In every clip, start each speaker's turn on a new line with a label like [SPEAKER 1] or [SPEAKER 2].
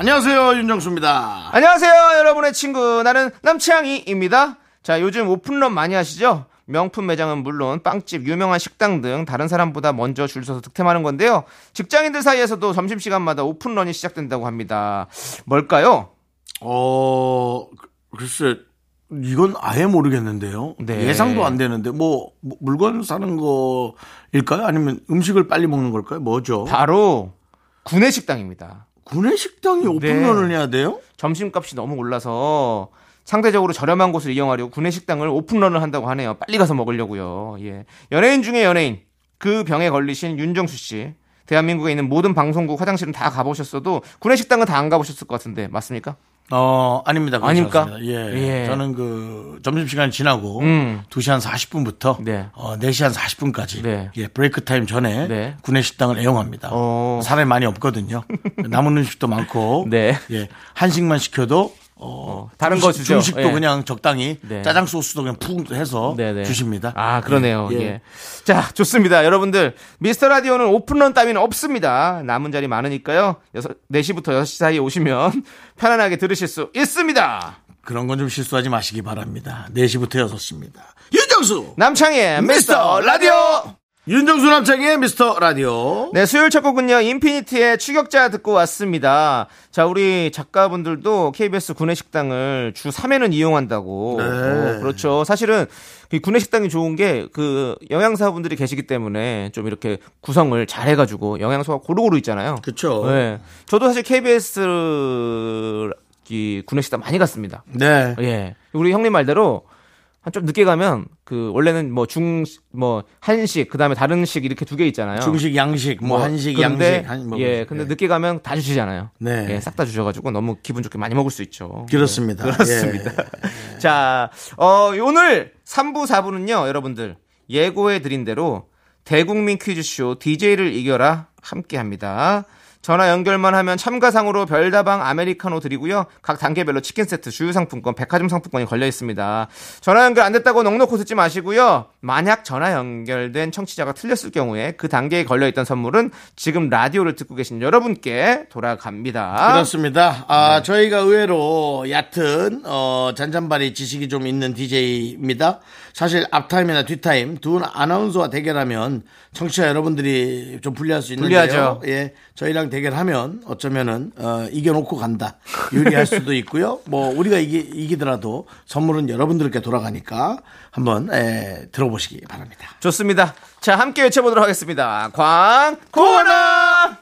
[SPEAKER 1] 안녕하세요 윤정수입니다.
[SPEAKER 2] 안녕하세요, 여러분의 친구. 나는 남치양이입니다. 자, 요즘 오픈런 많이 하시죠? 명품 매장은 물론 빵집, 유명한 식당 등 다른 사람보다 먼저 줄 서서 득템하는 건데요. 직장인들 사이에서도 점심시간마다 오픈런이 시작된다고 합니다. 뭘까요?
[SPEAKER 1] 어 글- 글쎄 이건 아예 모르겠는데요.
[SPEAKER 2] 네.
[SPEAKER 1] 예상도 안 되는데 뭐 뭐, 물건 사는 거일까요? 아니면 음식을 빨리 먹는 걸까요? 뭐죠?
[SPEAKER 2] 바로 구내식당입니다.
[SPEAKER 1] 구내 식당이 오픈런을 해야 돼요?
[SPEAKER 2] 점심값이 너무 올라서 상대적으로 저렴한 곳을 이용하려고 구내식당을 오픈런을 한다고 하네요. 빨리 가서 먹으려고요. 예. 연예인 중에 연예인. 그 병에 걸리신 윤정수 씨. 대한민국에 있는 모든 방송국 화장실은 다 가보셨어도 구내식당은 다 안 가보셨을 것 같은데 맞습니까?
[SPEAKER 1] 어 아닙니다. 그렇지
[SPEAKER 2] 아닙니까?
[SPEAKER 1] 않습니다. 예.
[SPEAKER 2] 예.
[SPEAKER 1] 저는 그 점심 시간 지나고
[SPEAKER 2] 음.
[SPEAKER 1] 2시 한 40분부터
[SPEAKER 2] 네.
[SPEAKER 1] 어, 4시 한 40분까지
[SPEAKER 2] 네.
[SPEAKER 1] 예, 브레이크 타임 전에
[SPEAKER 2] 네.
[SPEAKER 1] 구내 식당을 애용합니다.
[SPEAKER 2] 어.
[SPEAKER 1] 사람이 많이 없거든요. 남은 음식도 많고
[SPEAKER 2] 네.
[SPEAKER 1] 예, 한식만 시켜도
[SPEAKER 2] 어, 다른 거 주죠.
[SPEAKER 1] 중식도
[SPEAKER 2] 예.
[SPEAKER 1] 그냥 적당히
[SPEAKER 2] 네.
[SPEAKER 1] 짜장 소스도 그냥 푹 해서
[SPEAKER 2] 네네.
[SPEAKER 1] 주십니다.
[SPEAKER 2] 아, 그러네요.
[SPEAKER 1] 예.
[SPEAKER 2] 예. 자, 좋습니다. 여러분들, 미스터 라디오는 오픈런 따위는 없습니다. 남은 자리 많으니까요. 여섯 4시부터 6시 사이에 오시면 편안하게 들으실 수 있습니다.
[SPEAKER 1] 그런 건 좀 실수하지 마시기 바랍니다. 4시부터 6시입니다. 윤정수!
[SPEAKER 2] 남창희의 미스터 라디오!
[SPEAKER 1] 윤정수 남창의 미스터 라디오.
[SPEAKER 2] 네, 수요일 첫 곡은요, 인피니트의 추격자 듣고 왔습니다. 자, 우리 작가분들도 KBS 구내식당을 주 3회는 이용한다고.
[SPEAKER 1] 네.
[SPEAKER 2] 어, 그렇죠. 사실은 이 구내식당이 좋은 게 그 영양사분들이 계시기 때문에 좀 이렇게 구성을 잘 해가지고 영양소가 고루고루 있잖아요.
[SPEAKER 1] 그쵸.
[SPEAKER 2] 네. 저도 사실 KBS 이 구내식당 많이 갔습니다.
[SPEAKER 1] 네.
[SPEAKER 2] 예. 우리 형님 말대로 한 좀 늦게 가면 그 원래는 뭐 중, 뭐 한식, 그 다음에 다른 식 이렇게 두 개 있잖아요.
[SPEAKER 1] 중식, 양식, 뭐, 한식,
[SPEAKER 2] 근데,
[SPEAKER 1] 양식. 한, 뭐,
[SPEAKER 2] 예, 근데 늦게 가면 다 주시잖아요.
[SPEAKER 1] 네.
[SPEAKER 2] 예, 싹 다 주셔가지고 너무 기분 좋게 많이 먹을 수 있죠.
[SPEAKER 1] 그렇습니다.
[SPEAKER 2] 예, 그렇습니다. 네. 자, 어, 오늘 3부, 4부는요, 여러분들 예고해드린 대로 대국민 퀴즈쇼 DJ를 이겨라 함께 합니다. 전화 연결만 하면 참가상으로 별다방 아메리카노 드리고요. 각 단계별로 치킨 세트, 주유 상품권, 백화점 상품권이 걸려 있습니다. 전화 연결 안 됐다고 넉넉히 듣지 마시고요. 만약 전화 연결된 청취자가 틀렸을 경우에 그 단계에 걸려 있던 선물은 지금 라디오를 듣고 계신 여러분께 돌아갑니다.
[SPEAKER 1] 그렇습니다.
[SPEAKER 2] 네.
[SPEAKER 1] 아, 저희가 의외로 얕은 어, 잔잔바리 지식이 좀 있는 DJ입니다. 사실 앞타임이나 뒷타임 두 아나운서와 대결하면 청취자 여러분들이 좀 불리할 수 있는데요.
[SPEAKER 2] 불리하죠.
[SPEAKER 1] 예, 저희랑 대결하면 어쩌면은 어, 이겨놓고 간다 유리할 수도 있고요. 뭐 우리가 이기, 이기더라도 선물은 여러분들께 돌아가니까 한번 예, 들어보시기 바랍니다.
[SPEAKER 2] 좋습니다. 자, 함께 외쳐보도록 하겠습니다. 광고라!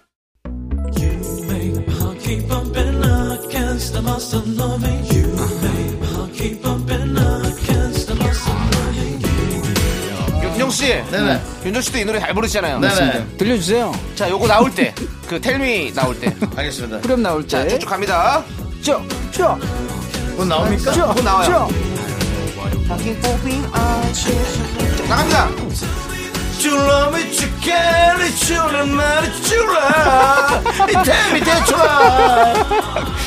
[SPEAKER 2] 윤정씨, 네네. 윤정씨도 이 노래 잘 부르시잖아요.
[SPEAKER 1] 네네.
[SPEAKER 3] 들려주세요.
[SPEAKER 2] 자, 요거 나올 때, 그 텔미 나올 때.
[SPEAKER 1] 알겠습니다.
[SPEAKER 3] 그럼 나올
[SPEAKER 1] 네.
[SPEAKER 2] 자,
[SPEAKER 3] 때.
[SPEAKER 2] 쭉쭉 갑니다.
[SPEAKER 3] 쭉, 쭉,
[SPEAKER 1] 곧 그러니까 나옵니까?
[SPEAKER 3] 쭉,
[SPEAKER 2] 그거 나와요.
[SPEAKER 3] 쭉.
[SPEAKER 2] 나갑니다. 네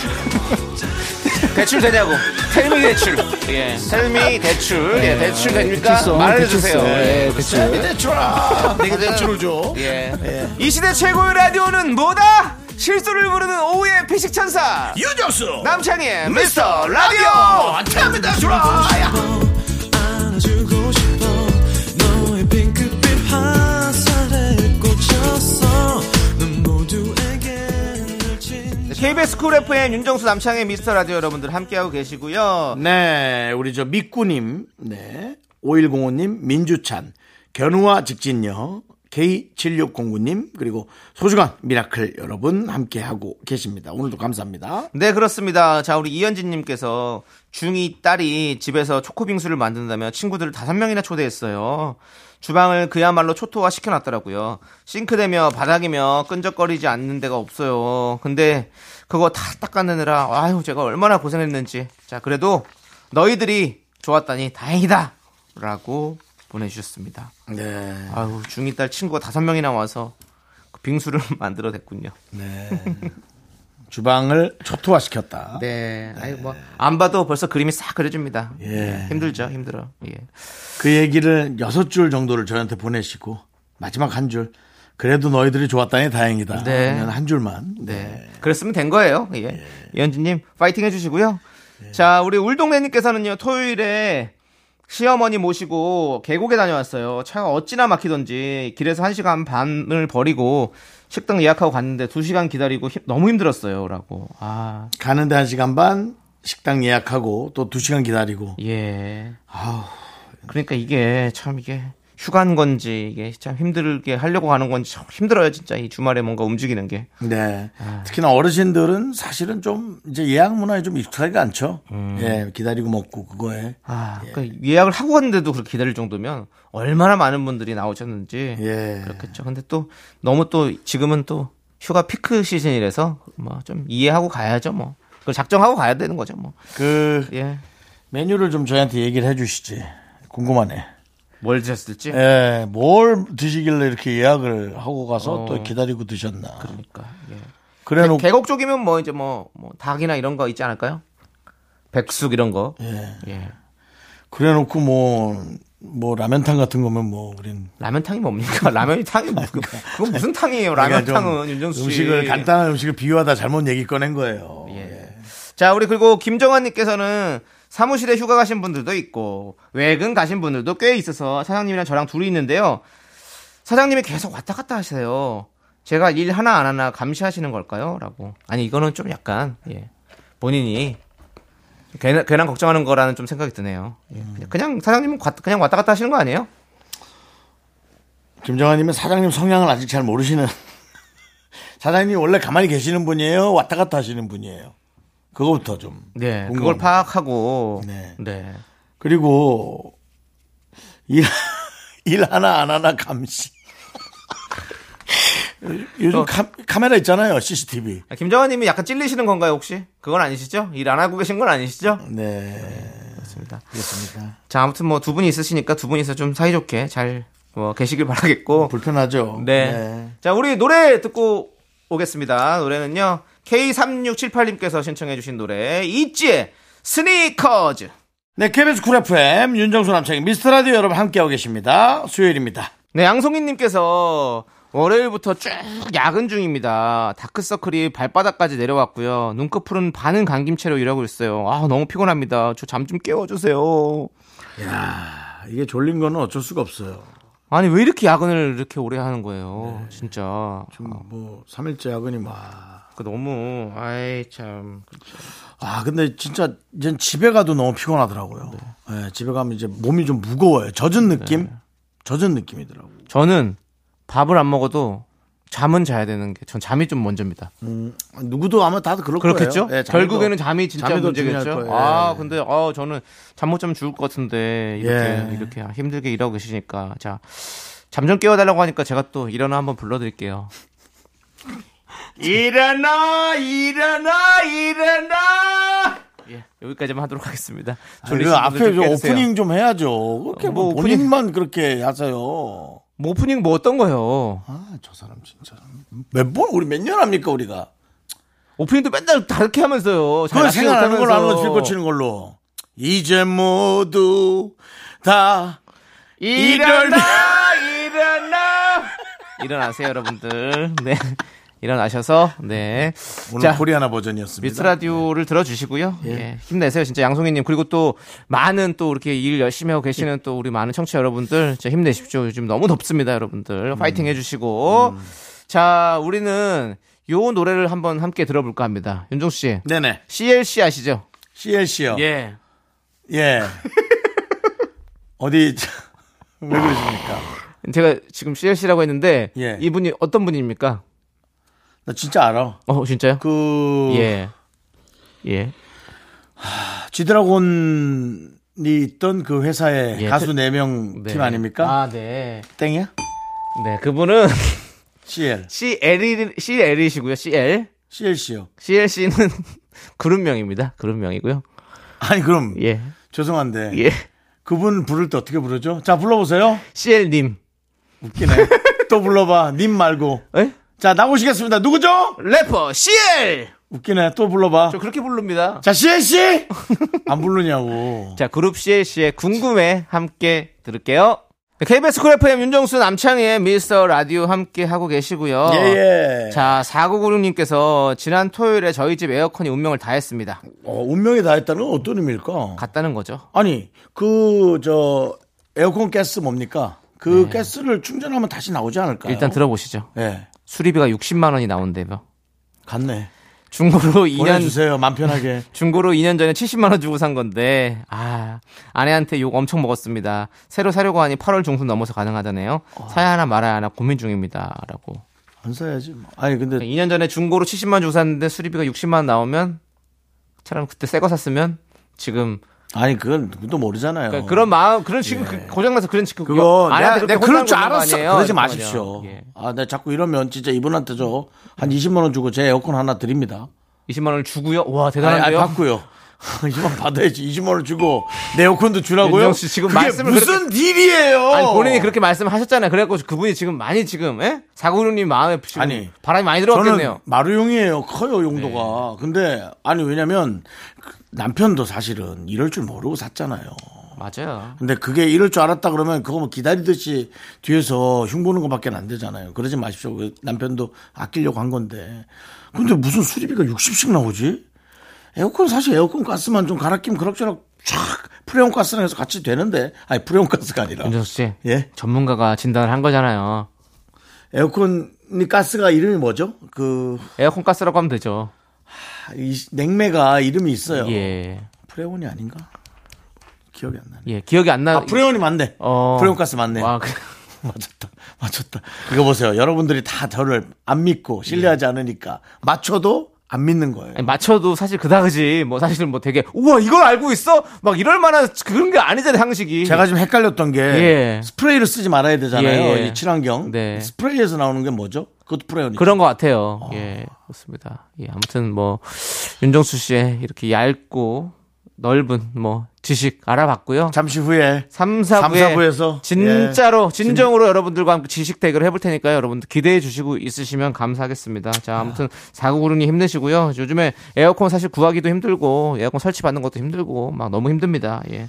[SPEAKER 2] 대출 되냐고. 텔미 대출. 예. 텔미 대출. 예, 대출 됩니까?
[SPEAKER 1] 어,
[SPEAKER 3] 대출성,
[SPEAKER 2] 말해주세요.
[SPEAKER 3] 대출성.
[SPEAKER 2] 예.
[SPEAKER 3] 예, 대출.
[SPEAKER 1] 네, 대출아. 네, 내가 대출을 줘.
[SPEAKER 2] 예. 이 시대 최고의 라디오는 뭐다? 실수를 부르는 오후의 피식천사.
[SPEAKER 1] 유정수.
[SPEAKER 2] 남창희의 미스터 라디오!
[SPEAKER 1] 탑니다 주라
[SPEAKER 2] KBS 쿨 FM 윤정수 남창의 미스터 라디오 여러분들 함께하고 계시고요.
[SPEAKER 1] 네 우리 저 미꾸님 네 5105님 민주찬 견우와 직진녀 K7609님 그리고 소중한 미라클 여러분 함께하고 계십니다 오늘도 감사합니다
[SPEAKER 2] 네, 그렇습니다. 자, 우리 이현진님께서 중2 딸이 집에서 초코빙수를 만든다며 친구들을 다섯 명이나 초대했어요. 주방을 그야말로 초토화 시켜놨더라고요. 싱크대며 바닥이며 끈적거리지 않는 데가 없어요. 근데 그거 다 닦아내느라 아유 제가 얼마나 고생했는지. 자 그래도 너희들이 좋았다니 다행이다라고 보내주셨습니다.
[SPEAKER 1] 네.
[SPEAKER 2] 아유 중이 딸 친구가 다섯 명이나 와서 그 빙수를 만들어냈군요.
[SPEAKER 1] 주방을 초토화시켰다.
[SPEAKER 2] 네. 아유 뭐안 봐도 벌써 그림이 싹 그려집니다.
[SPEAKER 1] 예.
[SPEAKER 2] 힘들죠, 힘들어. 예.
[SPEAKER 1] 그 얘기를 여섯 줄 정도를 저희한테 보내시고 마지막 한 줄. 그래도 너희들이 좋았다니 다행이다.
[SPEAKER 2] 네.
[SPEAKER 1] 그냥 한 줄만. 네.
[SPEAKER 2] 네. 그랬으면 된 거예요. 예. 이현주님, 파이팅 해주시고요. 자, 우리 울동네님께서는요, 토요일에 시어머니 모시고 계곡에 다녀왔어요. 차가 어찌나 막히던지 길에서 한시간 반을 버리고 식당 예약하고 갔는데 두시간 기다리고 힘- 너무 힘들었어요. 라고. 아,
[SPEAKER 1] 가는데 한 시간 반 식당 예약하고 또 두 시간 기다리고.
[SPEAKER 2] 예. 아우. 그러니까 이게 참 이게 휴가인 건지 이게 참 힘들게 하려고 하는 건지 참 힘들어요. 진짜 이 주말에 뭔가 움직이는 게.
[SPEAKER 1] 네.
[SPEAKER 2] 아.
[SPEAKER 1] 특히나 어르신들은 사실은 좀 이제 예약 문화에 좀 익숙하지가 않죠.
[SPEAKER 2] 음.
[SPEAKER 1] 예. 기다리고 먹고 그거에.
[SPEAKER 2] 아, 그러니까 예약을 하고 갔는데도 그렇게 기다릴 정도면 얼마나 많은 분들이 나오셨는지
[SPEAKER 1] 예.
[SPEAKER 2] 그렇겠죠. 근데 또 너무 또 지금은 또 휴가 피크 시즌이라서 뭐 좀 이해하고 가야죠. 뭐 그걸 작정하고 가야 되는 거죠. 뭐
[SPEAKER 1] 그
[SPEAKER 2] 예,
[SPEAKER 1] 메뉴를 좀 저희한테 얘기를 해 주시지. 궁금하네.
[SPEAKER 2] 뭘 드셨을지
[SPEAKER 1] 예. 뭘 드시길래 이렇게 예약을 하고 가서 또 기다리고 드셨나.
[SPEAKER 2] 어. 그러니까 예.
[SPEAKER 1] 그래 놓고
[SPEAKER 2] 계곡 쪽이면 뭐 이제 뭐, 뭐 닭이나 이런 거 있지 않을까요? 백숙 이런 거.
[SPEAKER 1] 예.
[SPEAKER 2] 예.
[SPEAKER 1] 그래 놓고 뭐, 뭐, 라면탕 같은 거면 뭐, 우린.
[SPEAKER 2] 라면탕이 뭡니까? 라면이 탕이 뭡니까? 그건 무슨 탕이에요? 라면탕은 윤정수 씨.
[SPEAKER 1] 그러니까 음식을, 간단한 음식을 비유하다 잘못 얘기 꺼낸 거예요.
[SPEAKER 2] 예. 자, 우리 그리고 김정환님께서는 사무실에 휴가 가신 분들도 있고 외근 가신 분들도 꽤 있어서 사장님이랑 저랑 둘이 있는데요. 사장님이 계속 왔다 갔다 하세요. 제가 일 하나 안 하나 감시하시는 걸까요? 라고. 아니, 이거는 좀 약간, 예. 본인이 괜한, 괜한 걱정하는 거라는 좀 생각이 드네요. 예. 그냥- 그냥 사장님은 과- 그냥 왔다 갔다 하시는 거 아니에요?
[SPEAKER 1] 김정환님은 사장님 성향을 아직 잘 모르시는. 사장님이 원래 가만히 계시는 분이에요? 왔다 갔다 하시는 분이에요? 그거부터 좀.
[SPEAKER 2] 네.
[SPEAKER 1] 궁금합니다.
[SPEAKER 2] 그걸 파악하고.
[SPEAKER 1] 네.
[SPEAKER 2] 네.
[SPEAKER 1] 그리고, 일, 일 하나 안 하나 감시.
[SPEAKER 2] 어.
[SPEAKER 1] 요즘 카, 카메라 있잖아요. CCTV.
[SPEAKER 2] 아, 김정환님이 약간 찔리시는 건가요, 혹시? 그건 아니시죠? 일 안 하고 계신 건 아니시죠?
[SPEAKER 1] 네.
[SPEAKER 2] 그렇습니다.
[SPEAKER 1] 그렇습니까?
[SPEAKER 2] 자, 아무튼 뭐 두 분이 있으시니까 두 분이서 좀 사이좋게 잘 뭐, 계시길 바라겠고.
[SPEAKER 1] 불편하죠?
[SPEAKER 2] 네. 자, 우리 노래 듣고 오겠습니다. 노래는요. K3678님께서 신청해주신 노래, 있지의 스니커즈.
[SPEAKER 1] 네, KBS 쿨 FM 윤정수 남창희 미스터 라디오 여러분 함께하고 계십니다. 수요일입니다.
[SPEAKER 2] 네, 양송이님께서 월요일부터 쭉 야근 중입니다. 다크서클이 발바닥까지 내려왔고요. 눈꺼풀은 반은 감김체로 일하고 있어요. 아, 너무 피곤합니다. 저 잠 좀 깨워주세요.
[SPEAKER 1] 야, 아, 이게 졸린 거는 어쩔 수가 없어요.
[SPEAKER 2] 아니, 왜 이렇게 야근을 이렇게 오래 하는 거예요? 진짜.
[SPEAKER 1] 좀뭐 3일째 야근이 막.
[SPEAKER 2] 그 너무 아이 참 그렇죠.
[SPEAKER 1] 아, 근데 진짜 이제 집에 가도 너무 피곤하더라고요.
[SPEAKER 2] 네.
[SPEAKER 1] 예, 집에 가면 이제 몸이 좀 무거워요. 젖은 느낌? 젖은 느낌이더라고요.
[SPEAKER 2] 저는 밥을 안 먹어도 잠은 자야 되는 게 전 잠이 좀 먼저입니다.
[SPEAKER 1] 음, 누구도 아마 다들 그럴
[SPEAKER 2] 그렇겠죠?
[SPEAKER 1] 거예요. 예, 잠이
[SPEAKER 2] 결국에는
[SPEAKER 1] 더-
[SPEAKER 2] 잠이 진짜
[SPEAKER 1] 잠이 더
[SPEAKER 2] 문제겠죠.
[SPEAKER 1] 중요할 거예요.
[SPEAKER 2] 아
[SPEAKER 1] 예.
[SPEAKER 2] 근데 아 저는 잠 못 자면 죽을 것 같은데 이렇게
[SPEAKER 1] 예.
[SPEAKER 2] 이렇게 힘들게 일하고 계시니까 자. 잠 좀 깨워달라고 하니까 제가 또 일어나 한번 불러드릴게요. 일어나, 일어나, 일어나. 예, 여기까지만 하도록 하겠습니다.
[SPEAKER 1] 아니,
[SPEAKER 2] 졸리신
[SPEAKER 1] 그
[SPEAKER 2] 분들
[SPEAKER 1] 앞에 좀
[SPEAKER 2] 좀 깨주세요.
[SPEAKER 1] 오프닝 좀 해야죠. 그렇게
[SPEAKER 2] 어,
[SPEAKER 1] 뭐
[SPEAKER 2] 뭐 오프닝-
[SPEAKER 1] 본인만 그렇게 하세요.
[SPEAKER 2] 뭐 오프닝 뭐 어떤 거요?
[SPEAKER 1] 아, 저 사람 진짜. 몇 번, 우리 몇 년 합니까, 우리가?
[SPEAKER 2] 오프닝도 맨날 다르게 하면서요. 잘
[SPEAKER 1] 그걸
[SPEAKER 2] 낚시
[SPEAKER 1] 생각하는 걸로 하는 거
[SPEAKER 2] 못하면서.
[SPEAKER 1] 칠거치는 걸로. 이제 모두 다
[SPEAKER 2] 일어나 일어나 일어나세요 여러분들. 네 일어나셔서 네.
[SPEAKER 1] 오늘
[SPEAKER 2] 자
[SPEAKER 1] 코리아나 버전이었습니다. 네.
[SPEAKER 2] 미스 라디오를 들어주시고요. 예. 힘내세요 진짜 양송이님 그리고 또 많은 또 이렇게 일 열심히 하고
[SPEAKER 1] 예.
[SPEAKER 2] 계시는 또 우리 많은 청취자 여러분들 진짜 힘내십시오. 요즘 너무 덥습니다 여러분들
[SPEAKER 1] 음.
[SPEAKER 2] 파이팅 해주시고 자 우리는 요 노래를 한번 함께 들어볼까 합니다. 윤종 씨
[SPEAKER 1] 네네.
[SPEAKER 2] CLC 아시죠?
[SPEAKER 1] CLC요. 예.
[SPEAKER 2] 예.
[SPEAKER 1] 어디, 저- 왜 그러십니까?
[SPEAKER 2] 제가 지금 CLC라고 했는데
[SPEAKER 1] 예.
[SPEAKER 2] 이분이 어떤 분입니까?
[SPEAKER 1] 나 진짜 알아.
[SPEAKER 2] 어 진짜요?
[SPEAKER 1] 그,
[SPEAKER 2] 예. 예.
[SPEAKER 1] 지드라곤 있던 그 회사의
[SPEAKER 2] 예,
[SPEAKER 1] 가수
[SPEAKER 2] 태-
[SPEAKER 1] 네 명
[SPEAKER 2] 네.
[SPEAKER 1] 팀 아닙니까?
[SPEAKER 2] 아, 네.
[SPEAKER 1] 땡이야?
[SPEAKER 2] 네, 그분은
[SPEAKER 1] CL.
[SPEAKER 2] CL, CL이시고요. CL.
[SPEAKER 1] CLC요.
[SPEAKER 2] CLC는 그룹명입니다. 그룹명이고요.
[SPEAKER 1] 아니, 그럼.
[SPEAKER 2] 예.
[SPEAKER 1] 죄송한데.
[SPEAKER 2] 예.
[SPEAKER 1] 그분 부를 때 어떻게 부르죠? 자, 불러보세요.
[SPEAKER 2] CL님.
[SPEAKER 1] 웃기네. 또 불러봐. 님 말고.
[SPEAKER 2] 예?
[SPEAKER 1] 자, 나오시겠습니다. 누구죠?
[SPEAKER 2] 래퍼 CL!
[SPEAKER 1] 웃기네. 또 불러봐.
[SPEAKER 2] 저 그렇게 부릅니다.
[SPEAKER 1] 자, CLC! 안 부르냐고.
[SPEAKER 2] 자, 그룹 CLC의 궁금해 함께 들을게요. 네, KBS 쿨 FM 윤정수 남창희의 미스터 라디오 함께 하고 계시고요.
[SPEAKER 1] 예, 예.
[SPEAKER 2] 어, 자, 4996님께서 지난 토요일에 저희 집 에어컨이 운명을 다했습니다.
[SPEAKER 1] 어, 운명이 다 했다는 건 어떤 의미일까?
[SPEAKER 2] 갔다는 거죠.
[SPEAKER 1] 아니, 그, 저, 에어컨 가스 뭡니까? 그 가스를 충전하면 다시 나오지 않을까요?
[SPEAKER 2] 네. 일단 들어보시죠.
[SPEAKER 1] 예.
[SPEAKER 2] 수리비가 60만 원이 나온대요.
[SPEAKER 1] 갔네.
[SPEAKER 2] 중고로 2년
[SPEAKER 1] 보내주세요. 맘 편하게.
[SPEAKER 2] 중고로 2년 전에 70만 원 주고 산 건데 아 아내한테 욕 엄청 먹었습니다. 새로 사려고 하니 8월 중순 넘어서 가능하다네요. 사야 하나 말아야 하나 고민 중입니다라고.
[SPEAKER 1] 안 사야지. 뭐. 아니, 근데
[SPEAKER 2] 2년 전에 중고로 70만 원 주고 샀는데 수리비가 60만 원 나오면 차라리 그때 새 거 샀으면 지금
[SPEAKER 1] 아니 그건 누구도 모르잖아요.
[SPEAKER 2] 그런 마음 그런 지금 그 고장나서 그런 지금
[SPEAKER 1] 어. 예. 그거
[SPEAKER 2] 아내한테
[SPEAKER 1] 내가, 내가
[SPEAKER 2] 그렇게
[SPEAKER 1] 그럴 줄
[SPEAKER 2] 혼나고 있는 거
[SPEAKER 1] 알았어.
[SPEAKER 2] 아니에요?
[SPEAKER 1] 그러지
[SPEAKER 2] 잠깐만요.
[SPEAKER 1] 마십시오.
[SPEAKER 2] 예.
[SPEAKER 1] 아, 나 자꾸 이러면 진짜 이분한테 저 한 20만 원 주고 제 에어컨 하나 드립니다.
[SPEAKER 2] 20만 원을 주고요. 와
[SPEAKER 1] 아니, 아니
[SPEAKER 2] 대단한데요.
[SPEAKER 1] 받고요. 20만 받아야지. 20만 원 주고 내 에어컨도 주라고요?
[SPEAKER 2] 윤정 씨 지금
[SPEAKER 1] 그게
[SPEAKER 2] 말씀을
[SPEAKER 1] 무슨 딜이에요?
[SPEAKER 2] 아니 본인이 그렇게 말씀하셨잖아요. 그래갖고 그분이 지금 많이 지금 예? 사구루님 마음에 지금
[SPEAKER 1] 아니,
[SPEAKER 2] 바람이 많이
[SPEAKER 1] 저는
[SPEAKER 2] 들어왔겠네요. 네.
[SPEAKER 1] 마루용이에요. 커요 용도가. 근데 아니 왜냐면 그 남편도 사실은 이럴 줄 모르고 샀잖아요.
[SPEAKER 2] 맞아요.
[SPEAKER 1] 근데 그게 이럴 줄 알았다 그러면 그거 뭐 기다리듯이 뒤에서 흉보는 것밖에 안 되잖아요. 그러지 마십시오. 그 남편도 아끼려고 한 건데. 근데 무슨 수리비가 60씩 나오지? 에어컨 사실 에어컨 가스만 좀 갈아 끼면 그럭저럭 촥 프레온 가스랑 해서 같이 되는데 아니 프레온 가스가 아니라
[SPEAKER 2] 윤정수 씨.
[SPEAKER 1] 예?
[SPEAKER 2] 전문가가 진단을 한 거잖아요.
[SPEAKER 1] 에어컨이 가스가 이름이 뭐죠? 그
[SPEAKER 2] 에어컨 가스라고 하면 되죠.
[SPEAKER 1] 이 냉매가 이름이 있어요.
[SPEAKER 2] 예.
[SPEAKER 1] 프레온이 아닌가? 기억이 안 나네.
[SPEAKER 2] 예. 기억이 안 나.
[SPEAKER 1] 아, 프레온이 맞네.
[SPEAKER 2] 어.
[SPEAKER 1] 프레온 가스 맞네.
[SPEAKER 2] 와, 그...
[SPEAKER 1] 맞췄다. 맞췄다. 이거 보세요. 여러분들이 다 저를 안 믿고 신뢰하지 않으니까 맞춰도 안 믿는 거예요.
[SPEAKER 2] 예. 아니, 맞춰도 사실 그다지 뭐 사실은 뭐 되게 우와 이걸 알고 있어? 막 이럴 만한 그런 게 아니잖아요, 상식이.
[SPEAKER 1] 제가 좀 헷갈렸던 게
[SPEAKER 2] 예.
[SPEAKER 1] 스프레이를 쓰지 말아야 되잖아요.
[SPEAKER 2] 예, 예.
[SPEAKER 1] 이 친환경.
[SPEAKER 2] 네.
[SPEAKER 1] 스프레이에서 나오는 게 뭐죠? 그것도 프레온이.
[SPEAKER 2] 그런 것 같아요.
[SPEAKER 1] 어.
[SPEAKER 2] 예, 그렇습니다. 예, 아무튼 뭐 윤정수 씨의 이렇게 얇고 넓은 뭐 지식 알아봤고요.
[SPEAKER 1] 잠시 후에
[SPEAKER 2] 3, 4부에,
[SPEAKER 1] 삼사부에서,
[SPEAKER 2] 진짜로
[SPEAKER 1] 예.
[SPEAKER 2] 진정으로 여러분들과 함께 지식 대결 해볼 테니까요. 여러분들 기대해 주시고 있으시면 감사하겠습니다. 자, 아무튼 사구구름이 힘내시고요. 요즘에 에어컨 사실 구하기도 힘들고 에어컨 설치 받는 것도 힘들고 막 너무 힘듭니다. 예.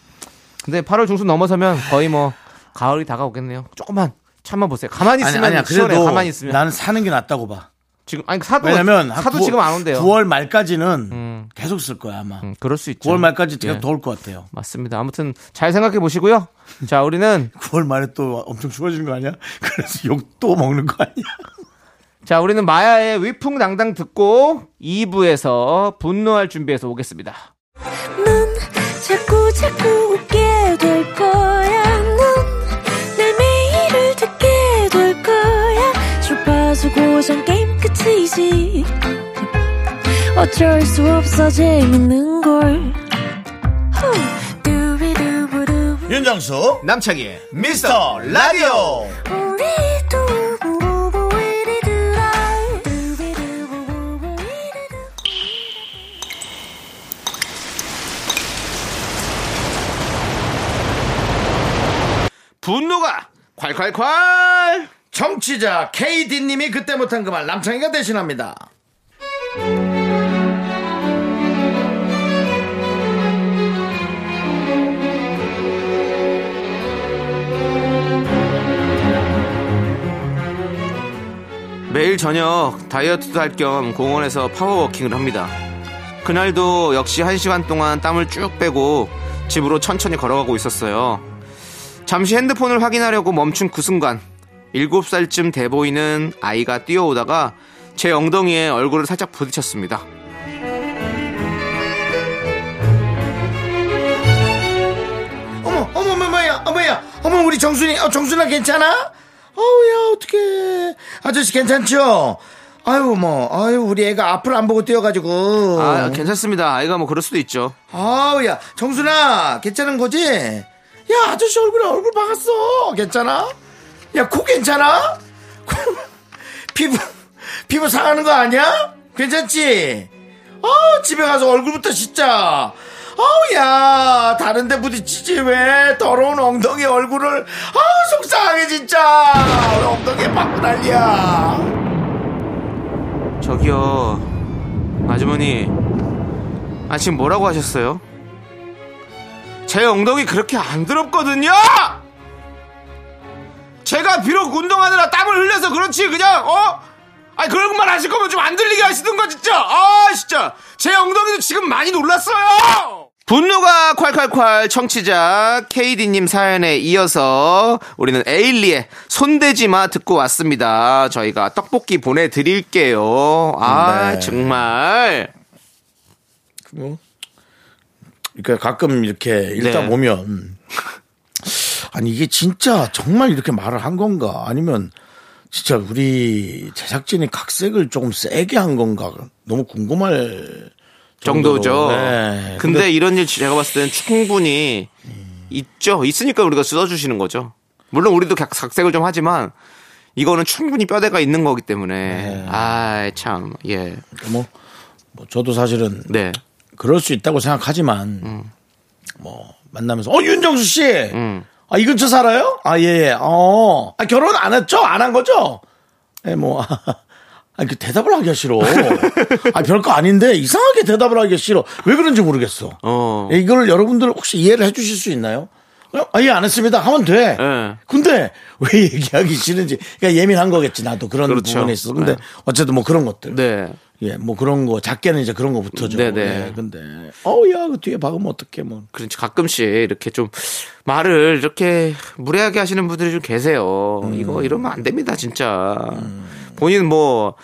[SPEAKER 2] 근데 8월 중순 넘어서면 거의 뭐 가을이 다가오겠네요. 조금만 참아 보세요. 가만히
[SPEAKER 1] 예. 아니,
[SPEAKER 2] 있으면
[SPEAKER 1] 아니야.
[SPEAKER 2] 시원해.
[SPEAKER 1] 그래도
[SPEAKER 2] 가만히 있으면
[SPEAKER 1] 나는 사는 게 낫다고 봐.
[SPEAKER 2] 지금 아니 사도
[SPEAKER 1] 왜냐면 한
[SPEAKER 2] 사도
[SPEAKER 1] 구-
[SPEAKER 2] 지금 안 온대요.
[SPEAKER 1] 9월 말까지는 계속 쓸 거야, 아마.
[SPEAKER 2] 음, 그럴 수 있죠.
[SPEAKER 1] 9월 말까지 계속
[SPEAKER 2] 예.
[SPEAKER 1] 더울 것 같아요.
[SPEAKER 2] 맞습니다. 아무튼 잘 생각해 보시고요. 자, 우리는
[SPEAKER 1] 9월 말에 또 엄청 추워지는 거 아니야? 그래서 욕 또 먹는 거 아니야?
[SPEAKER 2] 자, 우리는 마야의 위풍당당 듣고 2부에서 분노할 준비해서 오겠습니다.
[SPEAKER 3] 넌 자꾸 자꾸 웃게 될 거야. 넌내 매일을 듣게 될 거야. 주파수 고정 게임 끝이지. 어쩔 수 없어 재밌는 걸. 후. 두비두부두부.
[SPEAKER 1] 윤정수 남창희의 미스터 라디오
[SPEAKER 3] 우리 두부부부 우리 두라. 두비두부부부 우리 두라.
[SPEAKER 2] 분노가 콸콸콸!
[SPEAKER 1] 정치자 KD님이 그때 못한 그 말 남창희가 대신합니다
[SPEAKER 2] 매일 저녁 다이어트도 할 겸 공원에서 파워워킹을 합니다. 그날도 역시 1시간 동안 땀을 쭉 빼고 집으로 천천히 걸어가고 있었어요. 잠시 핸드폰을 확인하려고 멈춘 그 순간 7살쯤 돼 보이는 아이가 뛰어오다가 제 엉덩이에 얼굴을 살짝 부딪혔습니다.
[SPEAKER 1] 어머 어머 어머 뭐야 어머야 어머 우리 정순이 어, 정순아 괜찮아? 어우야 어떡해 아저씨 괜찮죠? 아 아유 뭐 아유 우리 애가 앞을 안 보고 뛰어가지고
[SPEAKER 2] 아,
[SPEAKER 4] 네.
[SPEAKER 2] 괜찮습니다. 아이가 뭐 그럴 수도 있죠.
[SPEAKER 1] 아우 야 정순아 괜찮은 거지? 야 아저씨 얼굴에 얼굴 박았어 괜찮아? 야 코 괜찮아? 코, 피부 피부 상하는 거 아니야? 괜찮지? 아 집에 가서 얼굴부터 진짜 아우 야 다른데 부딪히지 왜 더러운 엉덩이 얼굴을 아우 속상하게 진짜 엉덩이에 박고 난리야
[SPEAKER 2] 저기요. 아주머니. 아, 지금 뭐라고 하셨어요? 제 엉덩이 그렇게 안 더럽거든요! 제가 비록 운동하느라 땀을 흘려서 그렇지, 그냥, 어? 아니, 그런 것만 하실 거면 좀 안 들리게 하시던가, 진짜! 아, 진짜! 제 엉덩이도 지금 많이 놀랐어요! 분노가 콸콸콸 청취자 KD님 사연에 이어서 우리는 에일리의 손대지마 듣고 왔습니다. 저희가 떡볶이 보내드릴게요. 아,
[SPEAKER 1] 네.
[SPEAKER 2] 정말.
[SPEAKER 1] 뭐? 그러니까 가끔 이렇게 읽다
[SPEAKER 2] 네.
[SPEAKER 1] 보면 아니 이게 진짜 정말 이렇게 말을 한 건가 아니면 진짜 우리 제작진이 각색을 조금 세게 한 건가 너무 궁금할 정도로.
[SPEAKER 2] 정도죠.
[SPEAKER 1] 네.
[SPEAKER 2] 근데,
[SPEAKER 1] 근데
[SPEAKER 2] 이런 일 제가 봤을 때는 충분히 있죠. 있으니까 우리가 써주시는 거죠. 물론 우리도 각- 각색을 좀 하지만 이거는 충분히 뼈대가 있는 거기
[SPEAKER 1] 네.
[SPEAKER 2] 때문에 아 참 예.
[SPEAKER 1] 뭐, 뭐 저도 사실은
[SPEAKER 2] 네.
[SPEAKER 1] 그럴 수 있다고 생각하지만 뭐 만나면서 어 윤정수 씨,
[SPEAKER 2] 음.
[SPEAKER 1] 아 이 근처 살아요? 아 예, 예. 어, 아 결혼 안 했죠? 안 한 거죠? 예, 뭐. 아, 그 대답을 하기가 싫어. 아, 별거 아닌데 이상하게 대답을 하기가 싫어. 왜 그런지 모르겠어.
[SPEAKER 2] 어.
[SPEAKER 1] 예, 이걸 여러분들 혹시 이해를 해주실 수 있나요? 그냥, 아, 예, 안 했습니다. 하면 돼.
[SPEAKER 2] 예.
[SPEAKER 1] 근데 왜 얘기하기 싫은지. 그러니까 예민한 거겠지. 나도 그런
[SPEAKER 2] 그렇죠.
[SPEAKER 1] 부분에 있어서. 근데
[SPEAKER 2] 예.
[SPEAKER 1] 어쨌든 뭐 그런 것들.
[SPEAKER 2] 네.
[SPEAKER 1] 예, 뭐 그런 거 작게는 이제 그런 거부터죠.
[SPEAKER 2] 네네.
[SPEAKER 1] 예, 근데 어우야 그 뒤에 박으면 어떡해 뭐.
[SPEAKER 2] 그렇지 가끔씩 이렇게 좀 말을 이렇게 무례하게 하시는 분들이 좀 계세요.
[SPEAKER 1] 음.
[SPEAKER 2] 이거 이러면 안 됩니다, 진짜. 본인 뭐,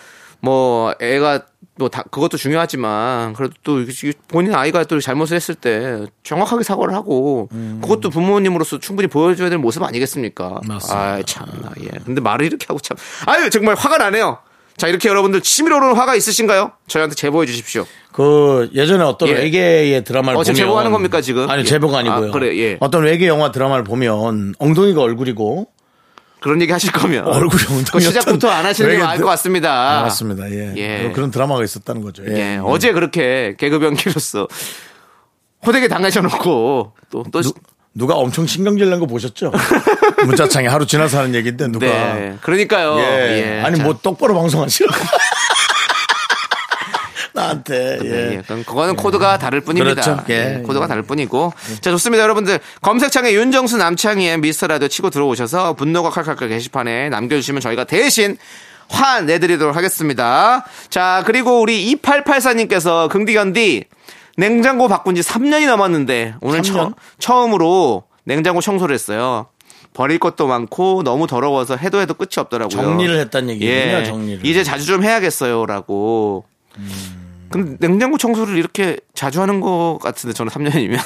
[SPEAKER 2] 뭐, 애가 뭐 다, 그것도 중요하지만 그래도 또 이게 본인 아이가 또 잘못을 했을 때 정확하게 사과를 하고 그것도 부모님으로서 충분히 보여줘야 될 모습 아니겠습니까?
[SPEAKER 1] 음. 맞습니다.
[SPEAKER 2] 아 참나 예. 근데 말을 이렇게 하고 참 아유 정말 화가 나네요. 자 이렇게 여러분들 치밀어 오는 화가 있으신가요? 저희한테 제보해 주십시오.
[SPEAKER 1] 그 예전에 어떤
[SPEAKER 2] 예.
[SPEAKER 1] 외계의
[SPEAKER 2] 어,
[SPEAKER 1] 드라마를 보면
[SPEAKER 2] 지금 제보하는 겁니까, 지금?
[SPEAKER 1] 아니
[SPEAKER 2] 예.
[SPEAKER 1] 제보가 아니고요.
[SPEAKER 2] 아, 그래, 예.
[SPEAKER 1] 어떤 외계 영화 드라마를 보면 엉덩이가 얼굴이고
[SPEAKER 2] 그런 얘기 하실 거면
[SPEAKER 1] 얼굴이
[SPEAKER 2] 그
[SPEAKER 1] 엉덩이
[SPEAKER 2] 시작부터 안 하시는 게
[SPEAKER 1] 게
[SPEAKER 2] 나을 것 같습니다.
[SPEAKER 1] 맞습니다. 예.
[SPEAKER 2] 아. 예.
[SPEAKER 1] 그런- 그런 드라마가 있었다는 거죠. 예.
[SPEAKER 2] 예, 어제 그렇게 개그 변기로서 호되게 당하셔놓고 또 또
[SPEAKER 1] 누가 엄청 신경질 낸 거 보셨죠? 문자창에 하루 지나서 하는 얘기인데 누가
[SPEAKER 2] 네, 그러니까요.
[SPEAKER 1] 예.
[SPEAKER 2] 예,
[SPEAKER 1] 아니
[SPEAKER 2] 자,
[SPEAKER 1] 뭐 똑바로 방송하시라고 나한테 예.
[SPEAKER 2] 네, 예. 그럼 그거는 코드가 다를 뿐입니다.
[SPEAKER 1] 그렇죠. 예.
[SPEAKER 2] 예, 코드가 다를 뿐이고. 자, 좋습니다, 여러분들. 검색창에 윤정수 남창희의 미스터 라디오 치고 들어오셔서 분노가 칼칼칼 게시판에 남겨주시면 저희가 대신 화 내드리도록 하겠습니다. 자, 그리고 우리 2884님께서 긍디견디 냉장고 바꾼 지 3년이 넘었는데 오늘 처,
[SPEAKER 1] 3년?
[SPEAKER 2] 처음으로 냉장고 청소를 했어요. 버릴 것도 많고 너무 더러워서 해도 해도 끝이 없더라고요. 예.
[SPEAKER 1] 정리를 했다는 얘기군요, 정리를.
[SPEAKER 2] 이제 자주 좀 해야겠어요라고. 근데 냉장고 청소를 이렇게 자주 하는 것 같은데 저는 3년이면.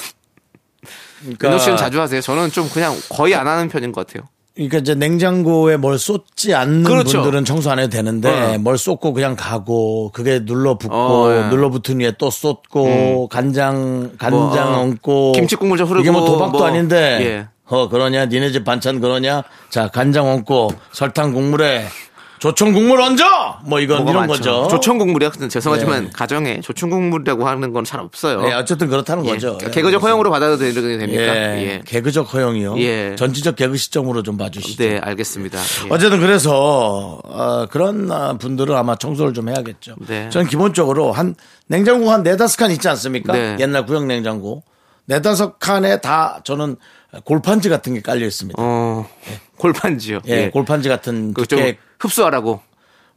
[SPEAKER 1] 그러니까
[SPEAKER 2] 민호 씨는 자주 하세요. 저는 좀 그냥 거의 안 하는 편인 것 같아요.
[SPEAKER 1] 그러니까 이제 냉장고에 뭘 쏟지 않는
[SPEAKER 2] 그렇죠.
[SPEAKER 1] 분들은 청소 안 해도 되는데
[SPEAKER 2] 어.
[SPEAKER 1] 뭘 쏟고 그냥 가고 그게 눌러붙고
[SPEAKER 2] 어, 예. 음.
[SPEAKER 1] 눌러붙은 위에 또 쏟고 간장 간장
[SPEAKER 2] 뭐, 어.
[SPEAKER 1] 얹고
[SPEAKER 2] 김치 국물도 흐르고
[SPEAKER 1] 이게 뭐 도박도
[SPEAKER 2] 뭐,
[SPEAKER 1] 아닌데
[SPEAKER 2] 예.
[SPEAKER 1] 어 그러냐 니네 집 반찬 그러냐 자 간장 얹고 설탕 국물에 조청 국물 얹어 뭐 이건
[SPEAKER 2] 뭐가
[SPEAKER 1] 이런
[SPEAKER 2] 많죠.
[SPEAKER 1] 거죠.
[SPEAKER 2] 조청 국물이요. 근데 죄송하지만
[SPEAKER 1] 네.
[SPEAKER 2] 가정에 조청 국물이라고 하는 건 잘 없어요.
[SPEAKER 1] 예, 어쨌든 그렇다는
[SPEAKER 2] 예.
[SPEAKER 1] 거죠. 예,
[SPEAKER 2] 개그적 허용으로 받아도 되는 게
[SPEAKER 1] 예,
[SPEAKER 2] 됩니까? 예.
[SPEAKER 1] 개그적 허용이요.
[SPEAKER 2] 예.
[SPEAKER 1] 전지적 개그 시점으로 좀 봐주시죠.
[SPEAKER 2] 네, 알겠습니다. 예.
[SPEAKER 1] 어쨌든 그래서 어, 그런 아, 분들은 아마 청소를 좀 해야겠죠.
[SPEAKER 2] 네.
[SPEAKER 1] 저는 기본적으로 한 냉장고 한 네다섯 칸 있지 않습니까?
[SPEAKER 2] 네.
[SPEAKER 1] 옛날 구형 냉장고 네다섯 칸에 다 저는 골판지 같은 게 깔려 있습니다.
[SPEAKER 2] 어, 골판지요.
[SPEAKER 1] 예, 골판지 같은
[SPEAKER 2] 그좀
[SPEAKER 1] 그게
[SPEAKER 2] 흡수하라고.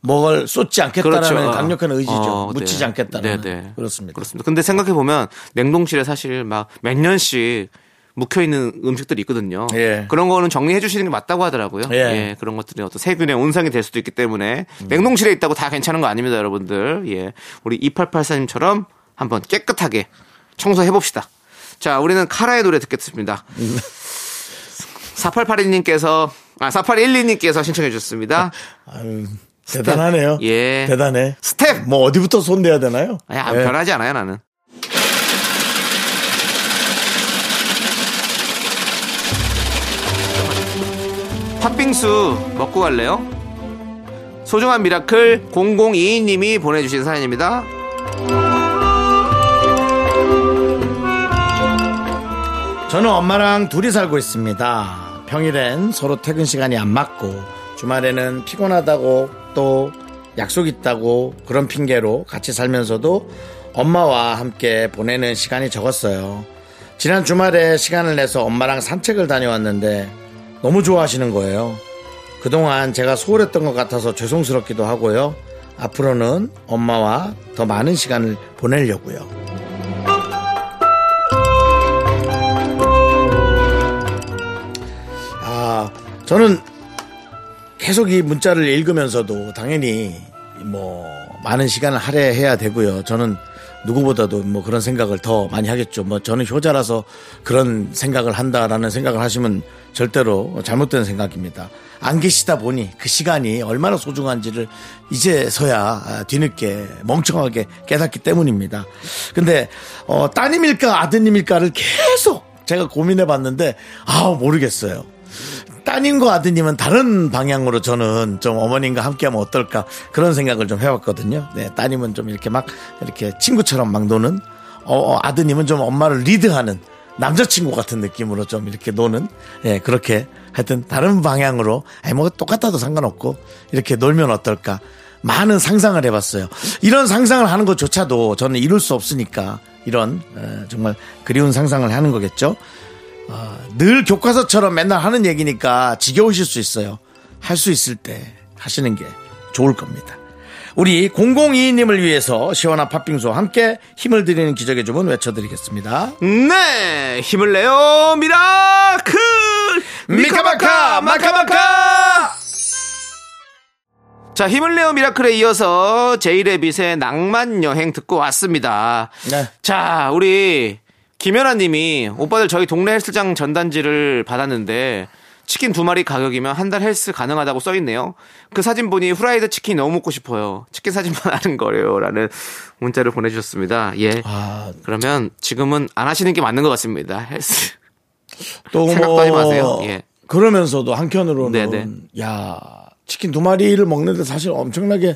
[SPEAKER 1] 먹을 쏟지 않겠다라는
[SPEAKER 2] 그렇죠.
[SPEAKER 1] 강력한 의지죠.
[SPEAKER 2] 어, 네.
[SPEAKER 1] 묻히지 않겠다라는
[SPEAKER 2] 네, 네.
[SPEAKER 1] 그렇습니다.
[SPEAKER 2] 그렇습니다. 근데 생각해 보면 냉동실에 사실 막 몇 년씩 묵혀 있는 음식들이 있거든요.
[SPEAKER 1] 예.
[SPEAKER 2] 그런 거는 정리해 주시는 게 맞다고 하더라고요.
[SPEAKER 1] 예.
[SPEAKER 2] 예. 그런 것들이 어떤 세균의 온상이 될 수도 있기 때문에 냉동실에 있다고 다 괜찮은 거 아닙니다, 여러분들. 예. 우리 2884님처럼 한번 깨끗하게 청소해 봅시다. 자, 우리는 카라의 노래 듣겠습니다. 4882님께서 아, 4812님께서 신청해 주셨습니다.
[SPEAKER 1] 아유, 대단하네요.
[SPEAKER 2] 예.
[SPEAKER 1] 대단해.
[SPEAKER 2] 스텝.
[SPEAKER 1] 뭐 어디부터 손 대야 되나요?
[SPEAKER 2] 아니, 아,
[SPEAKER 1] 예.
[SPEAKER 2] 변하지 않아요, 나는. 팥빙수 먹고 갈래요? 소중한 미라클 0022님이 보내주신 사연입니다.
[SPEAKER 1] 저는 엄마랑 둘이 살고 있습니다. 평일엔 서로 퇴근 시간이 안 맞고 주말에는 피곤하다고 또 약속 있다고 그런 핑계로 같이 살면서도 엄마와 함께 보내는 시간이 적었어요. 지난 주말에 시간을 내서 엄마랑 산책을 다녀왔는데 너무 좋아하시는 거예요. 그동안 제가 소홀했던 것 같아서 죄송스럽기도 하고요. 앞으로는 엄마와 더 많은 시간을 보내려고요. 아, 저는 계속 이 문자를 읽으면서도 당연히 뭐 많은 시간을 할애해야 되고요. 저는 누구보다도 뭐 그런 생각을 더 많이 하겠죠. 뭐 저는 효자라서 그런 생각을 한다라는 생각을 하시면 절대로 잘못된 생각입니다. 안 계시다 보니 그 시간이 얼마나 소중한지를 이제서야 아, 뒤늦게 멍청하게 깨닫기 때문입니다. 근데 어, 따님일까 아드님일까를 계속 제가 고민해 봤는데 아 모르겠어요. 따님과 아드님은 다른 방향으로 저는 좀 어머님과 함께하면 어떨까 그런 생각을 좀 해봤거든요. 네, 따님은 좀 이렇게 막 이렇게 친구처럼 막 노는, 어, 어, 아드님은 좀 엄마를 리드하는 남자친구 같은 느낌으로 좀 이렇게 노는, 예, 그렇게 하여튼 다른 방향으로, 아니 뭐 똑같아도 상관없고 이렇게 놀면 어떨까 많은 상상을 해봤어요. 이런 상상을 하는 것조차도 저는 이룰 수 없으니까 이런 에, 정말 그리운 상상을 하는 거겠죠. 늘 교과서처럼 맨날 하는 얘기니까 지겨우실 수 있어요. 할 수 있을 때 하시는 게 좋을 겁니다. 우리 0022님을 위해서 시원한 팥빙수와 함께 힘을 드리는 기적의 주문 외쳐드리겠습니다.
[SPEAKER 2] 네! 힘을 내요, 미라클! 미카마카! 마카마카! 자, 힘을 내요, 미라클에 이어서 제이레빗의 낭만여행 듣고 왔습니다.
[SPEAKER 1] 네.
[SPEAKER 2] 자, 우리 김연아 님이 오빠들 저희 동네 헬스장 전단지를 받았는데 치킨 두 마리 가격이면 한 달 헬스 가능하다고 써 있네요. 그 사진 보니 후라이드 치킨 너무 먹고 싶어요. 치킨 사진만 아는 거래요라는 문자를 보내 주셨습니다. 예.
[SPEAKER 1] 아,
[SPEAKER 2] 그러면 지금은 안 하시는 게 맞는 것 같습니다. 헬스.
[SPEAKER 1] 또뭐
[SPEAKER 2] 생각도 하지 마세요. 예.
[SPEAKER 1] 그러면서도 한켠으로는
[SPEAKER 2] 네네.
[SPEAKER 1] 야 치킨 두 마리를 먹는데 사실 엄청나게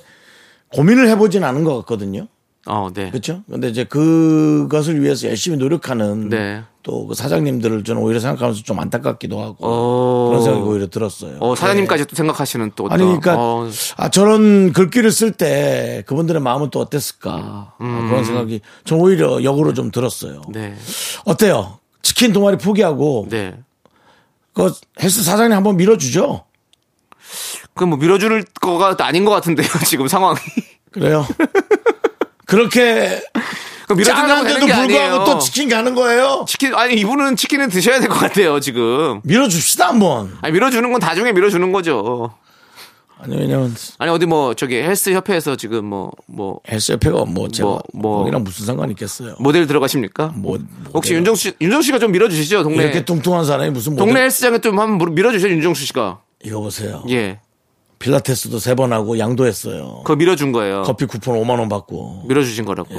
[SPEAKER 1] 고민을 해보진 않은 것 같거든요.
[SPEAKER 2] 어, 네.
[SPEAKER 1] 그렇죠? 근데 이제 그것을 위해서 열심히 노력하는
[SPEAKER 2] 네.
[SPEAKER 1] 또그 사장님들을 저는 오히려 생각하면서 좀 안타깝기도 하고
[SPEAKER 2] 어.
[SPEAKER 1] 그런 생각이 오히려 들었어요. 예.
[SPEAKER 2] 어, 사장님까지 또 생각하시는 또
[SPEAKER 1] 네. 아니
[SPEAKER 2] 어떤-
[SPEAKER 1] 그러니까
[SPEAKER 2] 어,
[SPEAKER 1] 아 저런 글귀를 쓸 때 그분들의 마음은 또 어땠을까 아, 그런 생각이 전 오히려 역으로 좀 들었어요.
[SPEAKER 2] 음. 네.
[SPEAKER 1] 어때요? 치킨 동아리 포기하고
[SPEAKER 2] 네.
[SPEAKER 1] 그 헬스 사장님 한번 밀어주죠.
[SPEAKER 2] 그뭐 밀어줄 거가 아닌 것 같은데요, 지금 상황이.
[SPEAKER 1] 그래요. 그렇게
[SPEAKER 2] 그 밀어준다고 되는
[SPEAKER 1] 짠한데도
[SPEAKER 2] 게
[SPEAKER 1] 불구하고
[SPEAKER 2] 아니에요.
[SPEAKER 1] 또 치킨 가는 거예요.
[SPEAKER 2] 치킨 아니 이분은 치킨은 드셔야 될 것 같아요 지금.
[SPEAKER 1] 밀어줍시다 한번.
[SPEAKER 2] 아니 밀어주는 건 다중에 밀어주는 거죠.
[SPEAKER 1] 아니 왜냐면
[SPEAKER 2] 아니 어디 뭐 저기 헬스 협회에서 지금 뭐 뭐
[SPEAKER 1] 헬스 협회가 뭐 제가
[SPEAKER 2] 뭐, 뭐.
[SPEAKER 1] 거기랑 무슨 상관이 있겠어요.
[SPEAKER 2] 모델 들어가십니까?
[SPEAKER 1] 뭐,
[SPEAKER 2] 혹시 윤정수 씨- 윤정수 씨가 좀 밀어주시죠 동네
[SPEAKER 1] 이렇게 뚱뚱한 사람이 무슨 모델-
[SPEAKER 2] 동네 헬스장에 좀 한번 밀- 밀어주세요 윤정수 씨가.
[SPEAKER 1] 이거 보세요.
[SPEAKER 2] 예,
[SPEAKER 1] 필라테스도 세 번 하고 양도했어요.
[SPEAKER 2] 그거 밀어준 거예요.
[SPEAKER 1] 커피 쿠폰 5만 원 받고
[SPEAKER 2] 밀어주신 거라고.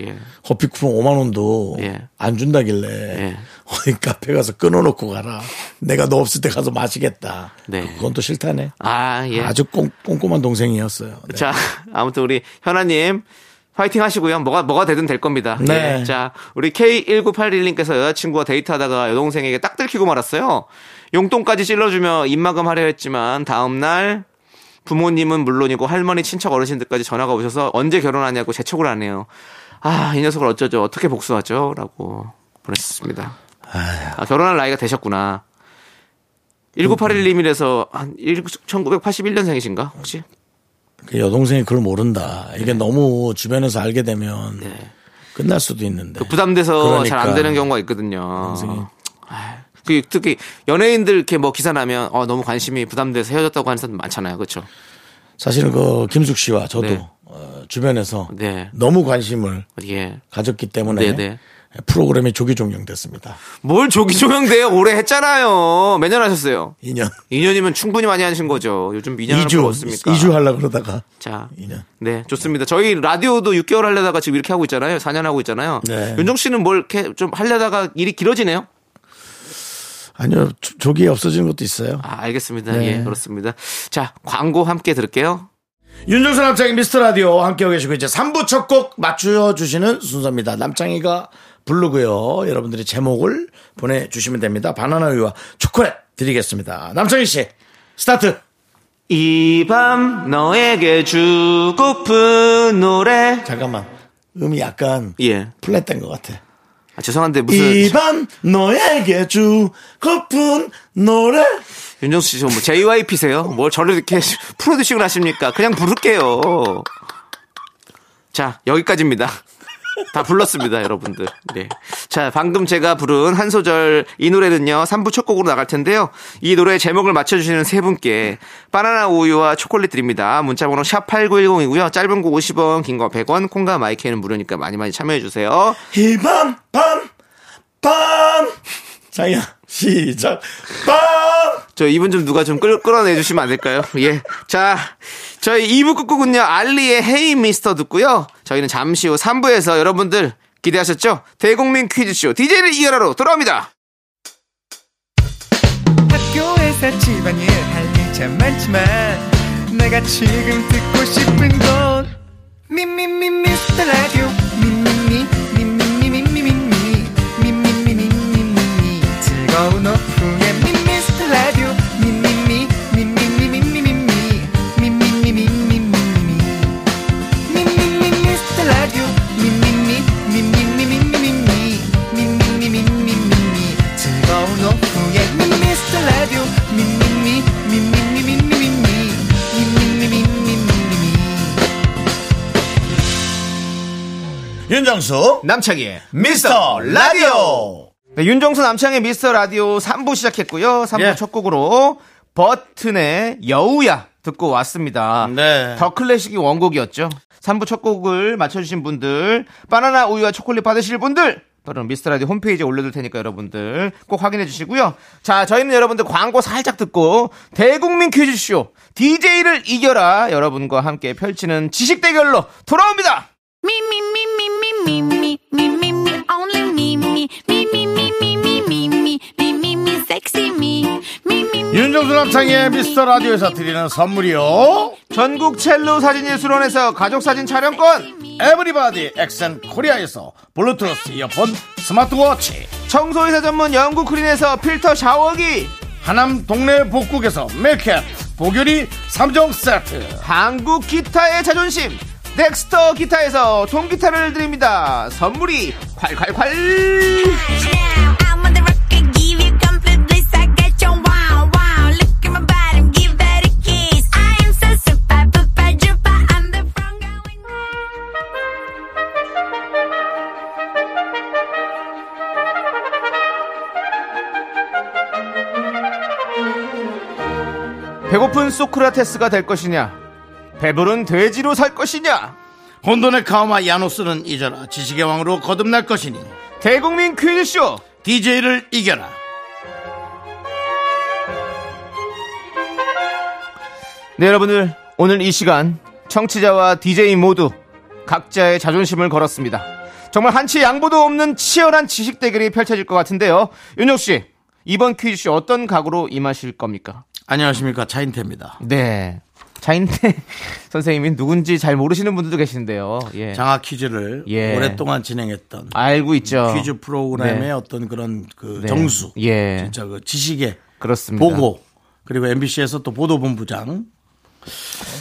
[SPEAKER 2] 예.
[SPEAKER 1] 커피 쿠폰 5만 원도
[SPEAKER 2] 예.
[SPEAKER 1] 안 준다길래
[SPEAKER 2] 예.
[SPEAKER 1] 어디 카페 가서 끊어놓고 가라. 내가 너 없을 때 가서 마시겠다.
[SPEAKER 2] 네.
[SPEAKER 1] 그건 또 싫다네.
[SPEAKER 2] 아 예.
[SPEAKER 1] 아주 꼼, 꼼꼼한 동생이었어요. 네.
[SPEAKER 2] 자, 아무튼 우리 현아님. 파이팅 하시고요. 뭐가, 뭐가 되든 될 겁니다.
[SPEAKER 1] 네.
[SPEAKER 2] 예. 자, 우리 K1981님께서 여자친구와 데이트하다가 여동생에게 딱 들키고 말았어요. 용돈까지 찔러주며 입마금 하려 했지만 다음날 부모님은 물론이고 할머니, 친척 어르신들까지 전화가 오셔서 언제 결혼하냐고 재촉을 하네요. 아, 이 녀석을 어쩌죠? 어떻게 복수하죠? 라고 보냈습니다. 아, 결혼할 나이가 되셨구나. 1981님이라서 한 1981년생이신가? 혹시?
[SPEAKER 1] 그 여동생이 그걸 모른다.
[SPEAKER 2] 네.
[SPEAKER 1] 이게 너무 주변에서 알게 되면 끝날 수도 있는데.
[SPEAKER 2] 부담돼서
[SPEAKER 1] 그러니까.
[SPEAKER 2] 잘 안 되는 경우가 있거든요. 아, 그 특히 연예인들 이렇게 뭐 기사 나면 어, 너무 관심이 부담돼서 헤어졌다고 하는 사람 많잖아요, 그렇죠?
[SPEAKER 1] 사실은 그 김숙 씨와 저도
[SPEAKER 2] 네.
[SPEAKER 1] 어, 주변에서
[SPEAKER 2] 네.
[SPEAKER 1] 너무 관심을
[SPEAKER 2] 예,
[SPEAKER 1] 가졌기 때문에
[SPEAKER 2] 네, 네.
[SPEAKER 1] 프로그램이 조기 종영됐습니다.
[SPEAKER 2] 뭘 조기 조명돼요? 오래 했잖아요. 매년 하셨어요.
[SPEAKER 1] 2년.
[SPEAKER 2] 2년이면 충분히 많이 하신 거죠. 요즘 2년
[SPEAKER 1] 2주.
[SPEAKER 2] 없습니까?
[SPEAKER 1] 2주 하려고 그러다가.
[SPEAKER 2] 자,
[SPEAKER 1] 이 년.
[SPEAKER 2] 네, 좋습니다. 저희 라디오도 6개월 하려다가 지금 이렇게 하고 있잖아요. 4년 하고 있잖아요.
[SPEAKER 1] 네.
[SPEAKER 2] 윤정 씨는 뭘 이렇게 좀 하려다가 일이 길어지네요.
[SPEAKER 1] 아니요. 조- 조기 없어지는 것도 있어요.
[SPEAKER 2] 아, 알겠습니다.
[SPEAKER 1] 네.
[SPEAKER 2] 예, 그렇습니다. 자, 광고 함께 들을게요.
[SPEAKER 1] 윤정수 남창희 미스터 라디오 함께하고 계시고 이제 3부 첫 곡 맞춰주시는 순서입니다. 남창희가 부르고요. 여러분들이 제목을 보내주시면 됩니다. 바나나 우유와 초콜릿 드리겠습니다. 남창희 씨 스타트.
[SPEAKER 2] 이 밤 너에게 주고픈 노래.
[SPEAKER 1] 잠깐만. 음이 약간
[SPEAKER 2] 예.
[SPEAKER 1] 플랫된 것 같아.
[SPEAKER 2] 아, 죄송한데 무슨
[SPEAKER 1] 이 밤 너에게 주 고픈 노래.
[SPEAKER 2] 윤정수 씨, 저뭐 JYP세요? 뭘 저를 이렇게 프로듀싱을 하십니까? 그냥 부를게요. 자, 여기까지입니다. 다 불렀습니다, 여러분들. 네. 자, 방금 제가 부른 한 소절 이 노래는요, 3부 첫 곡으로 나갈 텐데요. 이 노래의 제목을 맞춰주시는 세 분께 바나나 우유와 초콜릿 드립니다. 문자번호 샵8910이고요. 짧은 거 50원, 긴 거 100원, 콩과 마이크는 무료니까 많이 많이 참여해주세요.
[SPEAKER 1] 이밤 밤 밤. 자야 시작. 밤.
[SPEAKER 2] 저 이분 좀 누가 좀 끌, 끌어내 주시면 안 될까요? 예. 자, 저희 2부 끝곡은요, 알리의 헤이 미스터 듣고요. 저희는 잠시 후 3부에서 여러분들 기대하셨죠? 대국민 퀴즈쇼 DJ를 이어라로 돌아옵니다.
[SPEAKER 5] 학교에서 집안일 할 일 참 많지만 내가 지금 듣고 싶은 건 미미미 미스터 라디오 미미미 미미미 미미미 미미미 미미미 즐거운 오후에 미스터 라디오 미미미 미미미 미미미 미미미 미미미
[SPEAKER 1] 윤정수
[SPEAKER 2] 남창희의
[SPEAKER 1] 미스터 라디오.
[SPEAKER 2] 네, 윤정수 남창의 미스터 라디오 3부 시작했고요. 3부
[SPEAKER 1] 예.
[SPEAKER 2] 첫 곡으로 버튼의 여우야 듣고 왔습니다.
[SPEAKER 1] 네.
[SPEAKER 2] 더 클래식이 원곡이었죠. 3부 첫 곡을 맞춰주신 분들, 바나나 우유와 초콜릿 받으실 분들, 바로 미스터 라디오 홈페이지에 올려둘 테니까 여러분들 꼭 확인해 주시고요. 자, 저희는 여러분들 광고 살짝 듣고 대국민 퀴즈쇼 DJ를 이겨라 여러분과 함께 펼치는 지식 대결로 돌아옵니다.
[SPEAKER 3] Me, me, me, me, me, me, me, me, me, me, only me, me, me, me, me, me, me, me, me, me, me, me, sexy me, me, me, me.
[SPEAKER 1] 윤정수 남창의 미스터 라디오에서 드리는 선물이요.
[SPEAKER 2] 전국 첼로 사진예술원에서 가족사진 촬영권!
[SPEAKER 1] 에브리바디 엑센 코리아에서 블루투스 이어폰 스마트워치
[SPEAKER 2] 청소회사 전문 영국 크린에서 필터 샤워기
[SPEAKER 1] 하남 동네 복국에서 밀켓 보교리 3종 세트
[SPEAKER 2] 한국 기타의 자존심 넥스터 기타에서 통기타를 드립니다 선물이 콸콸콸
[SPEAKER 3] Now, I'm on the rocket, give you complete bliss. I got your wow, wow. Look at my bottom, give that a kiss. I am so super, super, duper. I'm the front going
[SPEAKER 2] 배고픈 소크라테스가 될 것이냐 배부른 돼지로 살 것이냐
[SPEAKER 1] 혼돈의 카오마 야노스는 이제라 지식의 왕으로 거듭날 것이니
[SPEAKER 2] 대국민 퀴즈쇼
[SPEAKER 1] DJ를 이겨라
[SPEAKER 2] 네 여러분들 오늘 이 시간 청취자와 DJ 모두 각자의 자존심을 걸었습니다 정말 한치 양보도 없는 치열한 지식 대결이 펼쳐질 것 같은데요 윤혁씨 이번 퀴즈쇼 어떤 각오로 임하실 겁니까?
[SPEAKER 1] 안녕하십니까 차인태입니다
[SPEAKER 2] 네. 자인태 선생님이 누군지 잘 모르시는 분들도 계신데요. 예.
[SPEAKER 1] 장학 퀴즈를
[SPEAKER 2] 예.
[SPEAKER 1] 오랫동안 진행했던
[SPEAKER 2] 알고 있죠.
[SPEAKER 1] 퀴즈 프로그램의
[SPEAKER 2] 네.
[SPEAKER 1] 어떤 그런 그
[SPEAKER 2] 네.
[SPEAKER 1] 정수
[SPEAKER 2] 예. 음.
[SPEAKER 1] 진짜 그 지식의
[SPEAKER 2] 그렇습니다.
[SPEAKER 1] 보고 그리고 MBC에서 또 보도본부장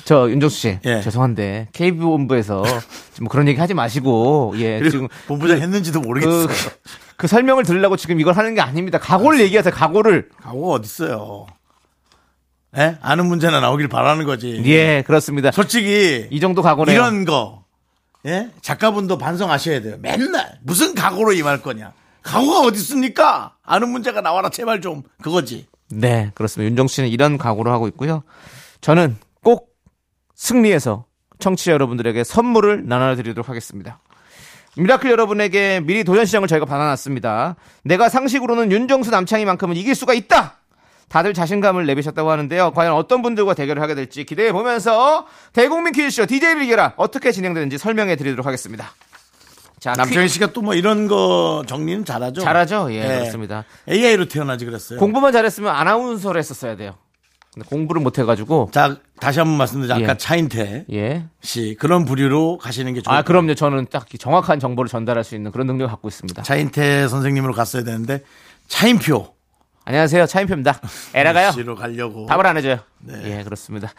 [SPEAKER 2] 저 윤정수 씨
[SPEAKER 1] 예.
[SPEAKER 2] 죄송한데 KB 본부에서 지금 그런 얘기 하지 마시고 예 지금
[SPEAKER 1] 그리고 본부장 했는지도
[SPEAKER 2] 그,
[SPEAKER 1] 모르겠어요
[SPEAKER 2] 그 설명을 들으려고 지금 이걸 하는 게 아닙니다. 각오를 얘기하세요. 각오를
[SPEAKER 1] 가오가 어딨어요? 예? 아는 문제나 나오길 바라는 거지.
[SPEAKER 2] 예 그렇습니다.
[SPEAKER 1] 솔직히
[SPEAKER 2] 이 정도 각오네요.
[SPEAKER 1] 이런 거 예? 작가분도 반성하셔야 돼요. 맨날 무슨 각오로 임할 거냐? 각오가 어디 있습니까? 아는 문제가 나와라 제발 좀 그거지.
[SPEAKER 2] 네 그렇습니다. 윤정수 씨는 이런 각오로 하고 있고요. 저는 꼭 승리해서 청취자 여러분들에게 선물을 나눠드리도록 하겠습니다. 미라클 여러분에게 미리 도전 시장을 저희가 받아놨습니다. 내가 상식으로는 윤정수 남창희만큼은 이길 수가 있다. 다들 자신감을 내비셨다고 하는데요. 과연 어떤 분들과 대결을 하게 될지 기대해 보면서 대국민 퀴즈쇼 DJ를 이겨라 어떻게 진행되는지 설명해 드리도록 하겠습니다. 자,
[SPEAKER 1] 남창희 네. 씨가 또 뭐 이런 거 정리는 잘하죠?
[SPEAKER 2] 잘하죠? 예, 그렇습니다.
[SPEAKER 1] AI로 태어나지 그랬어요.
[SPEAKER 2] 네. 공부만 잘했으면 아나운서를 했었어야 돼요. 근데 공부를 못 해가지고
[SPEAKER 1] 자, 다시 한번 말씀드리자. 아까
[SPEAKER 2] 예.
[SPEAKER 1] 차인태
[SPEAKER 2] 예.
[SPEAKER 1] 씨 그런 부류로 가시는 게 좋을
[SPEAKER 2] 아
[SPEAKER 1] 것
[SPEAKER 2] 그럼요. 저는 딱 정확한 정보를 전달할 수 있는 그런 능력을 갖고 있습니다.
[SPEAKER 1] 차인태 선생님으로 갔어야 되는데 차인표
[SPEAKER 2] 안녕하세요. 차인표입니다. 에라가요.
[SPEAKER 1] 씨로 가려고.
[SPEAKER 2] 답을 안 해줘요.
[SPEAKER 1] 네.
[SPEAKER 2] 예, 그렇습니다.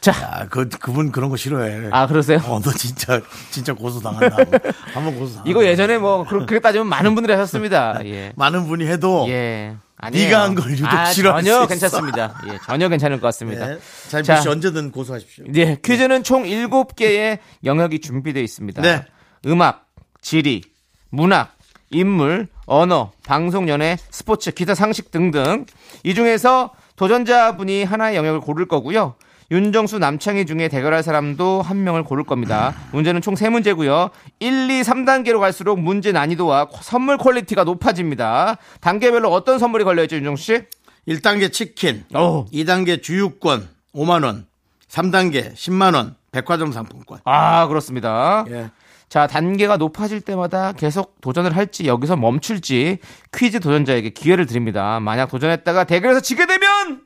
[SPEAKER 2] 자,
[SPEAKER 1] 아, 그 그분 그런 거 싫어해.
[SPEAKER 2] 아 그러세요?
[SPEAKER 1] 어, 너 진짜 진짜 고소 당한다. 한번 고소 당한다.
[SPEAKER 2] 이거 예전에 뭐 그렇- 그렇게 따지면 많은 분들이 하셨습니다. 예.
[SPEAKER 1] 많은 분이 해도
[SPEAKER 2] 예.
[SPEAKER 1] 네가 한걸 유독
[SPEAKER 2] 아,
[SPEAKER 1] 싫어할 수
[SPEAKER 2] 전혀
[SPEAKER 1] 있어.
[SPEAKER 2] 괜찮습니다. 예, 전혀 괜찮을 것 같습니다.
[SPEAKER 1] 네. 차인표
[SPEAKER 2] 자.
[SPEAKER 1] 씨 언제든 고소하십시오.
[SPEAKER 2] 예, 퀴즈는 총 7개의 영역이 준비되어 있습니다.
[SPEAKER 1] 네.
[SPEAKER 2] 음악, 지리, 문학, 인물, 언어, 방송, 연애, 스포츠, 기타 상식 등등. 이 중에서 도전자분이 하나의 영역을 고를 거고요. 윤정수 남창희 중에 대결할 사람도 한 명을 고를 겁니다. 문제는 총 세문제고요 1, 2, 3단계로 갈수록 문제 난이도와 선물 퀄리티가 높아집니다. 단계별로 어떤 선물이 걸려있죠, 윤정수 씨?
[SPEAKER 1] 1단계 치킨,
[SPEAKER 2] 오.
[SPEAKER 1] 2단계 주유권 5만 원, 3단계 10만 원, 백화점 상품권.
[SPEAKER 2] 아, 그렇습니다.
[SPEAKER 1] 예.
[SPEAKER 2] 자, 단계가 높아질 때마다 계속 도전을 할지 여기서 멈출지 퀴즈 도전자에게 기회를 드립니다. 만약 도전했다가 대결에서 지게 되면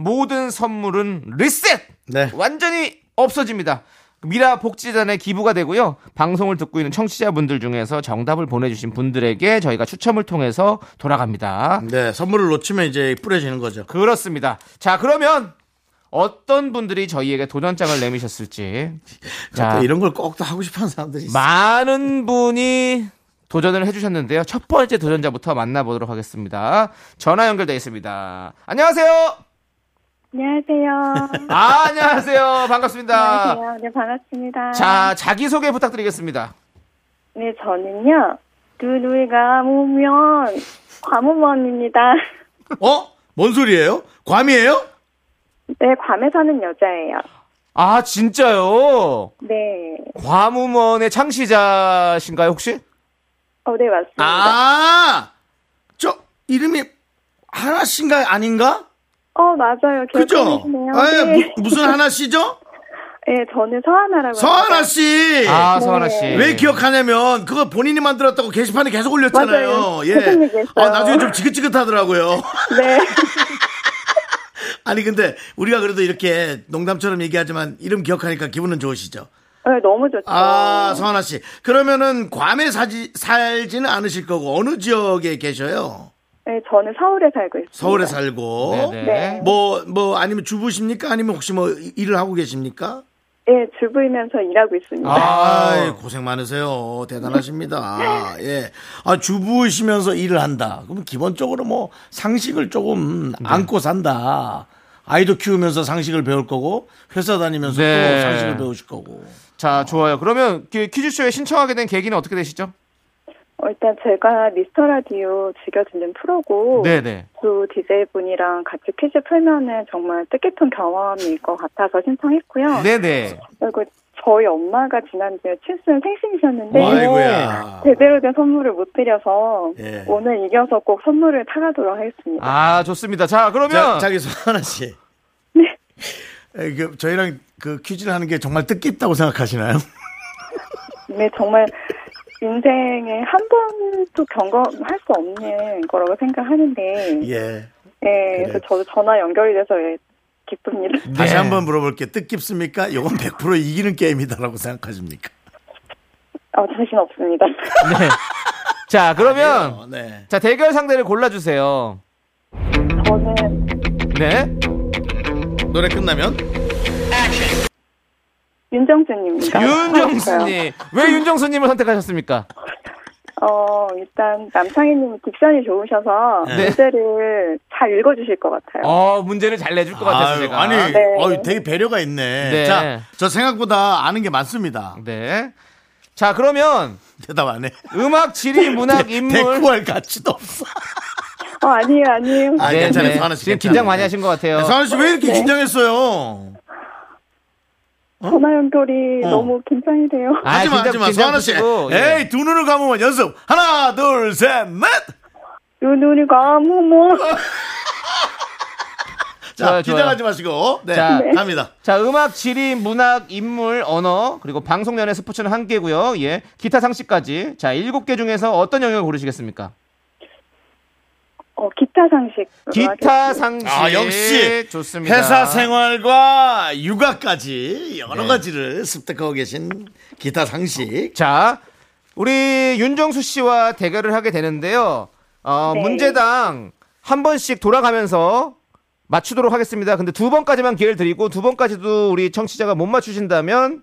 [SPEAKER 2] 모든 선물은 리셋!
[SPEAKER 1] 네.
[SPEAKER 2] 완전히 없어집니다. 미라 복지단에 기부가 되고요. 방송을 듣고 있는 청취자분들 중에서 정답을 보내주신 분들에게 저희가 추첨을 통해서 돌아갑니다.
[SPEAKER 1] 네, 선물을 놓치면 이제 뿌려지는 거죠.
[SPEAKER 2] 그렇습니다. 자, 그러면 어떤 분들이 저희에게 도전장을 내미셨을지.
[SPEAKER 1] 자꾸 이런 걸 꼭 또 하고 싶어 하는 사람들이 있어.
[SPEAKER 2] 많은 분이 도전을 해주셨는데요. 첫 번째 도전자부터 만나보도록 하겠습니다. 전화 연결되어 있습니다. 안녕하세요.
[SPEAKER 6] 안녕하세요.
[SPEAKER 2] 아, 안녕하세요. 반갑습니다.
[SPEAKER 6] 안녕하세요. 네, 반갑습니다.
[SPEAKER 2] 자, 자기소개 부탁드리겠습니다.
[SPEAKER 6] 네, 저는요. 누누이가 오면 과무원입니다.
[SPEAKER 1] 어? 뭔 소리예요? 괌이에요?
[SPEAKER 6] 네, 괌에 사는 여자예요.
[SPEAKER 2] 아, 진짜요?
[SPEAKER 6] 네.
[SPEAKER 2] 과무먼의 창시자신가요, 혹시?
[SPEAKER 6] 어, 네, 맞습니다.
[SPEAKER 1] 아, 저 이름이 하나씨인가 아닌가?
[SPEAKER 6] 어, 맞아요.
[SPEAKER 1] 그죠?
[SPEAKER 6] 결혼이시네요.
[SPEAKER 1] 아,
[SPEAKER 6] 네.
[SPEAKER 1] 무, 슨 하나씨죠?
[SPEAKER 6] 네, 저는 서하나라고 합니다.
[SPEAKER 1] 서하나씨.
[SPEAKER 2] 아, 서하나씨.
[SPEAKER 1] 왜 기억하냐면 그거 본인이 만들었다고 게시판에 계속 올렸잖아요.
[SPEAKER 6] 맞아요.
[SPEAKER 1] 예.
[SPEAKER 6] 계속 얘기했어요.
[SPEAKER 1] 아, 나중에 좀 지긋지긋하더라고요.
[SPEAKER 6] 네.
[SPEAKER 1] 아니 근데 우리가 그래도 이렇게 농담처럼 얘기하지만 이름 기억하니까 기분은 좋으시죠?
[SPEAKER 6] 네, 너무 좋죠.
[SPEAKER 1] 아,
[SPEAKER 6] 네.
[SPEAKER 1] 서하나 씨. 그러면은 괌에 사지, 살지는 않으실 거고 어느 지역에 계셔요?
[SPEAKER 6] 네, 저는 서울에 살고 있습니다.
[SPEAKER 1] 서울에 살고.
[SPEAKER 2] 네네.
[SPEAKER 6] 네.
[SPEAKER 1] 뭐, 뭐, 아니면 주부십니까? 아니면 혹시 뭐 이- 일을 하고 계십니까?
[SPEAKER 6] 네, 주부이면서 일하고 있습니다.
[SPEAKER 2] 아.
[SPEAKER 1] 아, 고생 많으세요. 대단하십니다. 예. 아, 주부시면서 일을 한다. 그럼 기본적으로 뭐 상식을
[SPEAKER 2] 네.
[SPEAKER 1] 조금 안고 산다. 아이도 키우면서 상식을 배울 거고 회사 다니면서
[SPEAKER 2] 네.
[SPEAKER 1] 또 상식을 배우실 거고.
[SPEAKER 2] 자, 좋아요. 그러면 그 퀴즈쇼에 신청하게 된 계기는 어떻게 되시죠?
[SPEAKER 6] 어, 일단 제가 미스터 라디오 즐겨 듣는 프로고
[SPEAKER 2] 네네.
[SPEAKER 6] 또 DJ분이랑 같이 퀴즈 풀면은 정말 뜻깊은 경험일 것 같아서 신청했고요.
[SPEAKER 2] 네네.
[SPEAKER 6] 그리고 저희 엄마가 지난주에 칠순 생신이셨는데
[SPEAKER 2] 네.
[SPEAKER 1] 아이고야.
[SPEAKER 6] 제대로 된 선물을 못 드려서
[SPEAKER 1] 예.
[SPEAKER 6] 오늘 이겨서 꼭 선물을 타가도록 하겠습니다.
[SPEAKER 2] 아, 좋습니다. 자,
[SPEAKER 1] 자,
[SPEAKER 2] 그러면.
[SPEAKER 1] 자기 소하나 씨. 네. 에, 그, 저희랑 그 퀴즈를 하는 게 정말 뜻깊다고 생각하시나요?
[SPEAKER 6] 네, 정말 인생에 한 번도 경험할 수 없는 거라고 생각하는데
[SPEAKER 1] 예.
[SPEAKER 6] 예, 그래서 저도 전화 연결이 돼서 예, 기쁩니다.
[SPEAKER 1] 다시
[SPEAKER 2] 네.
[SPEAKER 1] 한번 물어볼게요. 뜻깊습니까? 이건 100% 이기는 게임이다라고 생각하십니까?
[SPEAKER 6] 아, 자신 없습니다.
[SPEAKER 2] 네. 자, 그러면.
[SPEAKER 1] 어, 네.
[SPEAKER 2] 자, 대결 상대를 골라주세요.
[SPEAKER 6] 저는
[SPEAKER 2] 네.
[SPEAKER 1] 노래 끝나면
[SPEAKER 6] 윤정수님입니다.
[SPEAKER 2] 윤정수님 왜 윤정수님을 선택하셨습니까?
[SPEAKER 6] 어, 일단 남창희님 딕션이 좋으셔서
[SPEAKER 1] 네.
[SPEAKER 6] 문제를 잘 읽어주실 것 같아요.
[SPEAKER 2] 어 문제를 잘 내줄 것 같아서
[SPEAKER 1] 아유,
[SPEAKER 2] 제가
[SPEAKER 1] 아니,
[SPEAKER 6] 네.
[SPEAKER 1] 어유, 되게 배려가 있네.
[SPEAKER 2] 네.
[SPEAKER 1] 자, 저 생각보다 아는 게 많습니다.
[SPEAKER 2] 네. 자 그러면
[SPEAKER 1] 대답 안 해.
[SPEAKER 2] 음악 지리 문학 인물
[SPEAKER 1] 대꾸할 가치도 없어.
[SPEAKER 6] 어, 아니에요, 아니에요.
[SPEAKER 1] 아,
[SPEAKER 2] 네,
[SPEAKER 1] 괜찮아요.
[SPEAKER 2] 네.
[SPEAKER 1] 서하나 씨.
[SPEAKER 2] 지금 네.
[SPEAKER 1] 괜찮아요.
[SPEAKER 2] 긴장 많이 하신 것 같아요.
[SPEAKER 1] 서하나 씨 왜 이렇게 긴장했어요?
[SPEAKER 6] 전화 연결이
[SPEAKER 1] 어.
[SPEAKER 6] 너무 긴장이 돼요.
[SPEAKER 1] 하지마
[SPEAKER 2] 아, 긴장-
[SPEAKER 1] 하지마
[SPEAKER 2] 긴장
[SPEAKER 1] 소하나 씨
[SPEAKER 2] 푸시고, 예.
[SPEAKER 1] 에이 두 눈을 감으면 연습 하나 둘 셋넷자
[SPEAKER 6] 눈누리가 아무 뭐
[SPEAKER 2] 좋아요, 좋아요.
[SPEAKER 1] 긴장하지 마시고 네
[SPEAKER 2] 자. 네.
[SPEAKER 1] 갑니다
[SPEAKER 2] 자, 음악, 지리, 문학, 인물, 언어, 그리고 방송 연예 스포츠는 한 개고요. 예. 기타 상식까지. 자, 일곱 개 중에서 어떤 영역을 고르시겠습니까?
[SPEAKER 6] 어, 기타 상식. 어,
[SPEAKER 2] 기타 상식.
[SPEAKER 1] 아 역시
[SPEAKER 2] 좋습니다.
[SPEAKER 1] 회사 생활과 육아까지 아, 여러 가지를 습득하고 계신 기타 상식
[SPEAKER 2] 자, 우리 윤정수 씨와 대결을 하게 되는데요. 어,
[SPEAKER 6] 네.
[SPEAKER 2] 문제당 한 번씩 돌아가면서 맞추도록 하겠습니다. 근데 두 번까지만 기회를 드리고 두 번까지도 우리 청취자가 못 맞추신다면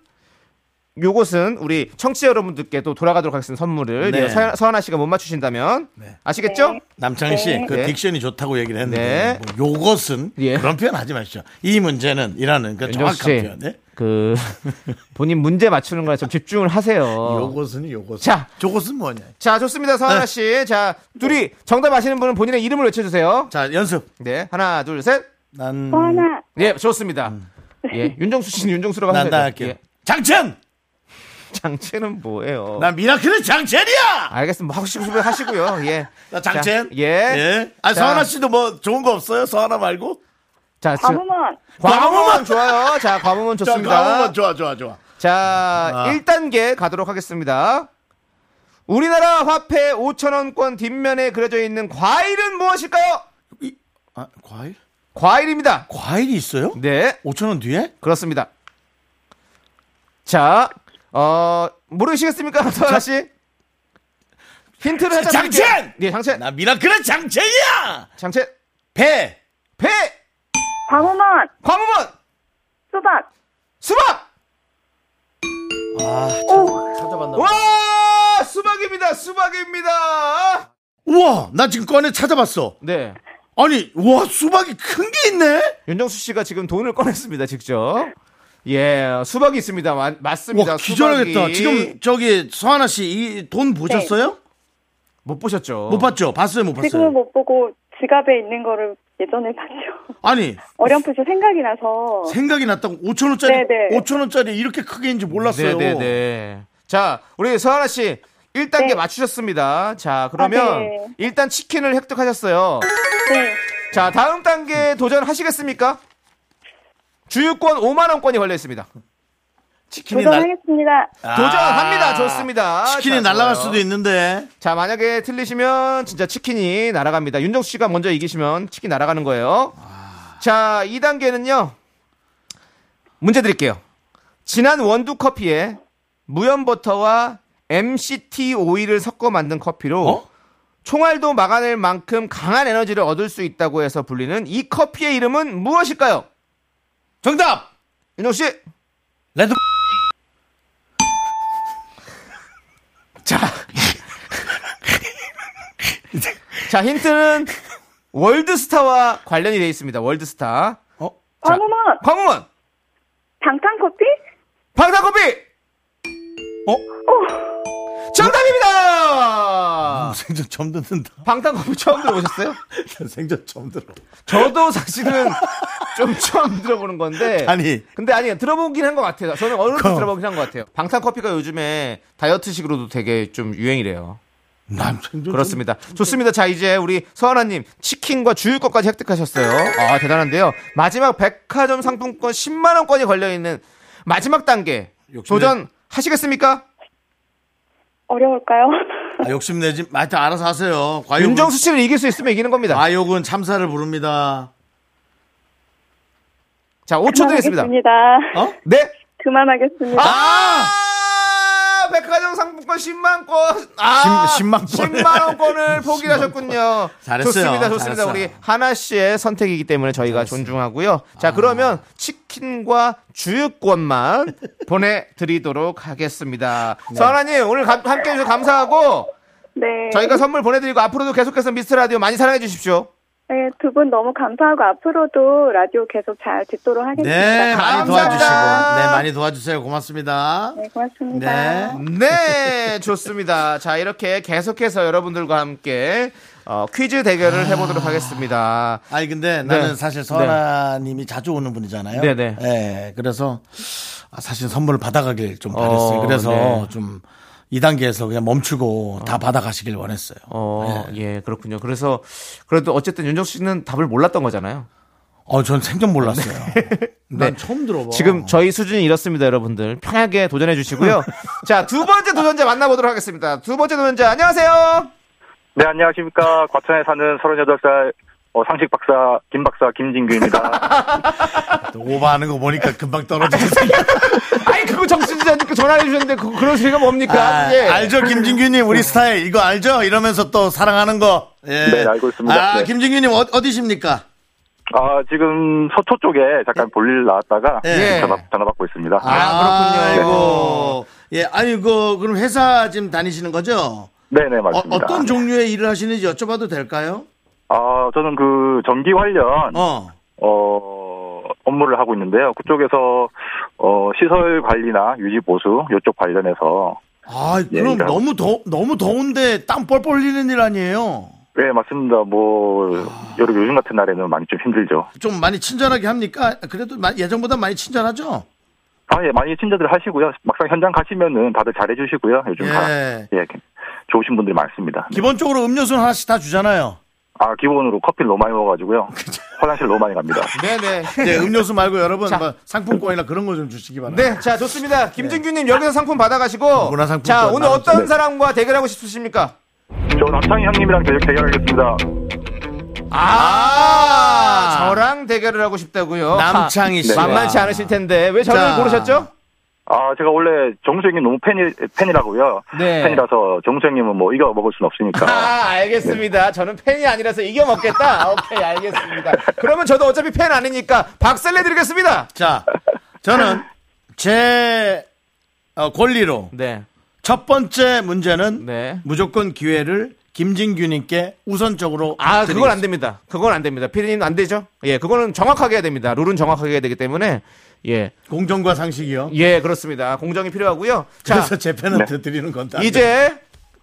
[SPEAKER 2] 요것은 우리 청취자 여러분들께 또 돌아가도록 하겠습니다. 선물을.
[SPEAKER 1] 네.
[SPEAKER 2] 네. 서- 서하나 씨가 못 맞추신다면 아시겠죠?
[SPEAKER 6] 네.
[SPEAKER 1] 남창희 씨,
[SPEAKER 6] 네.
[SPEAKER 1] 그
[SPEAKER 2] 네.
[SPEAKER 1] 딕션이 좋다고 얘기를 했는데
[SPEAKER 2] 네.
[SPEAKER 1] 뭐 요것은
[SPEAKER 2] 예.
[SPEAKER 1] 그런 표현 하지 마시죠. 이 문제는 이라는 그 정확한
[SPEAKER 2] 윤정수 씨,
[SPEAKER 1] 표현. 네?
[SPEAKER 2] 그 본인 문제 맞추는 거에 좀 집중을 하세요.
[SPEAKER 1] 요것은 요것은.
[SPEAKER 2] 어. 자.
[SPEAKER 1] 저것은 뭐냐?
[SPEAKER 2] 자, 좋습니다. 서하나
[SPEAKER 1] 네.
[SPEAKER 2] 씨. 자, 둘이 정답 아시는 분은 본인의 이름을 외쳐주세요.
[SPEAKER 1] 자 연습.
[SPEAKER 2] 네. 하나, 둘, 셋.
[SPEAKER 1] 난
[SPEAKER 6] 어, 하나.
[SPEAKER 2] 예, 좋습니다. 예, 윤정수 씨는 윤정수라고
[SPEAKER 1] 음. 난
[SPEAKER 2] 하세요.
[SPEAKER 1] 나 할게요.
[SPEAKER 2] 예,
[SPEAKER 1] 장첸.
[SPEAKER 2] 장첸은 뭐예요?
[SPEAKER 1] 난 미라클의 장첸이야.
[SPEAKER 2] 알겠습니다. 뭐 하고 싶으면 하시고요. 예.
[SPEAKER 1] 나 장첸.
[SPEAKER 2] 자, 예.
[SPEAKER 1] 아
[SPEAKER 2] 자.
[SPEAKER 1] 서하나 씨도 뭐 좋은 거 없어요? 서하나 말고.
[SPEAKER 2] 자, 지-
[SPEAKER 6] 아무만
[SPEAKER 2] 과문은
[SPEAKER 1] 과문은
[SPEAKER 2] 좋아요. 자, 과문은
[SPEAKER 1] 자,
[SPEAKER 2] 좋습니다.
[SPEAKER 1] 그러면 좋아 좋아 좋아.
[SPEAKER 2] 자,
[SPEAKER 1] 아.
[SPEAKER 2] 일 1단계 가도록 하겠습니다. 우리나라 화폐 5천원권 뒷면에 그려져 있는 과일은 무엇일까요?
[SPEAKER 1] 이, 아, 과일?
[SPEAKER 2] 과일입니다.
[SPEAKER 1] 과일이 있어요?
[SPEAKER 2] 네,
[SPEAKER 1] 5천 원 뒤에?
[SPEAKER 2] 그렇습니다. 자, 어, 모르시겠습니까? 서하나 씨? 힌트를 하자.
[SPEAKER 1] 장첸!
[SPEAKER 2] 예, 장첸!
[SPEAKER 1] 나 미라클의 장첸이야.
[SPEAKER 2] 장첸!
[SPEAKER 1] 배.
[SPEAKER 2] 배!
[SPEAKER 6] 방어만
[SPEAKER 2] 광우문!
[SPEAKER 6] 수박.
[SPEAKER 2] 수박!
[SPEAKER 1] 아, 찾아봤나?
[SPEAKER 2] 와! 수박입니다! 수박입니다!
[SPEAKER 1] 우와, 나 지금 꺼내 찾아봤어.
[SPEAKER 2] 네.
[SPEAKER 1] 아니, 와, 수박이 큰 게 있네?
[SPEAKER 2] 윤정수 씨가 지금 돈을 꺼냈습니다, 직접. 예, 수박이 있습니다. 마- 맞습니다.
[SPEAKER 1] 와, 기절하겠다.
[SPEAKER 2] 수박이.
[SPEAKER 1] 지금 저기 서하나 씨 이 돈 보셨어요?
[SPEAKER 2] 못 보셨죠?
[SPEAKER 1] 못 봤죠? 봤어요, 못 봤어요?
[SPEAKER 6] 네. 지금은 못 보고 지갑에 있는 거를 예전에 봤죠.
[SPEAKER 1] 아니,
[SPEAKER 6] 어렴풋이 생각이 나서
[SPEAKER 1] 생각이 났다고 5천원짜리,
[SPEAKER 6] 네, 네.
[SPEAKER 1] 5천원짜리 이렇게 크게인지 몰랐어요.
[SPEAKER 2] 네, 네, 네. 자, 우리 서하나 씨 1단계
[SPEAKER 6] 네.
[SPEAKER 2] 맞추셨습니다. 자, 그러면
[SPEAKER 6] 아, 네.
[SPEAKER 2] 일단 치킨을 획득하셨어요.
[SPEAKER 6] 네.
[SPEAKER 2] 자, 다음 단계 도전하시겠습니까? 주유권 5만 원권이 걸려 있습니다.
[SPEAKER 1] 치킨이 날,
[SPEAKER 6] 도전하겠습니다.
[SPEAKER 1] 아,
[SPEAKER 2] 도전합니다. 좋습니다. 자,
[SPEAKER 1] 치킨이 날아갈
[SPEAKER 2] 좋아요.
[SPEAKER 1] 수도 있는데.
[SPEAKER 2] 자, 만약에 틀리시면 진짜 치킨이 날아갑니다. 윤정수 씨가 먼저 이기시면 치킨 날아가는 거예요. 자, 2단계는요. 문제 드릴게요. 진한 원두 커피에 무염 버터와 MCT 오일을 섞어 만든 커피로
[SPEAKER 1] 어?
[SPEAKER 2] 총알도 막아낼 만큼 강한 에너지를 얻을 수 있다고 해서 불리는 이 커피의 이름은 무엇일까요?
[SPEAKER 1] 정답!
[SPEAKER 2] 윤정수 씨.
[SPEAKER 1] 레드
[SPEAKER 2] 자. 자, 힌트는 월드스타와 관련이 되어 있습니다. 월드스타.
[SPEAKER 6] 방어만
[SPEAKER 2] 광우먼
[SPEAKER 6] 방탄 커피?
[SPEAKER 2] 방탄커피
[SPEAKER 1] 어?
[SPEAKER 2] 정답입니다.
[SPEAKER 1] 아, 생전 처음 듣는다.
[SPEAKER 2] 방탄커피 처음 들어보셨어요?
[SPEAKER 1] 생전 처음 들어.
[SPEAKER 2] 저도 사실은 좀 처음 들어보는 건데
[SPEAKER 1] 아니.
[SPEAKER 2] 근데 아니 들어보긴 한 것 같아요. 저는 어느 정도 들어보긴 한 것 같아요. 방탄커피가 요즘에 다이어트식으로도 되게 좀 유행이래요.
[SPEAKER 1] 난 생전
[SPEAKER 2] 그렇습니다. 좋습니다. 자, 이제 우리 서하나님 치킨과 주유권까지 획득하셨어요. 아, 대단한데요. 마지막 백화점 상품권 10만원권이 걸려있는 마지막 단계.
[SPEAKER 1] 욕심내-
[SPEAKER 2] 도전하시겠습니까?
[SPEAKER 6] 어려울까요?
[SPEAKER 1] 처음- 아, 욕심내지. 마. 하여튼 알아서 하세요. 아, 과욕은,
[SPEAKER 2] 윤정수 씨를 이길 수 있으면 이기는 겁니다.
[SPEAKER 1] 과욕은 참사를 부릅니다.
[SPEAKER 2] 자, 5초 드리겠습니다.
[SPEAKER 6] 그만하겠습니다.
[SPEAKER 1] 어?
[SPEAKER 2] 네.
[SPEAKER 6] 그만하겠습니다.
[SPEAKER 2] 아! 백화점 상품권 10만권. 아!
[SPEAKER 1] 10- 10만 아! 권.
[SPEAKER 2] 10만 원권을 포기하셨군요.
[SPEAKER 1] 잘했어요.
[SPEAKER 2] 좋습니다. 좋습니다.
[SPEAKER 1] 잘했어요.
[SPEAKER 2] 우리 하나 씨의 선택이기 때문에 저희가 존중하고요. 자, 그러면
[SPEAKER 1] 아.
[SPEAKER 2] 치킨과 주유권만 보내 드리도록 하겠습니다.
[SPEAKER 1] 네.
[SPEAKER 2] 선아 님, 오늘 감- 함께 해 주셔서 감사하고
[SPEAKER 6] 네.
[SPEAKER 2] 저희가 선물 보내 드리고 앞으로도 계속해서 미스터 라디오 많이 사랑해 주십시오.
[SPEAKER 6] 네, 두 분 너무 감사하고 앞으로도 라디오 계속 잘 듣도록 하겠습니다.
[SPEAKER 1] 네, 많이 도와주시고.
[SPEAKER 2] 감사합니다.
[SPEAKER 1] 네, 많이 도와주세요. 고맙습니다.
[SPEAKER 6] 네, 고맙습니다.
[SPEAKER 2] 네, 좋습니다. 자, 이렇게 계속해서 여러분들과 함께 어, 퀴즈 대결을 해보도록 하겠습니다.
[SPEAKER 1] 아니 근데 나는
[SPEAKER 2] 네.
[SPEAKER 1] 네, 사실 서하나님이 자주 오는 분이잖아요.
[SPEAKER 2] 네네.
[SPEAKER 1] 예, 그래서 아, 사실 선물을 받아가길 좀 바랬어요. 그래서
[SPEAKER 2] 네.
[SPEAKER 1] 좀 2단계에서 그냥 멈추고 다 받아가시길 어. 원했어요. 네.
[SPEAKER 2] 어, 예, 그렇군요. 그래서 그래도 어쨌든 윤정수 씨는 답을 몰랐던 거잖아요.
[SPEAKER 1] 어, 전 생전 몰랐어요. 난
[SPEAKER 2] 네.
[SPEAKER 1] 처음 들어봐.
[SPEAKER 2] 지금 저희 수준이 이렇습니다, 여러분들. 편하게 도전해 주시고요. 자, 두 번째 도전자 만나보도록 하겠습니다. 두 번째 도전자, 안녕하세요.
[SPEAKER 4] 네, 안녕하십니까. 과천에 사는 38살 어, 상식 박사, 김 박사, 김진규입니다.
[SPEAKER 1] 오버하는 거 보니까 금방 떨어지는 생각.
[SPEAKER 2] 아니, 그거 정수지자니까 전화해 주셨는데, 그, 그런 소리가 뭡니까?
[SPEAKER 1] 아,
[SPEAKER 2] 예.
[SPEAKER 1] 알죠, 김진규님 우리 스타일 이거 알죠? 이러면서 또 사랑하는 거. 예.
[SPEAKER 4] 네, 알고 있습니다.
[SPEAKER 1] 아,
[SPEAKER 4] 네.
[SPEAKER 1] 김진규님 어, 어디십니까?
[SPEAKER 4] 아, 지금 서초 쪽에
[SPEAKER 3] 네.
[SPEAKER 4] 잠깐 볼일 나왔다가
[SPEAKER 1] 예.
[SPEAKER 4] 전화, 전화 받고 있습니다.
[SPEAKER 1] 아, 그렇군요. 아이고. 예, 아니 그 그럼 회사 지금 다니시는 거죠?
[SPEAKER 4] 네네,
[SPEAKER 1] 어,
[SPEAKER 4] 맞습니다.
[SPEAKER 1] 어떤 종류의 일을 하시는지 여쭤봐도 될까요?
[SPEAKER 4] 아, 저는 그 전기 관련, 어.
[SPEAKER 1] 어.
[SPEAKER 4] 업무를 하고 있는데요. 그쪽에서, 어, 시설 관리나 유지 보수, 요쪽 관련해서.
[SPEAKER 1] 아,
[SPEAKER 4] 예,
[SPEAKER 1] 그럼
[SPEAKER 4] 일하고
[SPEAKER 1] 너무 더 너무 더운데 땀 뻘뻘 흘리는 일 아니에요?
[SPEAKER 4] 네, 맞습니다. 뭐, 여러 요즘 같은 날에는 많이 좀 힘들죠.
[SPEAKER 1] 좀 많이 친절하게 합니까? 그래도 마- 예전보다 많이 친절하죠?
[SPEAKER 4] 아, 예, 많이 친절들 하시고요. 막상 현장 가시면은 다들 잘해주시고요. 요즘 다.
[SPEAKER 1] 예.
[SPEAKER 4] 예, 좋으신 분들이 많습니다.
[SPEAKER 1] 기본적으로 음료수는 하나씩 다 주잖아요.
[SPEAKER 4] 아, 기본으로 커피를 너무 많이 먹어가지고요. 화장실 너무 많이 갑니다.
[SPEAKER 2] 네네.
[SPEAKER 1] 네, 음료수 말고 여러분
[SPEAKER 2] 자.
[SPEAKER 1] 뭐 상품권이나 그런 거 좀 주시기 바랍니다.
[SPEAKER 2] 네, 자, 좋습니다. 김준규님, 여기서 상품 받아가시고.
[SPEAKER 1] 문화상품권
[SPEAKER 2] 자, 오늘
[SPEAKER 1] 나오죠.
[SPEAKER 2] 어떤
[SPEAKER 4] 네.
[SPEAKER 2] 사람과 대결하고 싶으십니까?
[SPEAKER 4] 저 남창희 형님이랑 대결, 대결하겠습니다.
[SPEAKER 2] 아, 저랑 대결을 하고 싶다고요.
[SPEAKER 1] 남창희 씨.
[SPEAKER 2] 아, 만만치 않으실 텐데, 왜
[SPEAKER 1] 자.
[SPEAKER 2] 저를 고르셨죠?
[SPEAKER 4] 아, 제가 원래 정수 형님 너무 팬이, 팬이라고요.
[SPEAKER 2] 네.
[SPEAKER 4] 팬이라서 정수 형님은 뭐 이거 먹을 순 없으니까.
[SPEAKER 2] 아, 알겠습니다. 저는 팬이 아니라서 이겨 먹겠다. 아, 오케이, 알겠습니다. 그러면 저도 어차피 팬 아니니까 박살내 드리겠습니다.
[SPEAKER 1] 자, 저는 제 어, 권리로
[SPEAKER 2] 네.
[SPEAKER 1] 첫 번째 문제는
[SPEAKER 2] 네.
[SPEAKER 1] 무조건 기회를 김진규님께 우선적으로
[SPEAKER 2] 아, 그건 안
[SPEAKER 1] 드리겠습니다.
[SPEAKER 2] 됩니다. 그건 안 됩니다. 피디님 안 되죠? 예, 그거는 정확하게 해야 됩니다. 룰은 정확하게 해야 되기 때문에 예.
[SPEAKER 1] 공정과 상식이요.
[SPEAKER 2] 예, 그렇습니다. 공정이 필요하고요. 자, 네.
[SPEAKER 1] 그래서 제 편은 더 드리는 건다.
[SPEAKER 2] 이제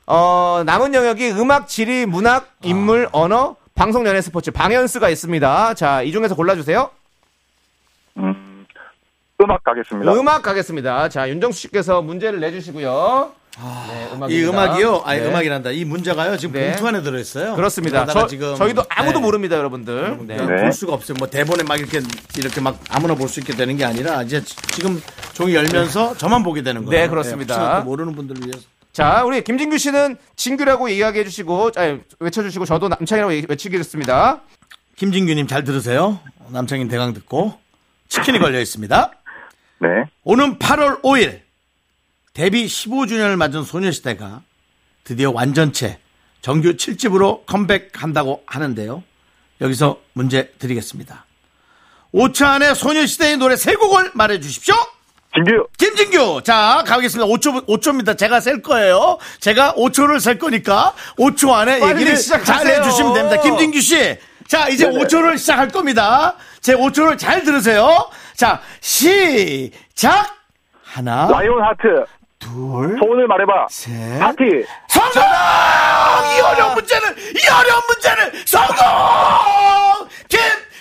[SPEAKER 2] 어, 남은 영역이 음악, 지리, 문학, 인물,
[SPEAKER 1] 아.
[SPEAKER 2] 언어, 방송 연예 스포츠 방연스가 있습니다. 자, 이 중에서 골라 주세요.
[SPEAKER 4] 음, 음악 가겠습니다.
[SPEAKER 2] 음악 가겠습니다. 자, 윤정수 씨께서 문제를 내 주시고요. 네, 음악입니다.
[SPEAKER 1] 아, 이 음악이요. 아니
[SPEAKER 2] 네.
[SPEAKER 1] 음악이란다. 이 문제가요. 지금
[SPEAKER 2] 네.
[SPEAKER 1] 봉투 안에 들어있어요.
[SPEAKER 2] 그렇습니다.
[SPEAKER 1] 이러다가
[SPEAKER 2] 저, 희도 아무도
[SPEAKER 1] 네.
[SPEAKER 2] 모릅니다, 여러분들. 네.
[SPEAKER 4] 네.
[SPEAKER 1] 볼 수가 없어요. 뭐 대본에 막 이렇게 이렇게 막 아무나 볼 수 있게 되는 게 아니라 이제 지- 지금 종이 열면서 저만 보게 되는 거예요.
[SPEAKER 2] 네, 그렇습니다.
[SPEAKER 1] 혹시나 또 모르는 분들을 위해서.
[SPEAKER 2] 자, 우리 김진규 씨는 진규라고 이야기해 주시고, 아 외쳐 주시고, 저도 남창이라고 얘기- 외치겠습니다.
[SPEAKER 1] 김진규님 잘 들으세요. 남창인 대강 듣고 치킨이 걸려 있습니다.
[SPEAKER 4] 네.
[SPEAKER 1] 오는 8월 5일 데뷔 15주년을 맞은 소녀시대가 드디어 완전체 정규 7집으로 컴백한다고 하는데요. 여기서 문제 드리겠습니다. 5초 안에 소녀시대의 노래 3곡을 말해 주십시오.
[SPEAKER 4] 진규!
[SPEAKER 1] 김진규. 자, 가겠습니다. 5초, 5초입니다. 제가 셀 거예요. 제가 5초를 셀 거니까 5초 안에
[SPEAKER 2] 빨리
[SPEAKER 1] 얘기를
[SPEAKER 2] 시작하세요. 네.
[SPEAKER 1] 잘해 주시면 됩니다. 김진규 씨. 자, 이제 5초를 시작할 겁니다. 제 5초를 잘 들으세요. 자, 시작. 하나,
[SPEAKER 4] 라이온 하트!
[SPEAKER 1] 둘,
[SPEAKER 4] 소원을 말해봐!
[SPEAKER 1] 아. 셋.
[SPEAKER 4] 파티!
[SPEAKER 1] 성공! 이 어려운 문제는, 이 어려운 문제는 성공!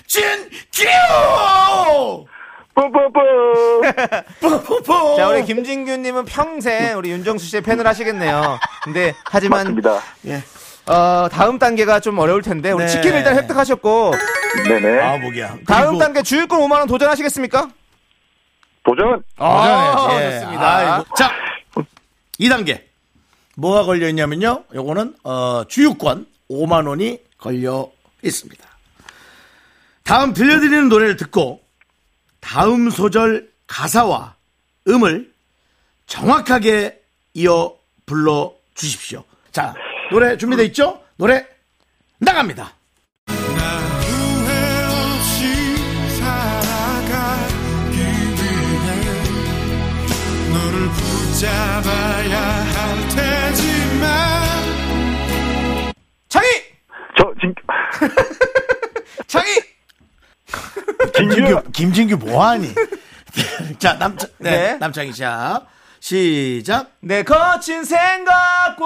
[SPEAKER 1] 김진규!
[SPEAKER 4] 뿌뿌뿌!
[SPEAKER 1] 뽀뽀뽀.
[SPEAKER 2] 자, 우리 김진규 님은 평생 우리 윤정수 씨의 팬을 하시겠네요. 근데, 하지만,
[SPEAKER 4] 맞습니다.
[SPEAKER 2] 어, 다음 단계가 좀 어려울 텐데, 우리
[SPEAKER 1] 네.
[SPEAKER 2] 치킨을 일단 획득하셨고,
[SPEAKER 4] 네네.
[SPEAKER 1] 아, 목이야.
[SPEAKER 2] 다음
[SPEAKER 1] 그리고-
[SPEAKER 2] 단계 주유권 5만원 도전하시겠습니까?
[SPEAKER 4] 도전!
[SPEAKER 2] 아,
[SPEAKER 1] 예.
[SPEAKER 2] 좋습니다.
[SPEAKER 1] 아이고. 자, 2단계. 뭐가 걸려 있냐면요. 요거는 어, 주유권 5만 원이 걸려 있습니다. 다음 들려드리는 노래를 듣고 다음 소절 가사와 음을 정확하게 이어 불러 주십시오. 자, 노래 준비돼 있죠? 노래 나갑니다.
[SPEAKER 2] 창희!
[SPEAKER 4] 저, 진,
[SPEAKER 2] 창희!
[SPEAKER 1] 김진규, 김진규 뭐하니? 자, 남, 네,
[SPEAKER 2] 네.
[SPEAKER 1] 남창희 자, 시작.
[SPEAKER 2] 내 거친 생각과,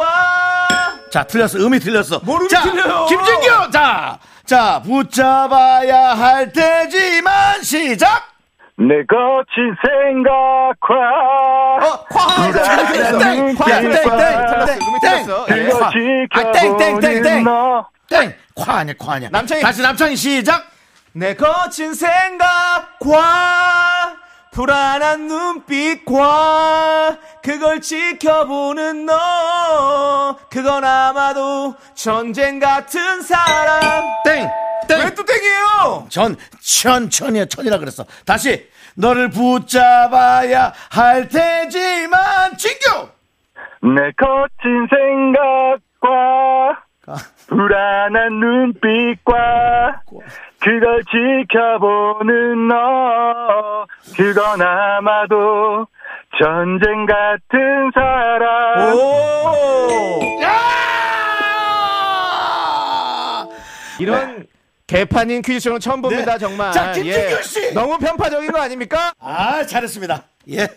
[SPEAKER 1] 자, 틀렸어. 음이 틀렸어.
[SPEAKER 2] 뭘 음이
[SPEAKER 1] 자,
[SPEAKER 2] 틀려요?
[SPEAKER 1] 김진규! 자, 자, 붙잡아야 할 테지만 시작!
[SPEAKER 4] 내 거친 생각과
[SPEAKER 2] 어, 과!
[SPEAKER 1] 잘했어.
[SPEAKER 2] 땡! 과! 땡! 땡! 틀렸어. 음이 틀렸어. 예.
[SPEAKER 1] 과.
[SPEAKER 4] 지켜보는
[SPEAKER 1] 네. 아, 땡, 땡, 땡, 땡.
[SPEAKER 4] 너
[SPEAKER 1] 땡! 과 아니야, 과 아니야.
[SPEAKER 2] 남창희.
[SPEAKER 1] 다시 남창희 시작!
[SPEAKER 2] 내 거친 생각과 불안한 눈빛과 그걸 지켜보는 너 그건 아마도 전쟁 같은 사람
[SPEAKER 1] 땡! 땡!
[SPEAKER 2] 왜 또 땡이에요?
[SPEAKER 1] 전, 천, 천이야, 천이라 그랬어. 다시! 너를 붙잡아야 할 테지만, 진교!
[SPEAKER 4] 내 거친 생각과
[SPEAKER 1] 아.
[SPEAKER 4] 불안한 눈빛과 그걸 지켜보는 너 그건 아마도 전쟁 같은 사람
[SPEAKER 2] 오
[SPEAKER 1] 야!
[SPEAKER 2] 이런 개판인 퀴즈쇼는 처음 봅니다
[SPEAKER 1] 네.
[SPEAKER 2] 정말 예.
[SPEAKER 1] 자, 김준규 씨!
[SPEAKER 2] 너무 편파적인 거 아닙니까?
[SPEAKER 1] 아, 잘했습니다. 예.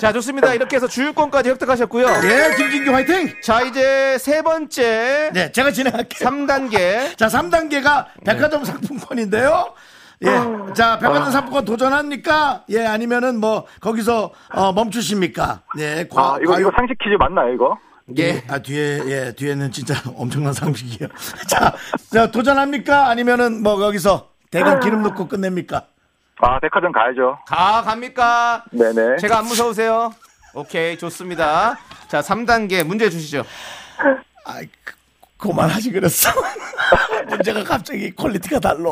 [SPEAKER 2] 자 좋습니다 이렇게 해서 주유권까지 획득하셨고요
[SPEAKER 1] 예, 김진규 화이팅!
[SPEAKER 2] 자 이제 세 번째
[SPEAKER 1] 네, 제가 진행할게요.
[SPEAKER 2] 3단계
[SPEAKER 1] 자, 3단계가 백화점 상품권인데요. 예. 자, 백화점 상품권 도전합니까? 예, 아니면은 뭐, 거기서, 어, 멈추십니까? 예, 과,
[SPEAKER 4] 아 이거
[SPEAKER 1] 과요-
[SPEAKER 4] 이거 상식 퀴즈 맞나요 이거?
[SPEAKER 1] 예. 아, 뒤에, 예, 뒤에는 진짜 엄청난 상식이에요. 자, 자, 도전합니까? 아니면은 뭐, 거기서 대강 기름 넣고 끝냅니까?
[SPEAKER 4] 아 백화점 가야죠
[SPEAKER 2] 가 갑니까?
[SPEAKER 4] 네네
[SPEAKER 2] 제가 안 무서우세요? 오케이 좋습니다. 자 3단계 문제 주시죠.
[SPEAKER 1] 아이, 그, 그만하지 그랬어. 문제가 갑자기 퀄리티가 달라.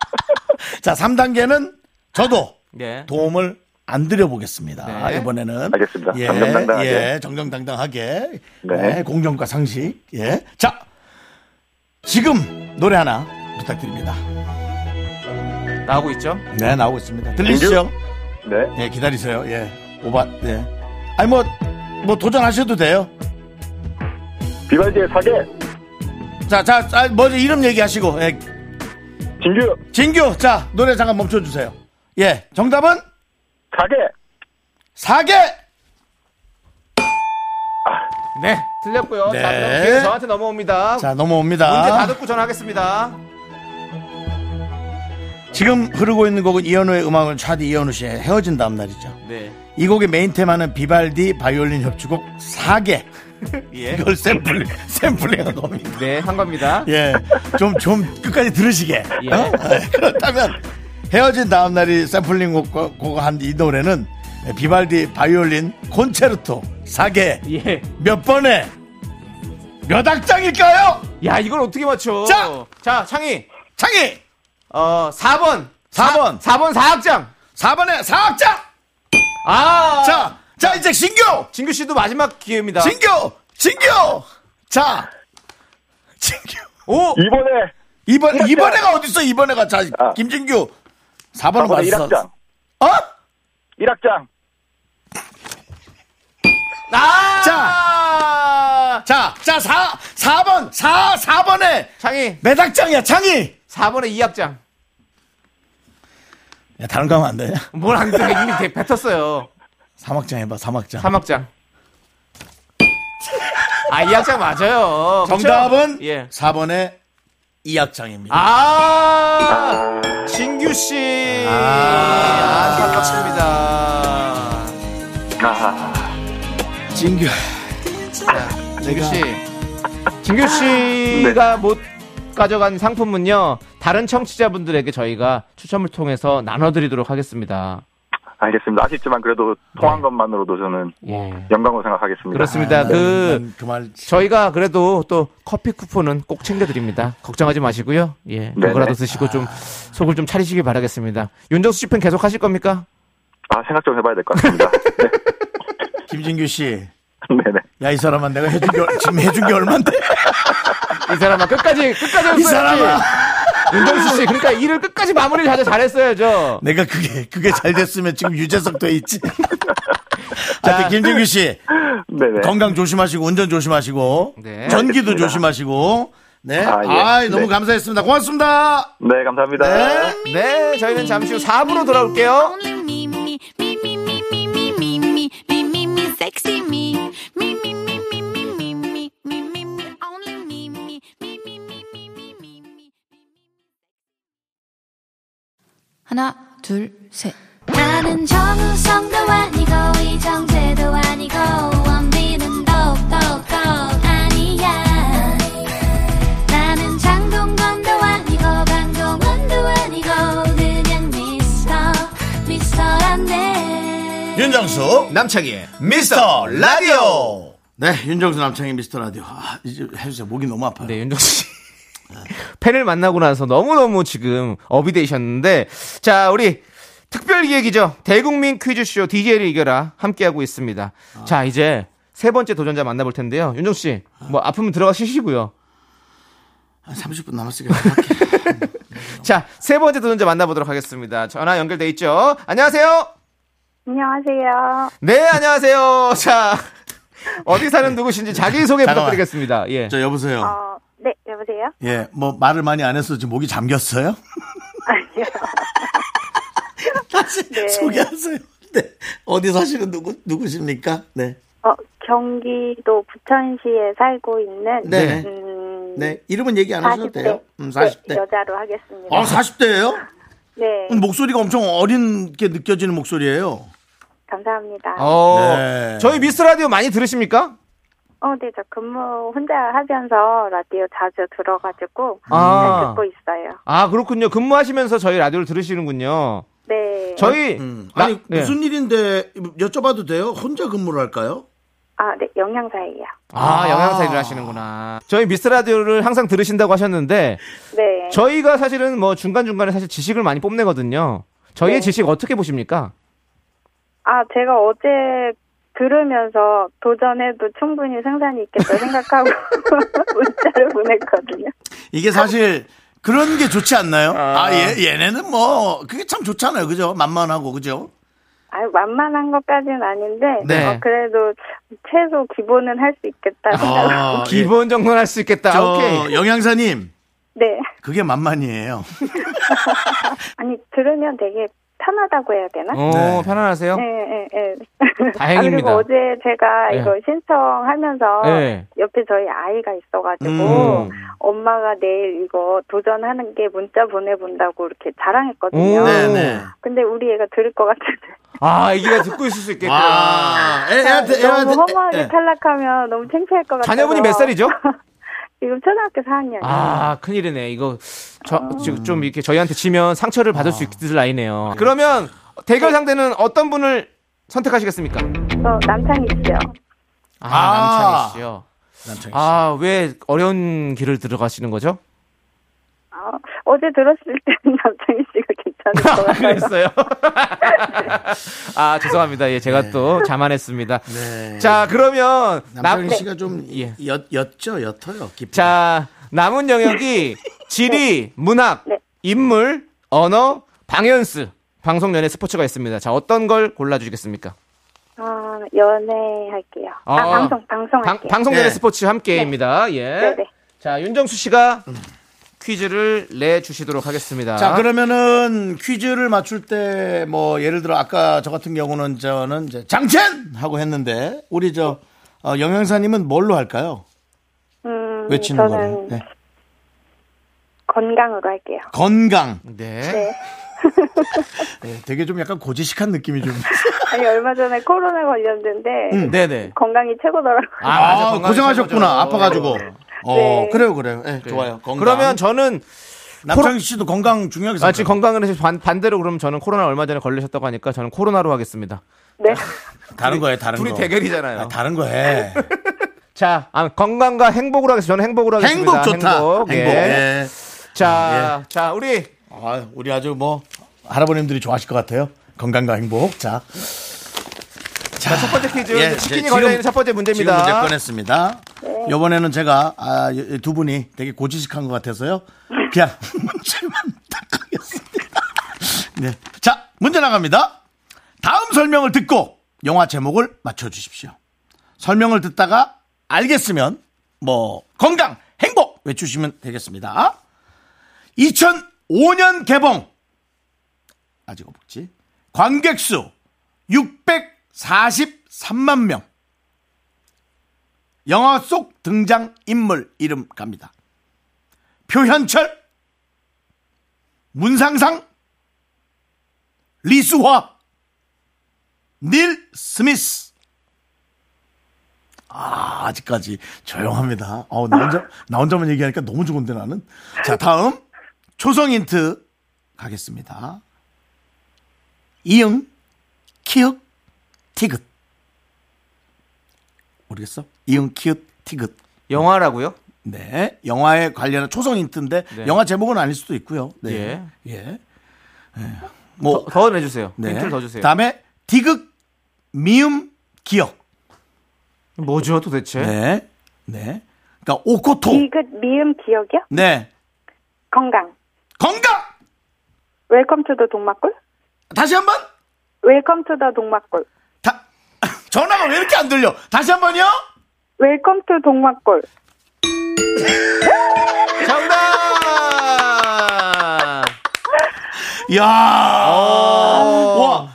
[SPEAKER 1] 자, 3단계는 저도
[SPEAKER 2] 네.
[SPEAKER 1] 도움을 안 드려보겠습니다.
[SPEAKER 2] 네.
[SPEAKER 1] 이번에는.
[SPEAKER 4] 알겠습니다.
[SPEAKER 1] 예,
[SPEAKER 4] 정정당당하게.
[SPEAKER 1] 예, 정정당당하게.
[SPEAKER 4] 네.
[SPEAKER 1] 네, 공정과 상식. 예. 자, 지금 노래 하나 부탁드립니다.
[SPEAKER 2] 나오고 있죠?
[SPEAKER 1] 네, 나오고 있습니다. 들리시죠?
[SPEAKER 4] 네
[SPEAKER 1] 예, 기다리세요. 예. 오바, 예. 아니, 뭐, 뭐 도전하셔도 돼요.
[SPEAKER 4] 비발디의 사계
[SPEAKER 1] 자, 자, 자, 먼저 이름 얘기하시고. 예,
[SPEAKER 4] 진규
[SPEAKER 1] 진규, 자, 노래 잠깐 멈춰주세요. 예, 정답은
[SPEAKER 4] 사계
[SPEAKER 1] 사계!
[SPEAKER 2] 네 틀렸고요.
[SPEAKER 1] 네.
[SPEAKER 2] 자 그럼 기회 저한테 넘어옵니다.
[SPEAKER 1] 자, 넘어옵니다.
[SPEAKER 2] 문제 다 듣고 전화하겠습니다.
[SPEAKER 1] 지금 흐르고 있는 곡은 이현우의 음악을 차디 이현우 씨의 헤어진 다음 날이죠.
[SPEAKER 2] 네.
[SPEAKER 1] 이 곡의 메인 테마는 비발디 바이올린 협주곡 사계.
[SPEAKER 2] 예.
[SPEAKER 1] 이걸 샘플링, 샘플링한 겁니다.
[SPEAKER 2] 네한 겁니다.
[SPEAKER 1] 예. 좀, 좀 끝까지 들으시게.
[SPEAKER 2] 예.
[SPEAKER 1] 어? 예, 그렇다면 헤어진 다음 날이 샘플링 곡과 곡을 한 이 노래는 비발디 바이올린 콘체르토 사계
[SPEAKER 2] 예.
[SPEAKER 1] 몇 번에 몇 악장일까요?
[SPEAKER 2] 야 이걸 어떻게 맞춰?
[SPEAKER 1] 자!
[SPEAKER 2] 자 창희
[SPEAKER 1] 창희!
[SPEAKER 2] 어 4번
[SPEAKER 1] 4번.
[SPEAKER 2] 4번 4학장
[SPEAKER 1] 4번에 사악장!
[SPEAKER 2] 아
[SPEAKER 1] 자, 자, 이제 신규!
[SPEAKER 2] 진규 씨도 마지막 기회입니다.
[SPEAKER 1] 신규! 신규! 자, 신규.
[SPEAKER 2] 오
[SPEAKER 4] 이번에
[SPEAKER 1] 이번, 이번에가 어딨어, 이번에가. 자, 김진규. 4번은
[SPEAKER 4] 이번에
[SPEAKER 1] 맞았어.
[SPEAKER 4] 1학장
[SPEAKER 1] 어?
[SPEAKER 4] 1학장
[SPEAKER 2] 아! 자
[SPEAKER 1] 자, 자, 4, 4번, 4, 4번에
[SPEAKER 2] 창희
[SPEAKER 1] 매닥장이야, 창이!
[SPEAKER 2] 4번에 2학장
[SPEAKER 1] 야, 다른 거 하면 안 되냐?
[SPEAKER 2] 뭘안 돼? 이미 대- 뱉었어요.
[SPEAKER 1] 사막장 해봐, 사막장.
[SPEAKER 2] 사막장. 아, 이학장 맞아요. 그쵸?
[SPEAKER 1] 정답은
[SPEAKER 2] 예.
[SPEAKER 1] 4번에 이악장입니다.
[SPEAKER 2] 아! 진규 씨. 아, 반갑습니다.
[SPEAKER 4] 아,
[SPEAKER 1] 진규.
[SPEAKER 2] 진규 씨. 진규
[SPEAKER 1] 네.
[SPEAKER 2] 씨가 못 가져간 상품은요. 다른 청취자분들에게 저희가 추첨을 통해서 나눠 드리도록 하겠습니다.
[SPEAKER 4] 알겠습니다 아쉽지만 그래도 통한 것만으로도 저는
[SPEAKER 2] 네. 예.
[SPEAKER 4] 영광으로 생각하겠습니다
[SPEAKER 1] 아,
[SPEAKER 2] 그렇습니다. 그
[SPEAKER 1] 그말
[SPEAKER 2] 저희가 그래도 또 커피 쿠폰은 꼭 챙겨드립니다. 걱정하지 마시고요. 예,
[SPEAKER 4] 네네.
[SPEAKER 2] 그거라도 드시고 좀 속을 좀 차리시길 바라겠습니다. 윤정수 씨 팬 계속 하실 겁니까?
[SPEAKER 4] 아 생각 좀 해봐야 될 것 같습니다
[SPEAKER 1] 김진규 씨.
[SPEAKER 4] 네네
[SPEAKER 1] 야, 이 사람아, 내가 해준 게, 얼- 지금 해준 게 얼만데?
[SPEAKER 2] 이 사람아 끝까지 끝까지 했어야지.
[SPEAKER 1] 사람아.
[SPEAKER 2] 윤정수 씨 그러니까 일을 끝까지 마무리를 하자 잘했어야죠.
[SPEAKER 1] 내가 그게 그게 잘 됐으면 지금 유재석 돼 있지. 자, 김진규 씨
[SPEAKER 4] 네네
[SPEAKER 1] 건강 조심하시고 운전 조심하시고
[SPEAKER 2] 네.
[SPEAKER 1] 전기도
[SPEAKER 4] 알겠습니다.
[SPEAKER 1] 조심하시고 네,
[SPEAKER 4] 아,
[SPEAKER 1] 아,
[SPEAKER 4] 예.
[SPEAKER 1] 너무
[SPEAKER 4] 네.
[SPEAKER 1] 감사했습니다. 고맙습니다.
[SPEAKER 4] 네 감사합니다
[SPEAKER 1] 네.
[SPEAKER 2] 네, 저희는 잠시 후 4부로 돌아올게요.
[SPEAKER 3] Only me, me, me, me, me, me, me, me, me, me, me, me, sexy me. Me, me, me, me, me, me, me, me, me, me, only me, me, me, me, me, me, me, me, me.
[SPEAKER 7] 하나, 둘, 셋. 윤정수
[SPEAKER 2] 남창희의
[SPEAKER 7] 미스터 라디오
[SPEAKER 1] 네, 윤정수 남창의 미스터 라디오. 아, 이제 해주세요. 목이 너무 아파요.
[SPEAKER 2] 네, 윤정수 씨. 팬을 만나고 나서 너무너무 지금 업이 되셨는데 자, 우리 특별 기획이죠. 대국민 퀴즈쇼 DJ를 이겨라 함께하고 있습니다. 자, 이제 세 번째 도전자 만나볼 텐데요. 윤정수 씨, 뭐 아프면 들어가시시고요.
[SPEAKER 1] 한 30분 남았으니까 갈게.
[SPEAKER 2] 자, 세 번째 도전자 만나보도록 하겠습니다. 전화 연결돼 있죠. 안녕하세요.
[SPEAKER 6] 안녕하세요.
[SPEAKER 2] 네, 안녕하세요. 자, 어디 사는 누구신지 자기소개
[SPEAKER 1] 잠깐만.
[SPEAKER 2] 부탁드리겠습니다. 예.
[SPEAKER 1] 저 여보세요.
[SPEAKER 4] 아.
[SPEAKER 6] 어, 네, 여보세요?
[SPEAKER 1] 예, 뭐 말을 많이 안 해서 지금 목이 잠겼어요?
[SPEAKER 6] 아니요.
[SPEAKER 1] 다시
[SPEAKER 6] 네.
[SPEAKER 1] 소개하세요. 네. 어디 사시는 누구 누구십니까? 네.
[SPEAKER 6] 어, 경기도 부천시에 살고 있는
[SPEAKER 1] 네.
[SPEAKER 6] 음,
[SPEAKER 1] 네. 이름은 얘기 안 하셔도
[SPEAKER 6] 40대
[SPEAKER 1] 돼요. 음, 40대.
[SPEAKER 6] 네, 여자로 하겠습니다.
[SPEAKER 1] 아, 음. 40대예요?
[SPEAKER 6] 네,
[SPEAKER 1] 목소리가 엄청 어린 게 느껴지는 목소리예요.
[SPEAKER 6] 감사합니다. 어,
[SPEAKER 2] 어,
[SPEAKER 1] 네.
[SPEAKER 2] 저희 미스 라디오 많이 들으십니까?
[SPEAKER 6] 네, 저 근무 혼자 하면서 라디오 자주 들어가지고 잘
[SPEAKER 2] 아,
[SPEAKER 6] 음, 듣고 있어요.
[SPEAKER 2] 아 그렇군요. 근무하시면서 저희 라디오를 들으시는군요.
[SPEAKER 6] 네.
[SPEAKER 2] 저희
[SPEAKER 1] 음.
[SPEAKER 2] 라-
[SPEAKER 1] 아니,
[SPEAKER 2] 네.
[SPEAKER 1] 무슨 일인데 여쭤봐도 돼요? 혼자 근무를 할까요?
[SPEAKER 6] 아, 네, 영양사예요.
[SPEAKER 2] 아, 영양사 일을 하시는구나. 저희 미스 라디오를 항상 들으신다고 하셨는데
[SPEAKER 6] 네.
[SPEAKER 2] 저희가 사실은 뭐 중간 중간에 사실 지식을 많이 뽐내거든요. 저희의
[SPEAKER 6] 네.
[SPEAKER 2] 지식 어떻게 보십니까?
[SPEAKER 6] 아, 제가 어제 들으면서 도전해도 충분히 생산이 있겠다 생각하고 문자를 보냈거든요.
[SPEAKER 1] 이게 사실 그런 게 좋지 않나요? 아, 얘, 얘네는 뭐 그게 참 좋잖아요. 그죠? 만만하고 그죠?
[SPEAKER 6] 아, 만만한 것까지는 아닌데
[SPEAKER 2] 네.
[SPEAKER 6] 어, 그래도 최소 기본은 할 수 있겠다 생각하고
[SPEAKER 1] 아,
[SPEAKER 2] 기본 정도는 할 수 있겠다.
[SPEAKER 1] 저
[SPEAKER 2] 오케이.
[SPEAKER 1] 영양사님
[SPEAKER 6] 네.
[SPEAKER 1] 그게 만만이에요.
[SPEAKER 6] 아니 들으면 되게 편하다고 해야 되나?
[SPEAKER 2] 어,
[SPEAKER 1] 네.
[SPEAKER 2] 편안하세요?
[SPEAKER 6] 네, 네, 네.
[SPEAKER 2] 다행입니다.
[SPEAKER 6] 아, 그리고 어제 제가
[SPEAKER 2] 네.
[SPEAKER 6] 이거 신청하면서
[SPEAKER 2] 네.
[SPEAKER 6] 옆에 저희 아이가 있어가지고
[SPEAKER 2] 음.
[SPEAKER 6] 엄마가 내일 이거 도전하는 게 문자 보내본다고 이렇게 자랑했거든요.
[SPEAKER 2] 오.
[SPEAKER 1] 네, 네.
[SPEAKER 6] 근데 우리 애가 들을 것 같은데.
[SPEAKER 2] 아, 이기가 듣고 있을 수 있겠구나.
[SPEAKER 1] 와, 애, 애한테, 애한테.
[SPEAKER 6] 너무 허무하게
[SPEAKER 1] 예.
[SPEAKER 6] 탈락하면 너무 창피할 것 같아요.
[SPEAKER 2] 자녀분이 몇 살이죠?
[SPEAKER 6] 지금 초등학교 4학년.
[SPEAKER 2] 아, 큰일이네. 이거 저,
[SPEAKER 6] 아.
[SPEAKER 2] 지금 좀 이렇게 저희한테 지면 상처를
[SPEAKER 1] 아.
[SPEAKER 2] 받을 수 있을 나이네요. 그러면 대결 상대는 어떤 분을 선택하시겠습니까?
[SPEAKER 6] 저 어, 남창이시죠.
[SPEAKER 2] 아,
[SPEAKER 1] 아.
[SPEAKER 2] 남창희 씨요.
[SPEAKER 1] 남창희
[SPEAKER 2] 아, 왜 어려운 길을 들어가시는 거죠?
[SPEAKER 6] 아, 어제 들었을 때는 남창희 씨가 괜찮을 것
[SPEAKER 2] 아,
[SPEAKER 6] 같아요.
[SPEAKER 2] 그랬어요. 아, 죄송합니다. 예, 제가 또 자만했습니다.
[SPEAKER 1] 네.
[SPEAKER 2] 자, 그러면 남,
[SPEAKER 1] 남창희 씨가 좀
[SPEAKER 2] 예.
[SPEAKER 1] 엿, 엿죠, 엿어요. 깊이.
[SPEAKER 2] 자, 남은 영역이 지리, 문학,
[SPEAKER 6] 네.
[SPEAKER 2] 인물, 언어, 방연스, 방송 연예 스포츠가 있습니다. 자, 어떤 걸 골라 주시겠습니까?
[SPEAKER 6] 아, 연애 할게요. 아,
[SPEAKER 2] 아.
[SPEAKER 6] 방송, 방송
[SPEAKER 2] 방,
[SPEAKER 6] 할게요.
[SPEAKER 2] 방송 연예
[SPEAKER 1] 네.
[SPEAKER 2] 스포츠 함께입니다. 예.
[SPEAKER 6] 네, 네.
[SPEAKER 2] 자, 윤정수 씨가 퀴즈를 내 주시도록 하겠습니다.
[SPEAKER 1] 자, 그러면은 퀴즈를 맞출 때 뭐 예를 들어 아까 저 같은 경우는 저는 이제 장첸! 하고 했는데 우리 저 어, 영양사님은 뭘로 할까요?
[SPEAKER 6] 음,
[SPEAKER 1] 외치는 거를.
[SPEAKER 6] 저는
[SPEAKER 2] 예.
[SPEAKER 1] 네.
[SPEAKER 6] 건강으로 할게요.
[SPEAKER 1] 건강.
[SPEAKER 2] 네.
[SPEAKER 6] 네.
[SPEAKER 1] 네, 되게 좀 약간 고지식한 느낌이 좀.
[SPEAKER 6] 아니, 얼마 전에 코로나 걸렸는데,
[SPEAKER 2] 네, 네.
[SPEAKER 6] 건강이 최고더라고요.
[SPEAKER 1] 아,
[SPEAKER 2] 맞아. 건강이
[SPEAKER 1] 고생하셨구나.
[SPEAKER 2] 최고죠.
[SPEAKER 1] 아파가지고. 어,
[SPEAKER 6] 네.
[SPEAKER 1] 그래요, 그래요. 예, 좋아요. 건강.
[SPEAKER 2] 그러면 저는
[SPEAKER 1] 남창희 씨도 건강 중요하게
[SPEAKER 2] 아,
[SPEAKER 1] 생각해요.
[SPEAKER 2] 지금 건강을 해서 반, 반대로 그러면 저는 코로나 얼마 전에 걸리셨다고 하니까 저는 코로나로 하겠습니다.
[SPEAKER 6] 네.
[SPEAKER 2] 어.
[SPEAKER 1] 다른 거예요, 다른
[SPEAKER 2] 둘이
[SPEAKER 1] 거.
[SPEAKER 2] 대결이잖아요.
[SPEAKER 1] 아, 다른 거 해.
[SPEAKER 2] 자, 아, 건강과 행복으로 하겠습니다. 저는 행복으로 하겠습니다.
[SPEAKER 1] 행복 좋다. 행복.
[SPEAKER 2] 행복, 예.
[SPEAKER 1] 예.
[SPEAKER 2] 자, 자, 우리
[SPEAKER 1] 아, 우리 아주 뭐 할아버님들이 좋아하실 것 같아요. 건강과 행복. 자,
[SPEAKER 2] 자, 첫 번째 퀴즈
[SPEAKER 1] 예,
[SPEAKER 2] 치킨이
[SPEAKER 1] 제-
[SPEAKER 2] 걸려
[SPEAKER 1] 지금-
[SPEAKER 2] 있는 첫 번째
[SPEAKER 1] 지금 문제
[SPEAKER 2] 문제입니다.
[SPEAKER 1] 꺼냈습니다. 이번에는 제가 아, 이- 이두 분이 되게 고지식한 것 같아서요. 그냥 문제만 딱 하겠습니다. 네, 자 문제 나갑니다. 다음 설명을 듣고 영화 제목을 맞춰주십시오. 설명을 듣다가 알겠으면 뭐 건강, 행복 외치시면 되겠습니다. 2005년 개봉 아직 없지. 관객 수 643만 명. 영화 속 등장 인물 이름 갑니다. 표현철, 문상상, 리수화, 닐 스미스. 아, 아직까지 조용합니다. 어, 나 혼자 나 혼자만 얘기하니까 너무 좋은데 나는. 자, 다음 초성 힌트 가겠습니다. 이응, 키읔, 티귿. 모르겠어? 이응 키읔 티귿.
[SPEAKER 2] 영화라고요?
[SPEAKER 1] 네. 영화에 관련한 초성 힌트인데
[SPEAKER 2] 네.
[SPEAKER 1] 영화 제목은 아닐 수도 있고요. 네. 예.
[SPEAKER 2] 예.
[SPEAKER 1] 예. 뭐
[SPEAKER 2] 더 내주세요.
[SPEAKER 1] 네.
[SPEAKER 2] 힌트를 더 주세요.
[SPEAKER 1] 다음에 디귿 미음 기억.
[SPEAKER 2] 뭐죠 도대체?
[SPEAKER 1] 네. 네. 그러니까 오코토.
[SPEAKER 6] 디귿 미음 기억이요?
[SPEAKER 1] 네.
[SPEAKER 6] 건강.
[SPEAKER 1] 건강.
[SPEAKER 6] 웰컴 투 더 동막골?
[SPEAKER 1] 다시 한 번.
[SPEAKER 6] 웰컴 투 더 동막골.
[SPEAKER 1] 다 전화가 왜 이렇게 안 들려? 다시 한 번요.
[SPEAKER 6] 웰컴 투 동막골.
[SPEAKER 2] 정답!
[SPEAKER 1] 이야. 와.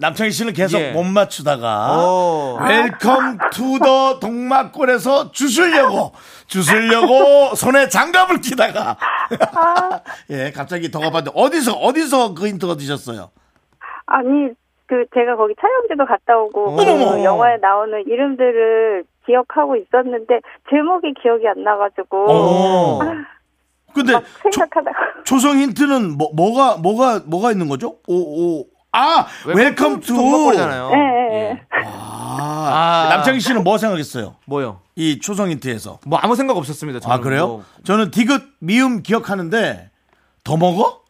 [SPEAKER 1] 남창희 씨는 계속
[SPEAKER 2] 어. 예. 어.
[SPEAKER 1] 못 맞추다가
[SPEAKER 2] 오.
[SPEAKER 1] 웰컴 투 더 동막골에서 주술려고 주술려고 손에 장갑을 끼다가 예 갑자기 더 가봤는데 어디서 어디서 그 힌트 얻으셨어요?
[SPEAKER 6] 아니 그 제가 거기 촬영지도 갔다 오고
[SPEAKER 1] 어머머.
[SPEAKER 6] 그 영화에 나오는 이름들을 기억하고 있었는데 제목이 기억이 안
[SPEAKER 1] 어.
[SPEAKER 6] 나가지고
[SPEAKER 2] 오.
[SPEAKER 1] 근데
[SPEAKER 6] 막
[SPEAKER 1] 초,
[SPEAKER 6] 생각하다가
[SPEAKER 1] 초성 힌트는 뭐, 뭐가 뭐가 뭐가 있는 거죠? 오오아 웰컴 투
[SPEAKER 2] 동거잖아요.
[SPEAKER 6] 예, 예, 예.
[SPEAKER 1] 아,
[SPEAKER 2] 아.
[SPEAKER 1] 남창희 씨는 뭐 생각했어요?
[SPEAKER 2] 뭐요?
[SPEAKER 1] 이 초성 힌트에서
[SPEAKER 2] 뭐 아무 생각 없었습니다. 저는
[SPEAKER 1] 아 그래요?
[SPEAKER 2] 뭐.
[SPEAKER 1] 저는 디귿 미음 기억하는데 더 먹어?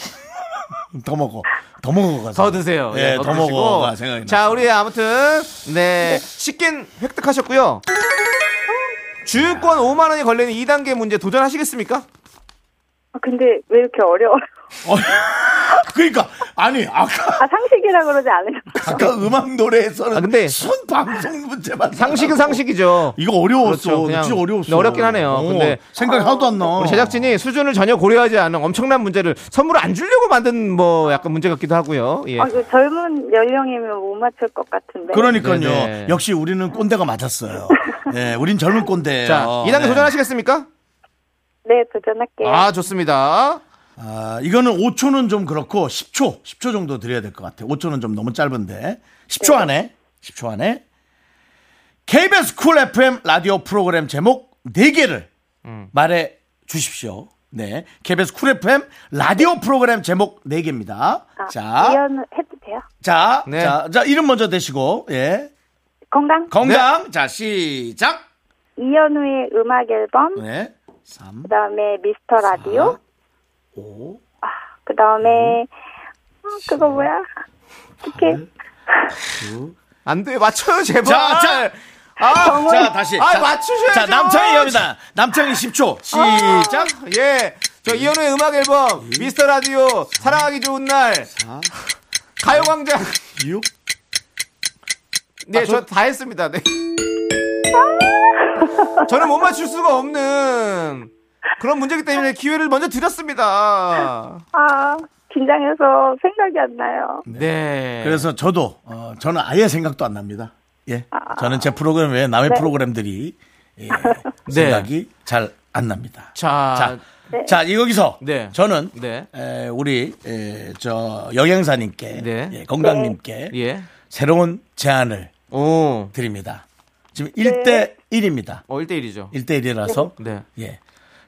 [SPEAKER 1] 더 먹어. 더 먹어 가서.
[SPEAKER 2] 더 드세요.
[SPEAKER 1] 예,
[SPEAKER 2] 예,
[SPEAKER 1] 더
[SPEAKER 2] 드시고.
[SPEAKER 1] 먹어가 생각이 나.
[SPEAKER 2] 자, 우리 아무튼 네 식긴 획득하셨고요. 주유권 5만 원이 걸리는 2단계 문제 도전하시겠습니까?
[SPEAKER 6] 아, 근데 왜 이렇게 어려워?
[SPEAKER 1] 어, 그러니까 아니 아까
[SPEAKER 6] 아 상식이라 그러지 않으요
[SPEAKER 1] 아까 음악 노래에서는
[SPEAKER 2] 아, 근데
[SPEAKER 1] 순 방송 문제만
[SPEAKER 2] 상식은
[SPEAKER 1] 나가고.
[SPEAKER 2] 상식이죠.
[SPEAKER 1] 이거 어려웠어.
[SPEAKER 2] 그렇죠, 그냥
[SPEAKER 1] 진짜 어려웠어.
[SPEAKER 2] 어렵긴 하네요.
[SPEAKER 1] 어,
[SPEAKER 2] 근데 아,
[SPEAKER 1] 생각이 하나도 안 나.
[SPEAKER 2] 우리 제작진이 수준을 전혀 고려하지 않은 엄청난 문제를 선물 안 주려고 만든 뭐 약간 문제 같기도 하고요. 예.
[SPEAKER 6] 아, 그 젊은 연령이면 못 맞출 것 같은데.
[SPEAKER 1] 그러니까요.
[SPEAKER 2] 네네.
[SPEAKER 1] 역시 우리는 꼰대가 맞았어요. 예, 우린 젊은 꼰대예요.
[SPEAKER 2] 자, 2단계
[SPEAKER 1] 네.
[SPEAKER 2] 도전하시겠습니까?
[SPEAKER 6] 네 도전할게요.
[SPEAKER 2] 아, 좋습니다.
[SPEAKER 1] 아, 이거는 5초는 좀 그렇고 10초, 10초 정도 드려야 될 것 같아요. 5초는 좀 너무 짧은데 10초
[SPEAKER 2] 네.
[SPEAKER 1] 안에, 10초 안에 KBS 쿨 FM 라디오 프로그램 제목 4개를
[SPEAKER 2] 음.
[SPEAKER 1] 말해 주십시오. 네, KBS 쿨 FM 라디오 프로그램 제목 4개입니다.
[SPEAKER 6] 아,
[SPEAKER 1] 자,
[SPEAKER 6] 이연 해도 돼요?
[SPEAKER 1] 자,
[SPEAKER 2] 네.
[SPEAKER 1] 자, 자, 이름 먼저 대시고, 예,
[SPEAKER 6] 건강
[SPEAKER 1] 건강,
[SPEAKER 2] 네.
[SPEAKER 1] 자, 시작.
[SPEAKER 6] 이연우의 음악 앨범,
[SPEAKER 1] 네, 3,
[SPEAKER 6] 그다음에 미스터 라디오, 아,
[SPEAKER 1] 5,
[SPEAKER 6] 그다음에 어, 그거 뭐야? 어떻게?
[SPEAKER 2] 안 돼. 맞춰요, 제발.
[SPEAKER 1] 자, 자,
[SPEAKER 2] 아,
[SPEAKER 1] 자, 다시.
[SPEAKER 2] 아,
[SPEAKER 1] 자,
[SPEAKER 2] 맞추셔야죠.
[SPEAKER 1] 자, 남창희 갑니다. 남창희 10초. 시작.
[SPEAKER 2] 시작. 예. 저 이현우의 음악 앨범
[SPEAKER 1] 예.
[SPEAKER 2] 미스터 라디오 사랑하기 좋은 날 가요 광장.
[SPEAKER 1] 6. 아,
[SPEAKER 2] 네, 저 다 했습니다. 네. 저는 못 맞출 수가 없는 그런 문제기 때문에 기회를 먼저 드렸습니다.
[SPEAKER 6] 아 긴장해서 생각이 안 나요.
[SPEAKER 2] 네. 아,
[SPEAKER 1] 그래서 저도 어, 저는 아예 생각도 안 납니다. 예. 저는 제 프로그램 외에 남의
[SPEAKER 2] 네.
[SPEAKER 1] 프로그램들이 예, 생각이 잘 안 납니다.
[SPEAKER 2] 자,
[SPEAKER 1] 자, 자 여기서
[SPEAKER 2] 아, 네.
[SPEAKER 1] 저는
[SPEAKER 2] 네.
[SPEAKER 1] 에, 우리 에, 저 영양사님께
[SPEAKER 2] 네.
[SPEAKER 1] 예, 건강님께
[SPEAKER 2] 예.
[SPEAKER 1] 새로운 제안을
[SPEAKER 2] 오.
[SPEAKER 1] 드립니다. 지금 1대 1입니다.
[SPEAKER 2] 어, 1대 1이죠.
[SPEAKER 1] 1대 1이라서
[SPEAKER 2] 네.
[SPEAKER 1] 예.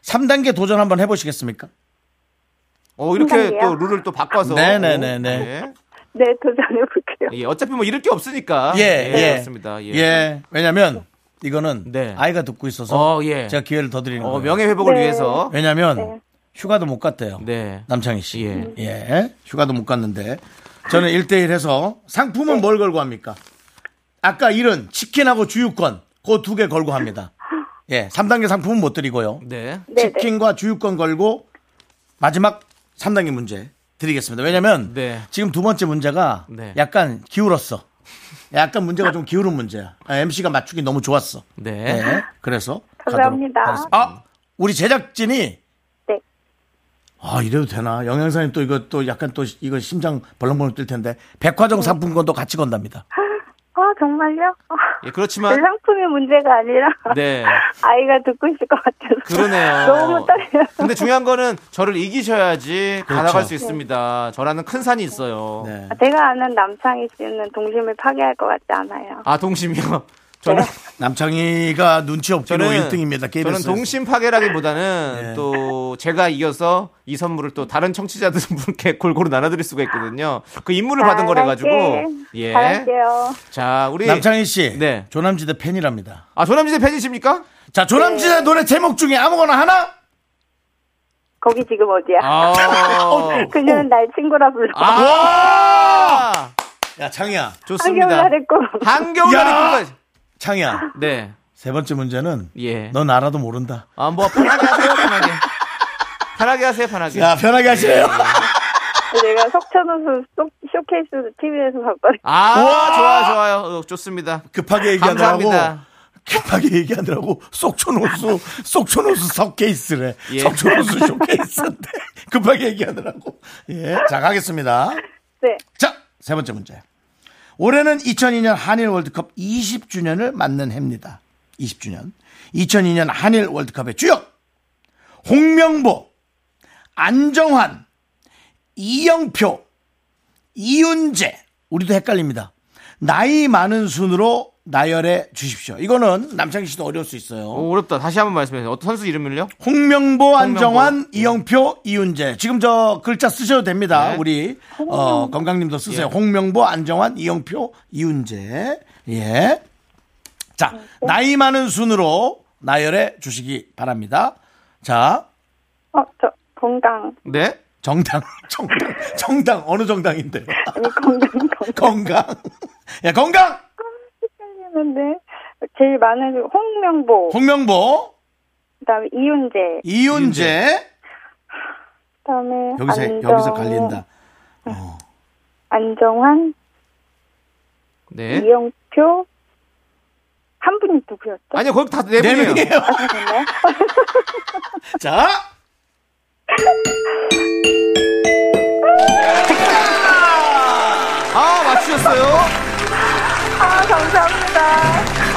[SPEAKER 1] 3단계 도전 한번 해보시겠습니까?
[SPEAKER 2] 어, 이렇게
[SPEAKER 6] 신기한데요?
[SPEAKER 2] 또 룰을 또 바꿔서
[SPEAKER 1] 네네네네.
[SPEAKER 2] 예.
[SPEAKER 6] 네 도전해 볼게요.
[SPEAKER 2] 예, 어차피 뭐 잃을 게 없으니까.
[SPEAKER 1] 예, 예.
[SPEAKER 2] 그렇습니다. 예.
[SPEAKER 1] 예, 왜냐면 이거는
[SPEAKER 2] 네.
[SPEAKER 1] 아이가 듣고 있어서
[SPEAKER 2] 어, 예.
[SPEAKER 1] 제가 기회를 더 드리는
[SPEAKER 2] 어,
[SPEAKER 1] 거예요.
[SPEAKER 2] 명예 회복을
[SPEAKER 6] 네.
[SPEAKER 2] 위해서.
[SPEAKER 1] 왜냐면 휴가도 못 갔대요.
[SPEAKER 2] 네.
[SPEAKER 1] 남창희 씨. 예.
[SPEAKER 2] 예.
[SPEAKER 1] 휴가도 못 갔는데 저는 1대1 해서 상품은
[SPEAKER 6] 네.
[SPEAKER 1] 뭘 걸고 합니까? 아까 일은 치킨하고 주유권 그 두 개 걸고 합니다. 예. 3단계 상품은 못 드리고요.
[SPEAKER 2] 네.
[SPEAKER 6] 네, 네.
[SPEAKER 1] 치킨과 주유권 걸고 마지막 3단계 문제 드리겠습니다. 왜냐면
[SPEAKER 2] 네.
[SPEAKER 1] 지금 두 번째 문제가
[SPEAKER 2] 네.
[SPEAKER 1] 약간 기울었어. 약간 문제가 좀 기울은 문제야. MC가 맞추기 너무 좋았어.
[SPEAKER 2] 네.
[SPEAKER 1] 네. 그래서 가도록
[SPEAKER 6] 감사합니다.
[SPEAKER 1] 하겠습니다. 아, 우리 제작진이
[SPEAKER 6] 네.
[SPEAKER 1] 아, 이래도 되나? 영양사님 또 이거 또 약간 또 이거 심장 벌렁벌렁 뛸 텐데
[SPEAKER 6] 네.
[SPEAKER 1] 백화점 상품권도 같이 건답니다.
[SPEAKER 6] 아 정말요? 아,
[SPEAKER 2] 예,
[SPEAKER 6] 제
[SPEAKER 2] 그렇지만
[SPEAKER 6] 상품의 문제가 아니라
[SPEAKER 2] 네.
[SPEAKER 6] 아이가 듣고 있을 것 같아서
[SPEAKER 2] 그러네요.
[SPEAKER 6] 너무 떨려요.
[SPEAKER 2] 근데 중요한 거는 저를 이기셔야지
[SPEAKER 1] 그렇죠.
[SPEAKER 2] 가나갈
[SPEAKER 6] 네.
[SPEAKER 2] 수 있습니다. 저라는 큰 산이 있어요.
[SPEAKER 1] 네.
[SPEAKER 6] 제가 아는 남창희 씨는 동심을 파괴할 것 같지 않아요.
[SPEAKER 2] 아, 동심이요. 저는
[SPEAKER 1] 남창희가 눈치 없기로
[SPEAKER 2] 저는
[SPEAKER 1] 1등입니다. KBS.
[SPEAKER 2] 저는 동심 파괴라기보다는
[SPEAKER 1] 예.
[SPEAKER 2] 또 제가 이어서 이 선물을 또 다른 청취자들분께 골고루 나눠드릴 수가 있거든요. 그 임무를 받은 거래 가지고
[SPEAKER 6] 아, 네. 잘할게.
[SPEAKER 2] 예.
[SPEAKER 6] 잘할게요.
[SPEAKER 2] 자, 우리
[SPEAKER 1] 남창희 씨,
[SPEAKER 2] 네.
[SPEAKER 1] 조남지대 팬이랍니다.
[SPEAKER 2] 아, 조남지대 팬이십니까?
[SPEAKER 6] 네.
[SPEAKER 1] 자, 조남지대 노래 제목 중에 아무거나 하나?
[SPEAKER 6] 거기 지금 어디야?
[SPEAKER 2] 아.
[SPEAKER 6] 그녀는 날 친구라 불러.
[SPEAKER 1] 아.
[SPEAKER 2] 아.
[SPEAKER 1] 야, 창희야,
[SPEAKER 2] 좋습니다.
[SPEAKER 6] 한겨울날의 꿈.
[SPEAKER 1] 야!
[SPEAKER 2] 한겨울날의 꿈까지.
[SPEAKER 1] 창희야.
[SPEAKER 2] 네.
[SPEAKER 1] 세 번째 문제는
[SPEAKER 2] 예.
[SPEAKER 1] 넌 알아도 모른다.
[SPEAKER 2] 아, 뭐 편하게 하세요, 편하게. 편하게 하세요, 편하게.
[SPEAKER 1] 야, 편하게 하시래요.
[SPEAKER 2] 예.
[SPEAKER 6] 제가 석천호수 쇼- 쇼케이스 TV에서 봤거든요.
[SPEAKER 2] 아, 좋아, 좋아요. 어, 좋습니다.
[SPEAKER 1] 급하게 얘기하느라고.
[SPEAKER 2] 감사합니다.
[SPEAKER 1] 급하게 얘기하느라고 속초노수 속초노수 석케이스래
[SPEAKER 2] 예.
[SPEAKER 1] 석초노수 쇼케이스인데 급하게 얘기하느라고 예자 가겠습니다
[SPEAKER 6] 네.
[SPEAKER 1] 자 세 번째 문제 올해는 2002년 한일 월드컵 20주년을 맞는 해입니다 20주년 2002년 한일 월드컵의 주역 홍명보 안정환 이영표 이윤재 우리도 헷갈립니다. 나이 많은 순으로 나열해 주십시오. 이거는 남창희 씨도 어려울 수 있어요.
[SPEAKER 2] 오, 어렵다. 다시 한번 말씀해 주세요. 어떤 선수 이름을요?
[SPEAKER 1] 홍명보, 안정환, 이영표, 이윤재. 지금 저 글자 쓰셔도 됩니다.
[SPEAKER 2] 네. 예.
[SPEAKER 1] 우리 어, 건강님도 쓰세요. 홍명보, 안정환, 이영표, 이윤재. 예. 자,
[SPEAKER 6] 네.
[SPEAKER 1] 나이 많은 순으로 나열해 주시기 바랍니다. 자,
[SPEAKER 6] 어, 저 건강.
[SPEAKER 2] 네.
[SPEAKER 1] 정당, 정당, 정당 어느 정당인데요?
[SPEAKER 6] 아니 건강 건강.
[SPEAKER 1] 건강. 야, 건강.
[SPEAKER 6] 헷갈리는데 제일 많은 홍명보.
[SPEAKER 1] 홍명보,
[SPEAKER 6] 그다음에 이윤재.
[SPEAKER 1] 이윤재.
[SPEAKER 6] 그다음에
[SPEAKER 1] 여기서
[SPEAKER 6] 안정,
[SPEAKER 1] 여기서 갈린다.
[SPEAKER 6] 안정환,
[SPEAKER 2] 네.
[SPEAKER 6] 예. 이영표. 한 분이 누구였죠?
[SPEAKER 2] 아니요, 거기 다네
[SPEAKER 1] 네
[SPEAKER 2] 분이에요.
[SPEAKER 1] 명이에요.
[SPEAKER 6] 아, 잠깐만요.
[SPEAKER 1] 자.
[SPEAKER 2] 아, 맞추셨어요.
[SPEAKER 6] 아, 감사합니다.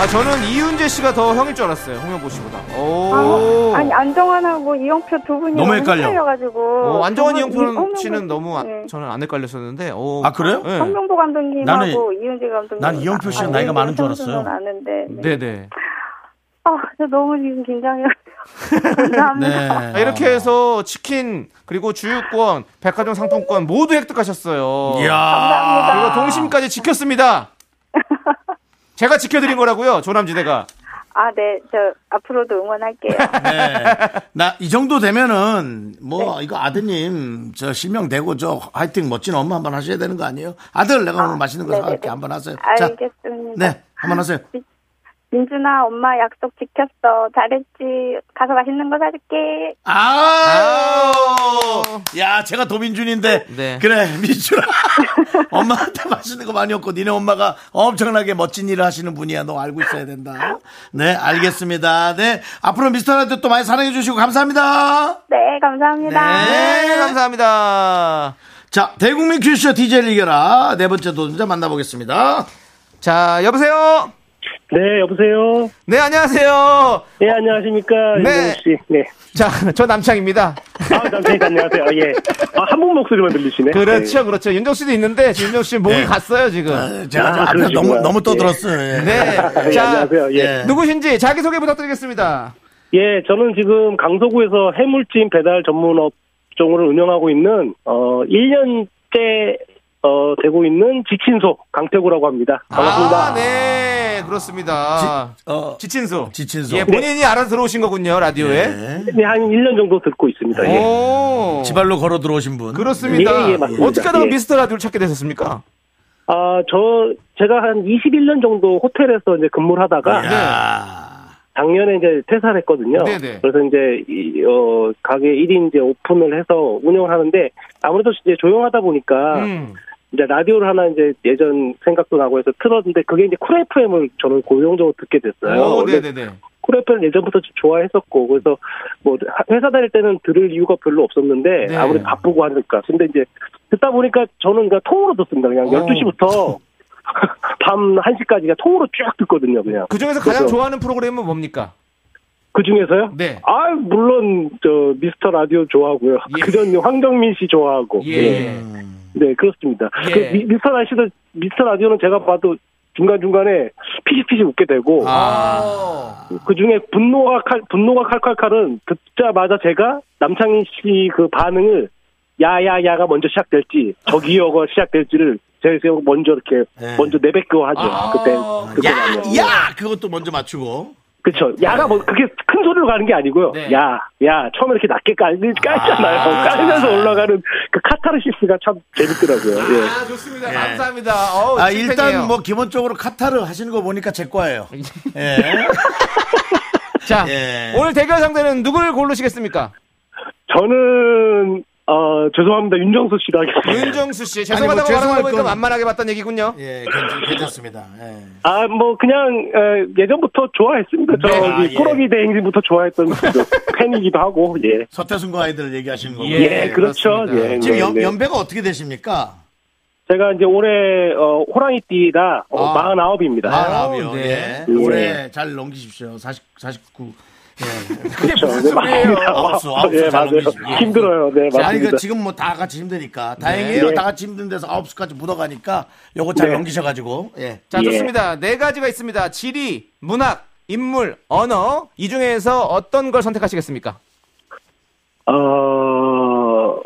[SPEAKER 2] 아, 저는 이윤재 씨가 더 형일 줄 알았어요. 홍명보 씨보다. 오.
[SPEAKER 6] 아, 아니 안정환하고 이영표 두 분이
[SPEAKER 1] 너무
[SPEAKER 6] 너무
[SPEAKER 1] 헷갈려.
[SPEAKER 6] 헷갈려가지고.
[SPEAKER 2] 어, 안정환
[SPEAKER 6] 저는
[SPEAKER 2] 이영표
[SPEAKER 6] 홍명보-
[SPEAKER 2] 씨는 너무 안-
[SPEAKER 6] 네.
[SPEAKER 2] 저는 안 헷갈렸었는데. 오.
[SPEAKER 1] 아, 그래요?
[SPEAKER 2] 네.
[SPEAKER 6] 성명보 감독님하고 이윤재 감독님.
[SPEAKER 1] 난 이영표 씨는 나이가 많은 줄 알았어요.
[SPEAKER 6] 는 아는데. 네.
[SPEAKER 2] 네, 네.
[SPEAKER 6] 아, 저 너무 지금 긴장해요.
[SPEAKER 1] 네.
[SPEAKER 6] 감사합니다.
[SPEAKER 2] 자, 네. 아, 이렇게 해서 치킨 그리고 주유권, 백화점 상품권 모두 획득하셨어요.
[SPEAKER 1] 이야.
[SPEAKER 2] 그리고 동심까지 지켰습니다. 제가 지켜드린 거라고요, 조남지대가.
[SPEAKER 6] 아, 네. 저 앞으로도 응원할게요.
[SPEAKER 1] 네, 나 이 정도 되면은 뭐
[SPEAKER 6] 네.
[SPEAKER 1] 이거 아드님 저 실명 되고 저 화이팅 멋진 엄마 한번 하셔야 되는 거 아니에요? 아들 내가 오늘 맛있는 거
[SPEAKER 6] 네네네.
[SPEAKER 1] 사갈게 한번 하세요. 자,
[SPEAKER 6] 알겠습니다.
[SPEAKER 1] 네 한번 하세요.
[SPEAKER 6] 민준아, 엄마 약속 지켰어. 잘했지. 가서 맛있는 거 사줄게.
[SPEAKER 1] 아, 야 제가 도민준인데
[SPEAKER 2] 네.
[SPEAKER 1] 그래 민준아 엄마한테 맛있는 거 많이 먹고 니네 엄마가 엄청나게 멋진 일을 하시는 분이야 너 알고 있어야 된다. 네 알겠습니다. 네 앞으로 미스터라디오 또 많이 사랑해 주시고 감사합니다.
[SPEAKER 6] 네, 감사합니다.
[SPEAKER 2] 네, 감사합니다.
[SPEAKER 1] 자, 대국민 퀴즈쇼 DJ를 이겨라. 네 번째 도전자 만나보겠습니다.
[SPEAKER 2] 자, 여보세요?
[SPEAKER 8] 네, 여보세요.
[SPEAKER 2] 네, 안녕하세요.
[SPEAKER 8] 네, 안녕하십니까.
[SPEAKER 2] 네.
[SPEAKER 8] 윤정 씨. 네.
[SPEAKER 2] 자, 저 남창입니다.
[SPEAKER 8] 아, 남편님 안녕하세요. 아, 예. 아, 한 분 목소리만 들리시네.
[SPEAKER 2] 그렇죠, 그렇죠. 윤정 씨도 있는데, 지금 윤정 씨 목이
[SPEAKER 1] 네.
[SPEAKER 2] 갔어요, 지금.
[SPEAKER 1] 제가 좀 앞에
[SPEAKER 8] 아,
[SPEAKER 1] 아, 너무,
[SPEAKER 8] 그러시구나.
[SPEAKER 1] 너무 떠들었어요. 예.
[SPEAKER 2] 네.
[SPEAKER 8] 네. 네,
[SPEAKER 2] 자,
[SPEAKER 8] 안녕하세요. 예.
[SPEAKER 1] 예.
[SPEAKER 2] 누구신지 자기소개 부탁드리겠습니다.
[SPEAKER 8] 예, 저는 지금 강서구에서 해물찜 배달 전문 업종을 운영하고 있는, 어, 1년째, 어, 되고 있는 지친소 강태구라고 합니다. 반갑습니다.
[SPEAKER 2] 아, 네. 그렇습니다.
[SPEAKER 1] 어,
[SPEAKER 2] 지친소.
[SPEAKER 1] 지친소.
[SPEAKER 2] 예, 본인이 알아서 들어오신 거군요, 라디오에.
[SPEAKER 1] 네.
[SPEAKER 8] 네, 한 1년 정도 듣고 있습니다. 예.
[SPEAKER 2] 오.
[SPEAKER 1] 지발로 걸어 들어오신 분.
[SPEAKER 2] 그렇습니다.
[SPEAKER 8] 예, 예, 맞습니다.
[SPEAKER 2] 어떻게 하다가
[SPEAKER 8] 예.
[SPEAKER 2] 미스터 라디오를 찾게 되셨습니까?
[SPEAKER 8] 아, 저, 제가 한 21년 정도 호텔에서 이제 근무를 하다가,
[SPEAKER 1] 네. 야.
[SPEAKER 8] 작년에 이제 퇴사를 했거든요.
[SPEAKER 2] 아, 네. 네네.
[SPEAKER 8] 그래서 이제 이, 어 가게 1인 이제 오픈을 해서 운영을 하는데 아무래도 이제 조용하다 보니까
[SPEAKER 2] 음.
[SPEAKER 8] 이제 라디오를 하나 이제 예전 생각도 나고 해서 틀었는데 그게 이제 쿨 FM을 저는 고용적으로 듣게 됐어요.
[SPEAKER 2] 오,
[SPEAKER 8] 근데
[SPEAKER 2] 네네네.
[SPEAKER 8] 쿨 FM을 예전부터 좀 좋아했었고 그래서 뭐 하- 회사 다닐 때는 들을 이유가 별로 없었는데
[SPEAKER 2] 네.
[SPEAKER 8] 아무래도 바쁘고 하니까 근데 이제 듣다 보니까 저는 그냥 통으로 듣습니다. 그냥
[SPEAKER 2] 어.
[SPEAKER 8] 12시부터 밤 1시까지 그냥 통으로 쭉 듣거든요. 그냥
[SPEAKER 2] 그 중에서 가장
[SPEAKER 8] 그래서-
[SPEAKER 2] 좋아하는 프로그램은 뭡니까?
[SPEAKER 8] 그 중에서요?
[SPEAKER 2] 네.
[SPEAKER 8] 아, 물론 저 미스터 라디오 좋아하고요.
[SPEAKER 2] 예.
[SPEAKER 8] 그전 황정민 씨 좋아하고.
[SPEAKER 2] 예.
[SPEAKER 1] 음.
[SPEAKER 8] 네, 그렇습니다.
[SPEAKER 2] 예.
[SPEAKER 8] 그 미, 미스터 라디오는 미스터 라디오는 제가 봐도 중간 중간에 피식피식 웃게 되고
[SPEAKER 2] 아.
[SPEAKER 8] 그 중에 분노가 칼 분노가 칼칼칼은 듣자마자 제가 남창희 씨 그 반응을 야야야가 먼저 시작될지 저기요가 시작될지를 제가 먼저 이렇게
[SPEAKER 1] 네.
[SPEAKER 8] 먼저 내뱉고 하죠.
[SPEAKER 2] 아,
[SPEAKER 8] 그때 그때 가면.
[SPEAKER 1] 야, 야! 그것도 먼저 맞추고.
[SPEAKER 8] 그쵸. 야가 뭐, 그게 큰 소리로 가는 게 아니고요.
[SPEAKER 2] 네.
[SPEAKER 8] 야, 야, 처음에 이렇게 낮게 깔, 깔잖아요.
[SPEAKER 1] 아.
[SPEAKER 8] 깔면서 올라가는 그 카타르시스가 참 재밌더라고요. 예.
[SPEAKER 2] 아, 좋습니다.
[SPEAKER 1] 예.
[SPEAKER 2] 감사합니다. 어우,
[SPEAKER 1] 아,
[SPEAKER 2] 찐팬이에요.
[SPEAKER 1] 일단 뭐 기본적으로 카타르 하시는 거 보니까 제 과예요. 예.
[SPEAKER 2] 자,
[SPEAKER 1] 예.
[SPEAKER 2] 오늘 대결 상대는 누굴 고르시겠습니까?
[SPEAKER 8] 저는, 어, 죄송합니다. 윤정수 씨로 하겠습니다.
[SPEAKER 2] 윤정수 씨.
[SPEAKER 1] 아니, 뭐
[SPEAKER 2] 죄송하다고 말하는
[SPEAKER 1] 죄송할
[SPEAKER 2] 거니까
[SPEAKER 1] 건-
[SPEAKER 2] 만만하게 봤던 얘기군요.
[SPEAKER 1] 예, 괜찮- 괜찮습니다. 예.
[SPEAKER 8] 아, 뭐, 그냥, 예, 전부터 좋아했습니다. 저,
[SPEAKER 1] 네, 아,
[SPEAKER 8] 기
[SPEAKER 1] 예.
[SPEAKER 8] 꾸러기 대행진부터 좋아했던 그 팬이기도 하고, 예.
[SPEAKER 1] 서태순과 아이들을 얘기하시는 거고.
[SPEAKER 8] 예, 그렇죠.
[SPEAKER 2] 그렇습니다.
[SPEAKER 8] 예,
[SPEAKER 1] 지금
[SPEAKER 8] 네,
[SPEAKER 1] 연,
[SPEAKER 8] 네.
[SPEAKER 1] 배가 어떻게 되십니까?
[SPEAKER 8] 제가 이제 올해, 어, 호랑이띠가, 어,
[SPEAKER 1] 아.
[SPEAKER 8] 49입니다.
[SPEAKER 1] 아라비요.
[SPEAKER 2] 네.
[SPEAKER 1] 예.
[SPEAKER 8] 예.
[SPEAKER 1] 올해 잘 넘기십시오. 40, 49. 예.
[SPEAKER 2] 그게 무슨
[SPEAKER 8] 네, 많이
[SPEAKER 2] 소리예요?
[SPEAKER 8] 나와.
[SPEAKER 1] 아홉수, 아홉수
[SPEAKER 8] 예,
[SPEAKER 1] 잘
[SPEAKER 8] 맞아요.
[SPEAKER 1] 넘기시고.
[SPEAKER 8] 힘들어요. 네,
[SPEAKER 1] 아니,
[SPEAKER 8] 맞습니다.
[SPEAKER 1] 그 지금 뭐 다 같이 힘드니까. 다행이에요.
[SPEAKER 8] 네.
[SPEAKER 1] 다 같이 힘든 데서 9수까지 묻어가니까 요거 잘
[SPEAKER 8] 네.
[SPEAKER 1] 넘기셔가지고. 예.
[SPEAKER 2] 자,
[SPEAKER 8] 예.
[SPEAKER 2] 좋습니다. 네 가지가 있습니다. 지리, 문학, 인물, 언어. 이 중에서 어떤 걸 선택하시겠습니까?
[SPEAKER 8] 어,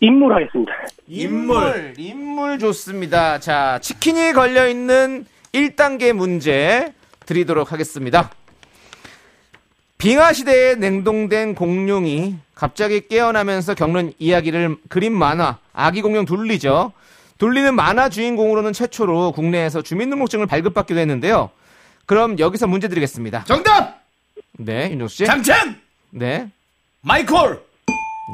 [SPEAKER 8] 인물 하겠습니다.
[SPEAKER 2] 인물. 인물 좋습니다. 자, 치킨이 걸려있는 1단계 문제 드리도록 하겠습니다. 빙하 시대에 냉동된 공룡이 갑자기 깨어나면서 겪는 이야기를 그린 만화, 아기 공룡 둘리죠. 둘리는 만화 주인공으로는 최초로 국내에서 주민등록증을 발급받기도 했는데요. 그럼 여기서 문제 드리겠습니다.
[SPEAKER 1] 정답!
[SPEAKER 2] 네, 윤정수 씨.
[SPEAKER 1] 장첸!
[SPEAKER 2] 네.
[SPEAKER 1] 마이콜!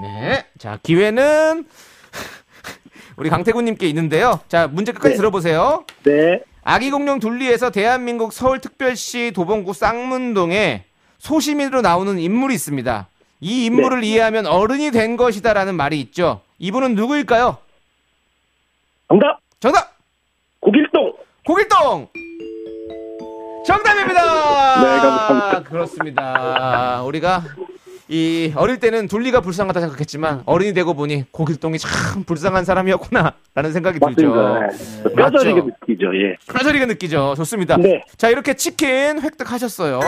[SPEAKER 2] 네. 자, 기회는 우리 강태구님께 있는데요. 자, 문제 끝까지
[SPEAKER 8] 네.
[SPEAKER 2] 들어보세요.
[SPEAKER 8] 네.
[SPEAKER 2] 아기 공룡 둘리에서 대한민국 서울특별시 도봉구 쌍문동에 소시민으로 나오는 인물이 있습니다. 이 인물을 이해하면 어른이 된 것이다라는 말이 있죠. 이분은 누구일까요?
[SPEAKER 8] 정답!
[SPEAKER 2] 정답!
[SPEAKER 8] 고길동!
[SPEAKER 2] 고길동! 정답입니다!
[SPEAKER 8] 네, 감사합니다.
[SPEAKER 2] 그렇습니다. 우리가 이 어릴 때는 둘리가 불쌍하다 생각했지만 어른이 되고 보니 고길동이 참 불쌍한 사람이었구나라는 생각이
[SPEAKER 8] 맞습니다.
[SPEAKER 2] 들죠.
[SPEAKER 8] 네. 뼈저리게
[SPEAKER 2] 맞죠?
[SPEAKER 8] 느끼죠, 예.
[SPEAKER 2] 뼈저리게 느끼죠. 좋습니다.
[SPEAKER 8] 네.
[SPEAKER 2] 자, 이렇게 치킨 획득하셨어요.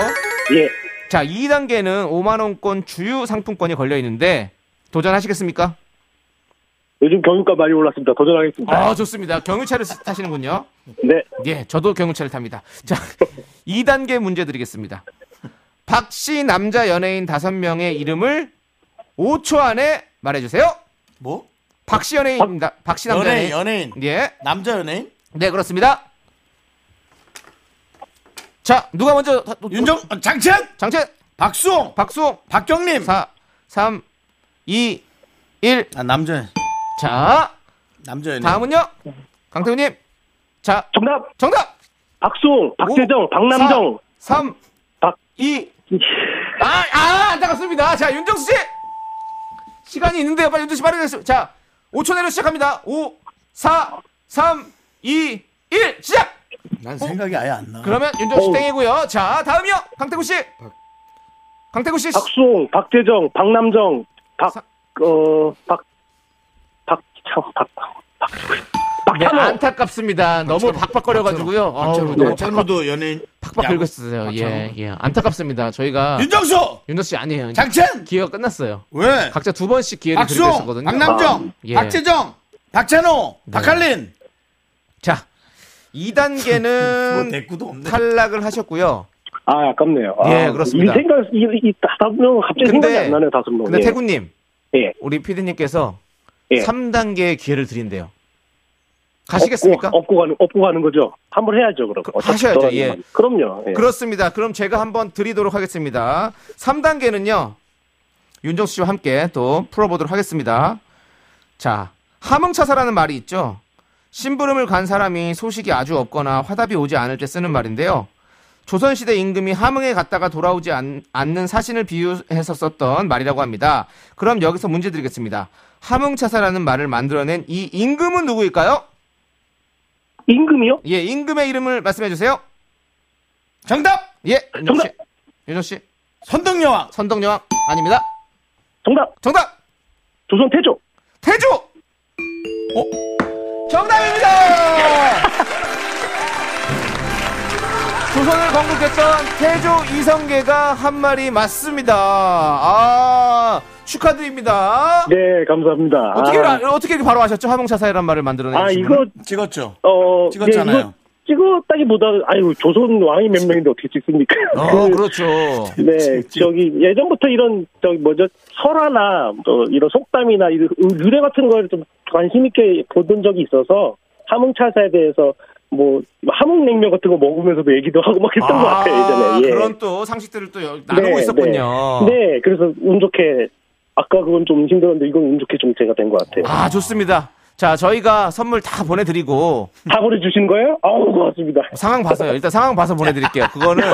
[SPEAKER 8] 예.
[SPEAKER 2] 자, 2단계는 5만원권 주유 상품권이 걸려 있는데 도전하시겠습니까?
[SPEAKER 8] 요즘 경유가 많이 올랐습니다. 도전하겠습니다.
[SPEAKER 2] 아, 좋습니다. 경유차를 타시는군요.
[SPEAKER 8] 네.
[SPEAKER 2] 예, 저도 경유차를 탑니다. 자, 2단계 문제 드리겠습니다. 박씨 남자 연예인 5명의 이름을 5초 안에 말해주세요.
[SPEAKER 1] 뭐?
[SPEAKER 2] 박씨 연예인입니다. 박씨 남자
[SPEAKER 1] 연예인,
[SPEAKER 2] 연예인.
[SPEAKER 1] 연예인.
[SPEAKER 2] 예,
[SPEAKER 1] 남자 연예인?
[SPEAKER 2] 네, 그렇습니다. 자, 누가 먼저. 다-
[SPEAKER 1] 윤정, 어, 장첸!
[SPEAKER 2] 장첸,
[SPEAKER 1] 박수홍!
[SPEAKER 2] 박수홍,
[SPEAKER 1] 박경림!
[SPEAKER 2] 4, 3, 2, 1.
[SPEAKER 1] 아, 남자,
[SPEAKER 2] 자,
[SPEAKER 1] 남자 연예인.
[SPEAKER 2] 다음은요. 강태우님. 자,
[SPEAKER 8] 정답!
[SPEAKER 2] 정답!
[SPEAKER 8] 박수홍, 박재정, 박남정,
[SPEAKER 2] 3,
[SPEAKER 8] 박-
[SPEAKER 2] 2. 아, 아, 안타깝습니다. 자, 윤정수 씨! 시간이 있는데요. 빨리 윤정수 씨 빠르게 했어요. 자, 5초 내로 시작합니다. 5, 4, 3, 2, 1. 시작!
[SPEAKER 1] 난 생각이 아예 안 나.
[SPEAKER 2] 그러면 윤정수 씨 땡이고요. 자, 다음이요. 강태구 씨. 강태구 씨.
[SPEAKER 8] 박수홍, 박재정, 박남정, 박,
[SPEAKER 2] 사-
[SPEAKER 8] 어, 박, 박, 참, 박, 박,
[SPEAKER 2] 네,
[SPEAKER 8] 박찬호!
[SPEAKER 2] 안타깝습니다. 너무 박박거려가지고요. 어우,
[SPEAKER 1] 네.
[SPEAKER 2] 너무
[SPEAKER 1] 박찬호도 연예인.
[SPEAKER 2] 박박
[SPEAKER 1] 야,
[SPEAKER 2] 네, 긁었어요. 예, 예. 안타깝습니다. 저희가
[SPEAKER 1] 윤정수!
[SPEAKER 2] 윤정수 씨 아니에요.
[SPEAKER 1] 장첸!
[SPEAKER 2] 기회가 끝났어요.
[SPEAKER 1] 왜?
[SPEAKER 2] 각자 두 번씩 기회를 드리고
[SPEAKER 1] 박수홍,
[SPEAKER 2] 있었거든요.
[SPEAKER 1] 박남정,
[SPEAKER 2] 예. 네.
[SPEAKER 1] 박재정, 박찬호, 박할린.
[SPEAKER 2] 자,
[SPEAKER 8] 음.
[SPEAKER 1] 뭐
[SPEAKER 2] 2단계는
[SPEAKER 1] 대꾸도 없네.
[SPEAKER 2] 탈락을 하셨고요.
[SPEAKER 8] 아, 아깝네요. 아,
[SPEAKER 2] 예, 그렇습니다.
[SPEAKER 8] 이 생각, 이, 이 다섯 명, 갑자기 생각이 안 나네요, 다섯 명.
[SPEAKER 2] 근데
[SPEAKER 8] 예.
[SPEAKER 2] 태구님,
[SPEAKER 8] 예.
[SPEAKER 2] 우리 피디님께서
[SPEAKER 8] 예. 어,
[SPEAKER 2] 3단계 기회를 드린대요. 가시겠습니까?
[SPEAKER 8] 업고, 업고 가는 업고 가는 거죠. 한 번 해야죠, 그럼.
[SPEAKER 2] 그-
[SPEAKER 8] 어차피
[SPEAKER 2] 하셔야죠,
[SPEAKER 8] 떠나는
[SPEAKER 2] 예.
[SPEAKER 8] 건. 그럼요. 예.
[SPEAKER 2] 그렇습니다. 그럼 제가 한번 드리도록 하겠습니다. 3단계는요. 윤정수 씨와 함께 또 풀어보도록 하겠습니다. 자, 함흥차사라는 말이 있죠. 심부름을 간 사람이 소식이 아주 없거나 화답이 오지 않을 때 쓰는 말인데요. 조선시대 임금이 함흥에 갔다가 돌아오지 않, 는 사신을 비유해서 썼던 말이라고 합니다. 그럼 여기서 문제 드리겠습니다. 함흥차사라는 말을 만들어낸 이 임금은 누구일까요?
[SPEAKER 8] 임금이요?
[SPEAKER 2] 예, 임금의 이름을 말씀해 주세요.
[SPEAKER 1] 정답!
[SPEAKER 2] 예, 윤정 씨. 윤정 씨.
[SPEAKER 1] 선덕여왕.
[SPEAKER 2] 선덕여왕 아닙니다.
[SPEAKER 8] 정답.
[SPEAKER 2] 정답
[SPEAKER 8] 조선 태조.
[SPEAKER 2] 태조. 어? 정답입니다. 조선을 건국했던 태조 이성계가 한 말이 맞습니다. 아 축하드립니다.
[SPEAKER 8] 네, 감사합니다.
[SPEAKER 2] 어떻게
[SPEAKER 8] 아,
[SPEAKER 2] 라- 어떻게 이렇게 바로 아셨죠? 하몽차 사이란 말을 만들어낸.
[SPEAKER 8] 아, 이거
[SPEAKER 1] 찍었죠?
[SPEAKER 8] 어
[SPEAKER 1] 찍었잖아요.
[SPEAKER 8] 예, 이거 찍었다기보다 아유 조선 왕이 몇 명인데 어떻게 찍습니까?
[SPEAKER 2] 어, 그렇죠.
[SPEAKER 8] 네, 저기 예전부터 이런 저기 뭐죠 설화나 또 이런 속담이나 이런 유래 같은 걸 좀 관심 있게 보던 적이 있어서 함흥차사에 대해서 뭐 함흥냉면 같은 거 먹으면서도 얘기도 하고 막 했던 것 같아요
[SPEAKER 2] 아,
[SPEAKER 8] 예전에. 예.
[SPEAKER 2] 그런 또 상식들을 또 여- 나누고
[SPEAKER 8] 네,
[SPEAKER 2] 있었군요.
[SPEAKER 8] 네, 그래서 운 좋게 아까 그건 좀 힘들었는데 이건 운 좋게 좀 제가 된 것 같아요.
[SPEAKER 2] 아, 좋습니다. 자, 저희가 선물 다 보내드리고
[SPEAKER 8] 다 보내주신 거예요? 아우 고맙습니다.
[SPEAKER 2] 상황 봐서요. 일단 상황 봐서 보내드릴게요. 그거는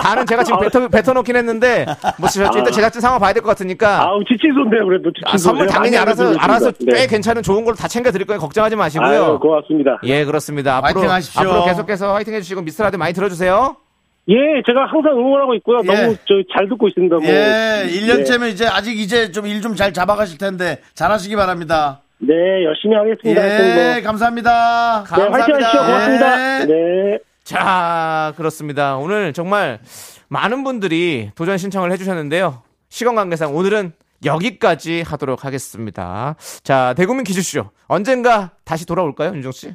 [SPEAKER 2] 다는 제가 지금 뱉어, 뱉어놓긴 했는데 뭐 저- 일단 제작진 상황 봐야 될 것 같으니까
[SPEAKER 8] 아우 지친 손데요 그래도 지친
[SPEAKER 2] 아, 선물
[SPEAKER 8] 손.
[SPEAKER 2] 당연히
[SPEAKER 8] 많이
[SPEAKER 2] 알아서
[SPEAKER 8] 알려드리겠습니다.
[SPEAKER 2] 알아서
[SPEAKER 8] 네.
[SPEAKER 2] 꽤 괜찮은 좋은 걸로 다 챙겨드릴 거예요. 걱정하지 마시고요.
[SPEAKER 8] 아유 고맙습니다.
[SPEAKER 2] 예, 그렇습니다. 앞으로,
[SPEAKER 1] 화이팅 하십시오.
[SPEAKER 2] 앞으로 계속해서 화이팅 해주시고 미스라드 많이 들어주세요.
[SPEAKER 8] 예, 제가 항상 응원하고 있고요.
[SPEAKER 1] 예.
[SPEAKER 8] 너무 저 잘 듣고 있습니다. 뭐.
[SPEAKER 1] 예, 일년째
[SPEAKER 8] 네.
[SPEAKER 1] 면 이제 아직 이제 좀 일 좀 잘 잡아가실 텐데 잘하시기 바랍니다.
[SPEAKER 8] 네, 열심히 하겠습니다. 하여튼
[SPEAKER 1] 예, 감사합니다.
[SPEAKER 8] 뭐. 네, 화이팅 하십시오. 고맙습니다.
[SPEAKER 1] 예.
[SPEAKER 8] 네.
[SPEAKER 2] 자, 그렇습니다. 오늘 정말 많은 분들이 도전 신청을 해주셨는데요. 시간 관계상 오늘은 여기까지 하도록 하겠습니다. 자, 대국민 퀴즈쇼. 언젠가 다시 돌아올까요, 윤정 씨?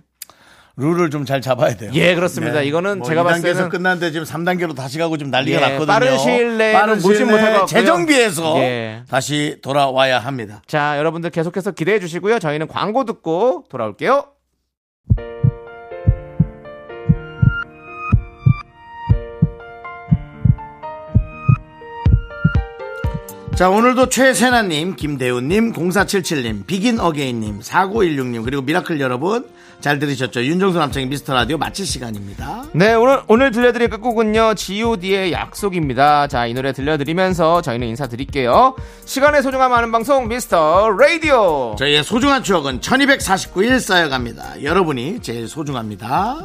[SPEAKER 1] 룰을 좀 잘 잡아야 돼요.
[SPEAKER 2] 예, 그렇습니다. 이거는 제가 봤을
[SPEAKER 1] 네, 뭐 2단계에서
[SPEAKER 2] 때는
[SPEAKER 1] 끝났는데 지금 3단계로 다시 가고 지금 난리가
[SPEAKER 2] 예,
[SPEAKER 1] 났거든요.
[SPEAKER 2] 빠른 시일 내에는
[SPEAKER 1] 빠른
[SPEAKER 2] 모진
[SPEAKER 1] 시일
[SPEAKER 2] 못할
[SPEAKER 1] 내에
[SPEAKER 2] 것 같고요.
[SPEAKER 1] 재정비해서
[SPEAKER 2] 예.
[SPEAKER 1] 다시 돌아와야 합니다.
[SPEAKER 2] 자, 여러분들 계속해서 기대해 주시고요. 저희는 광고 듣고 돌아올게요.
[SPEAKER 1] 자, 오늘도 최세나님, 김대훈님, 0477님, 비긴 어게인님, 4916님, 그리고 미라클 여러분, 잘 들으셨죠? 윤정수 남창의 미스터 라디오 마칠 시간입니다.
[SPEAKER 2] 네, 오늘, 오늘 들려드릴 끝곡은요, GOD의 약속입니다. 자, 이 노래 들려드리면서 저희는 인사드릴게요. 시간의 소중함 아는 방송, 미스터 라디오!
[SPEAKER 1] 저희의 소중한 추억은 1249일 쌓여갑니다. 여러분이 제일 소중합니다.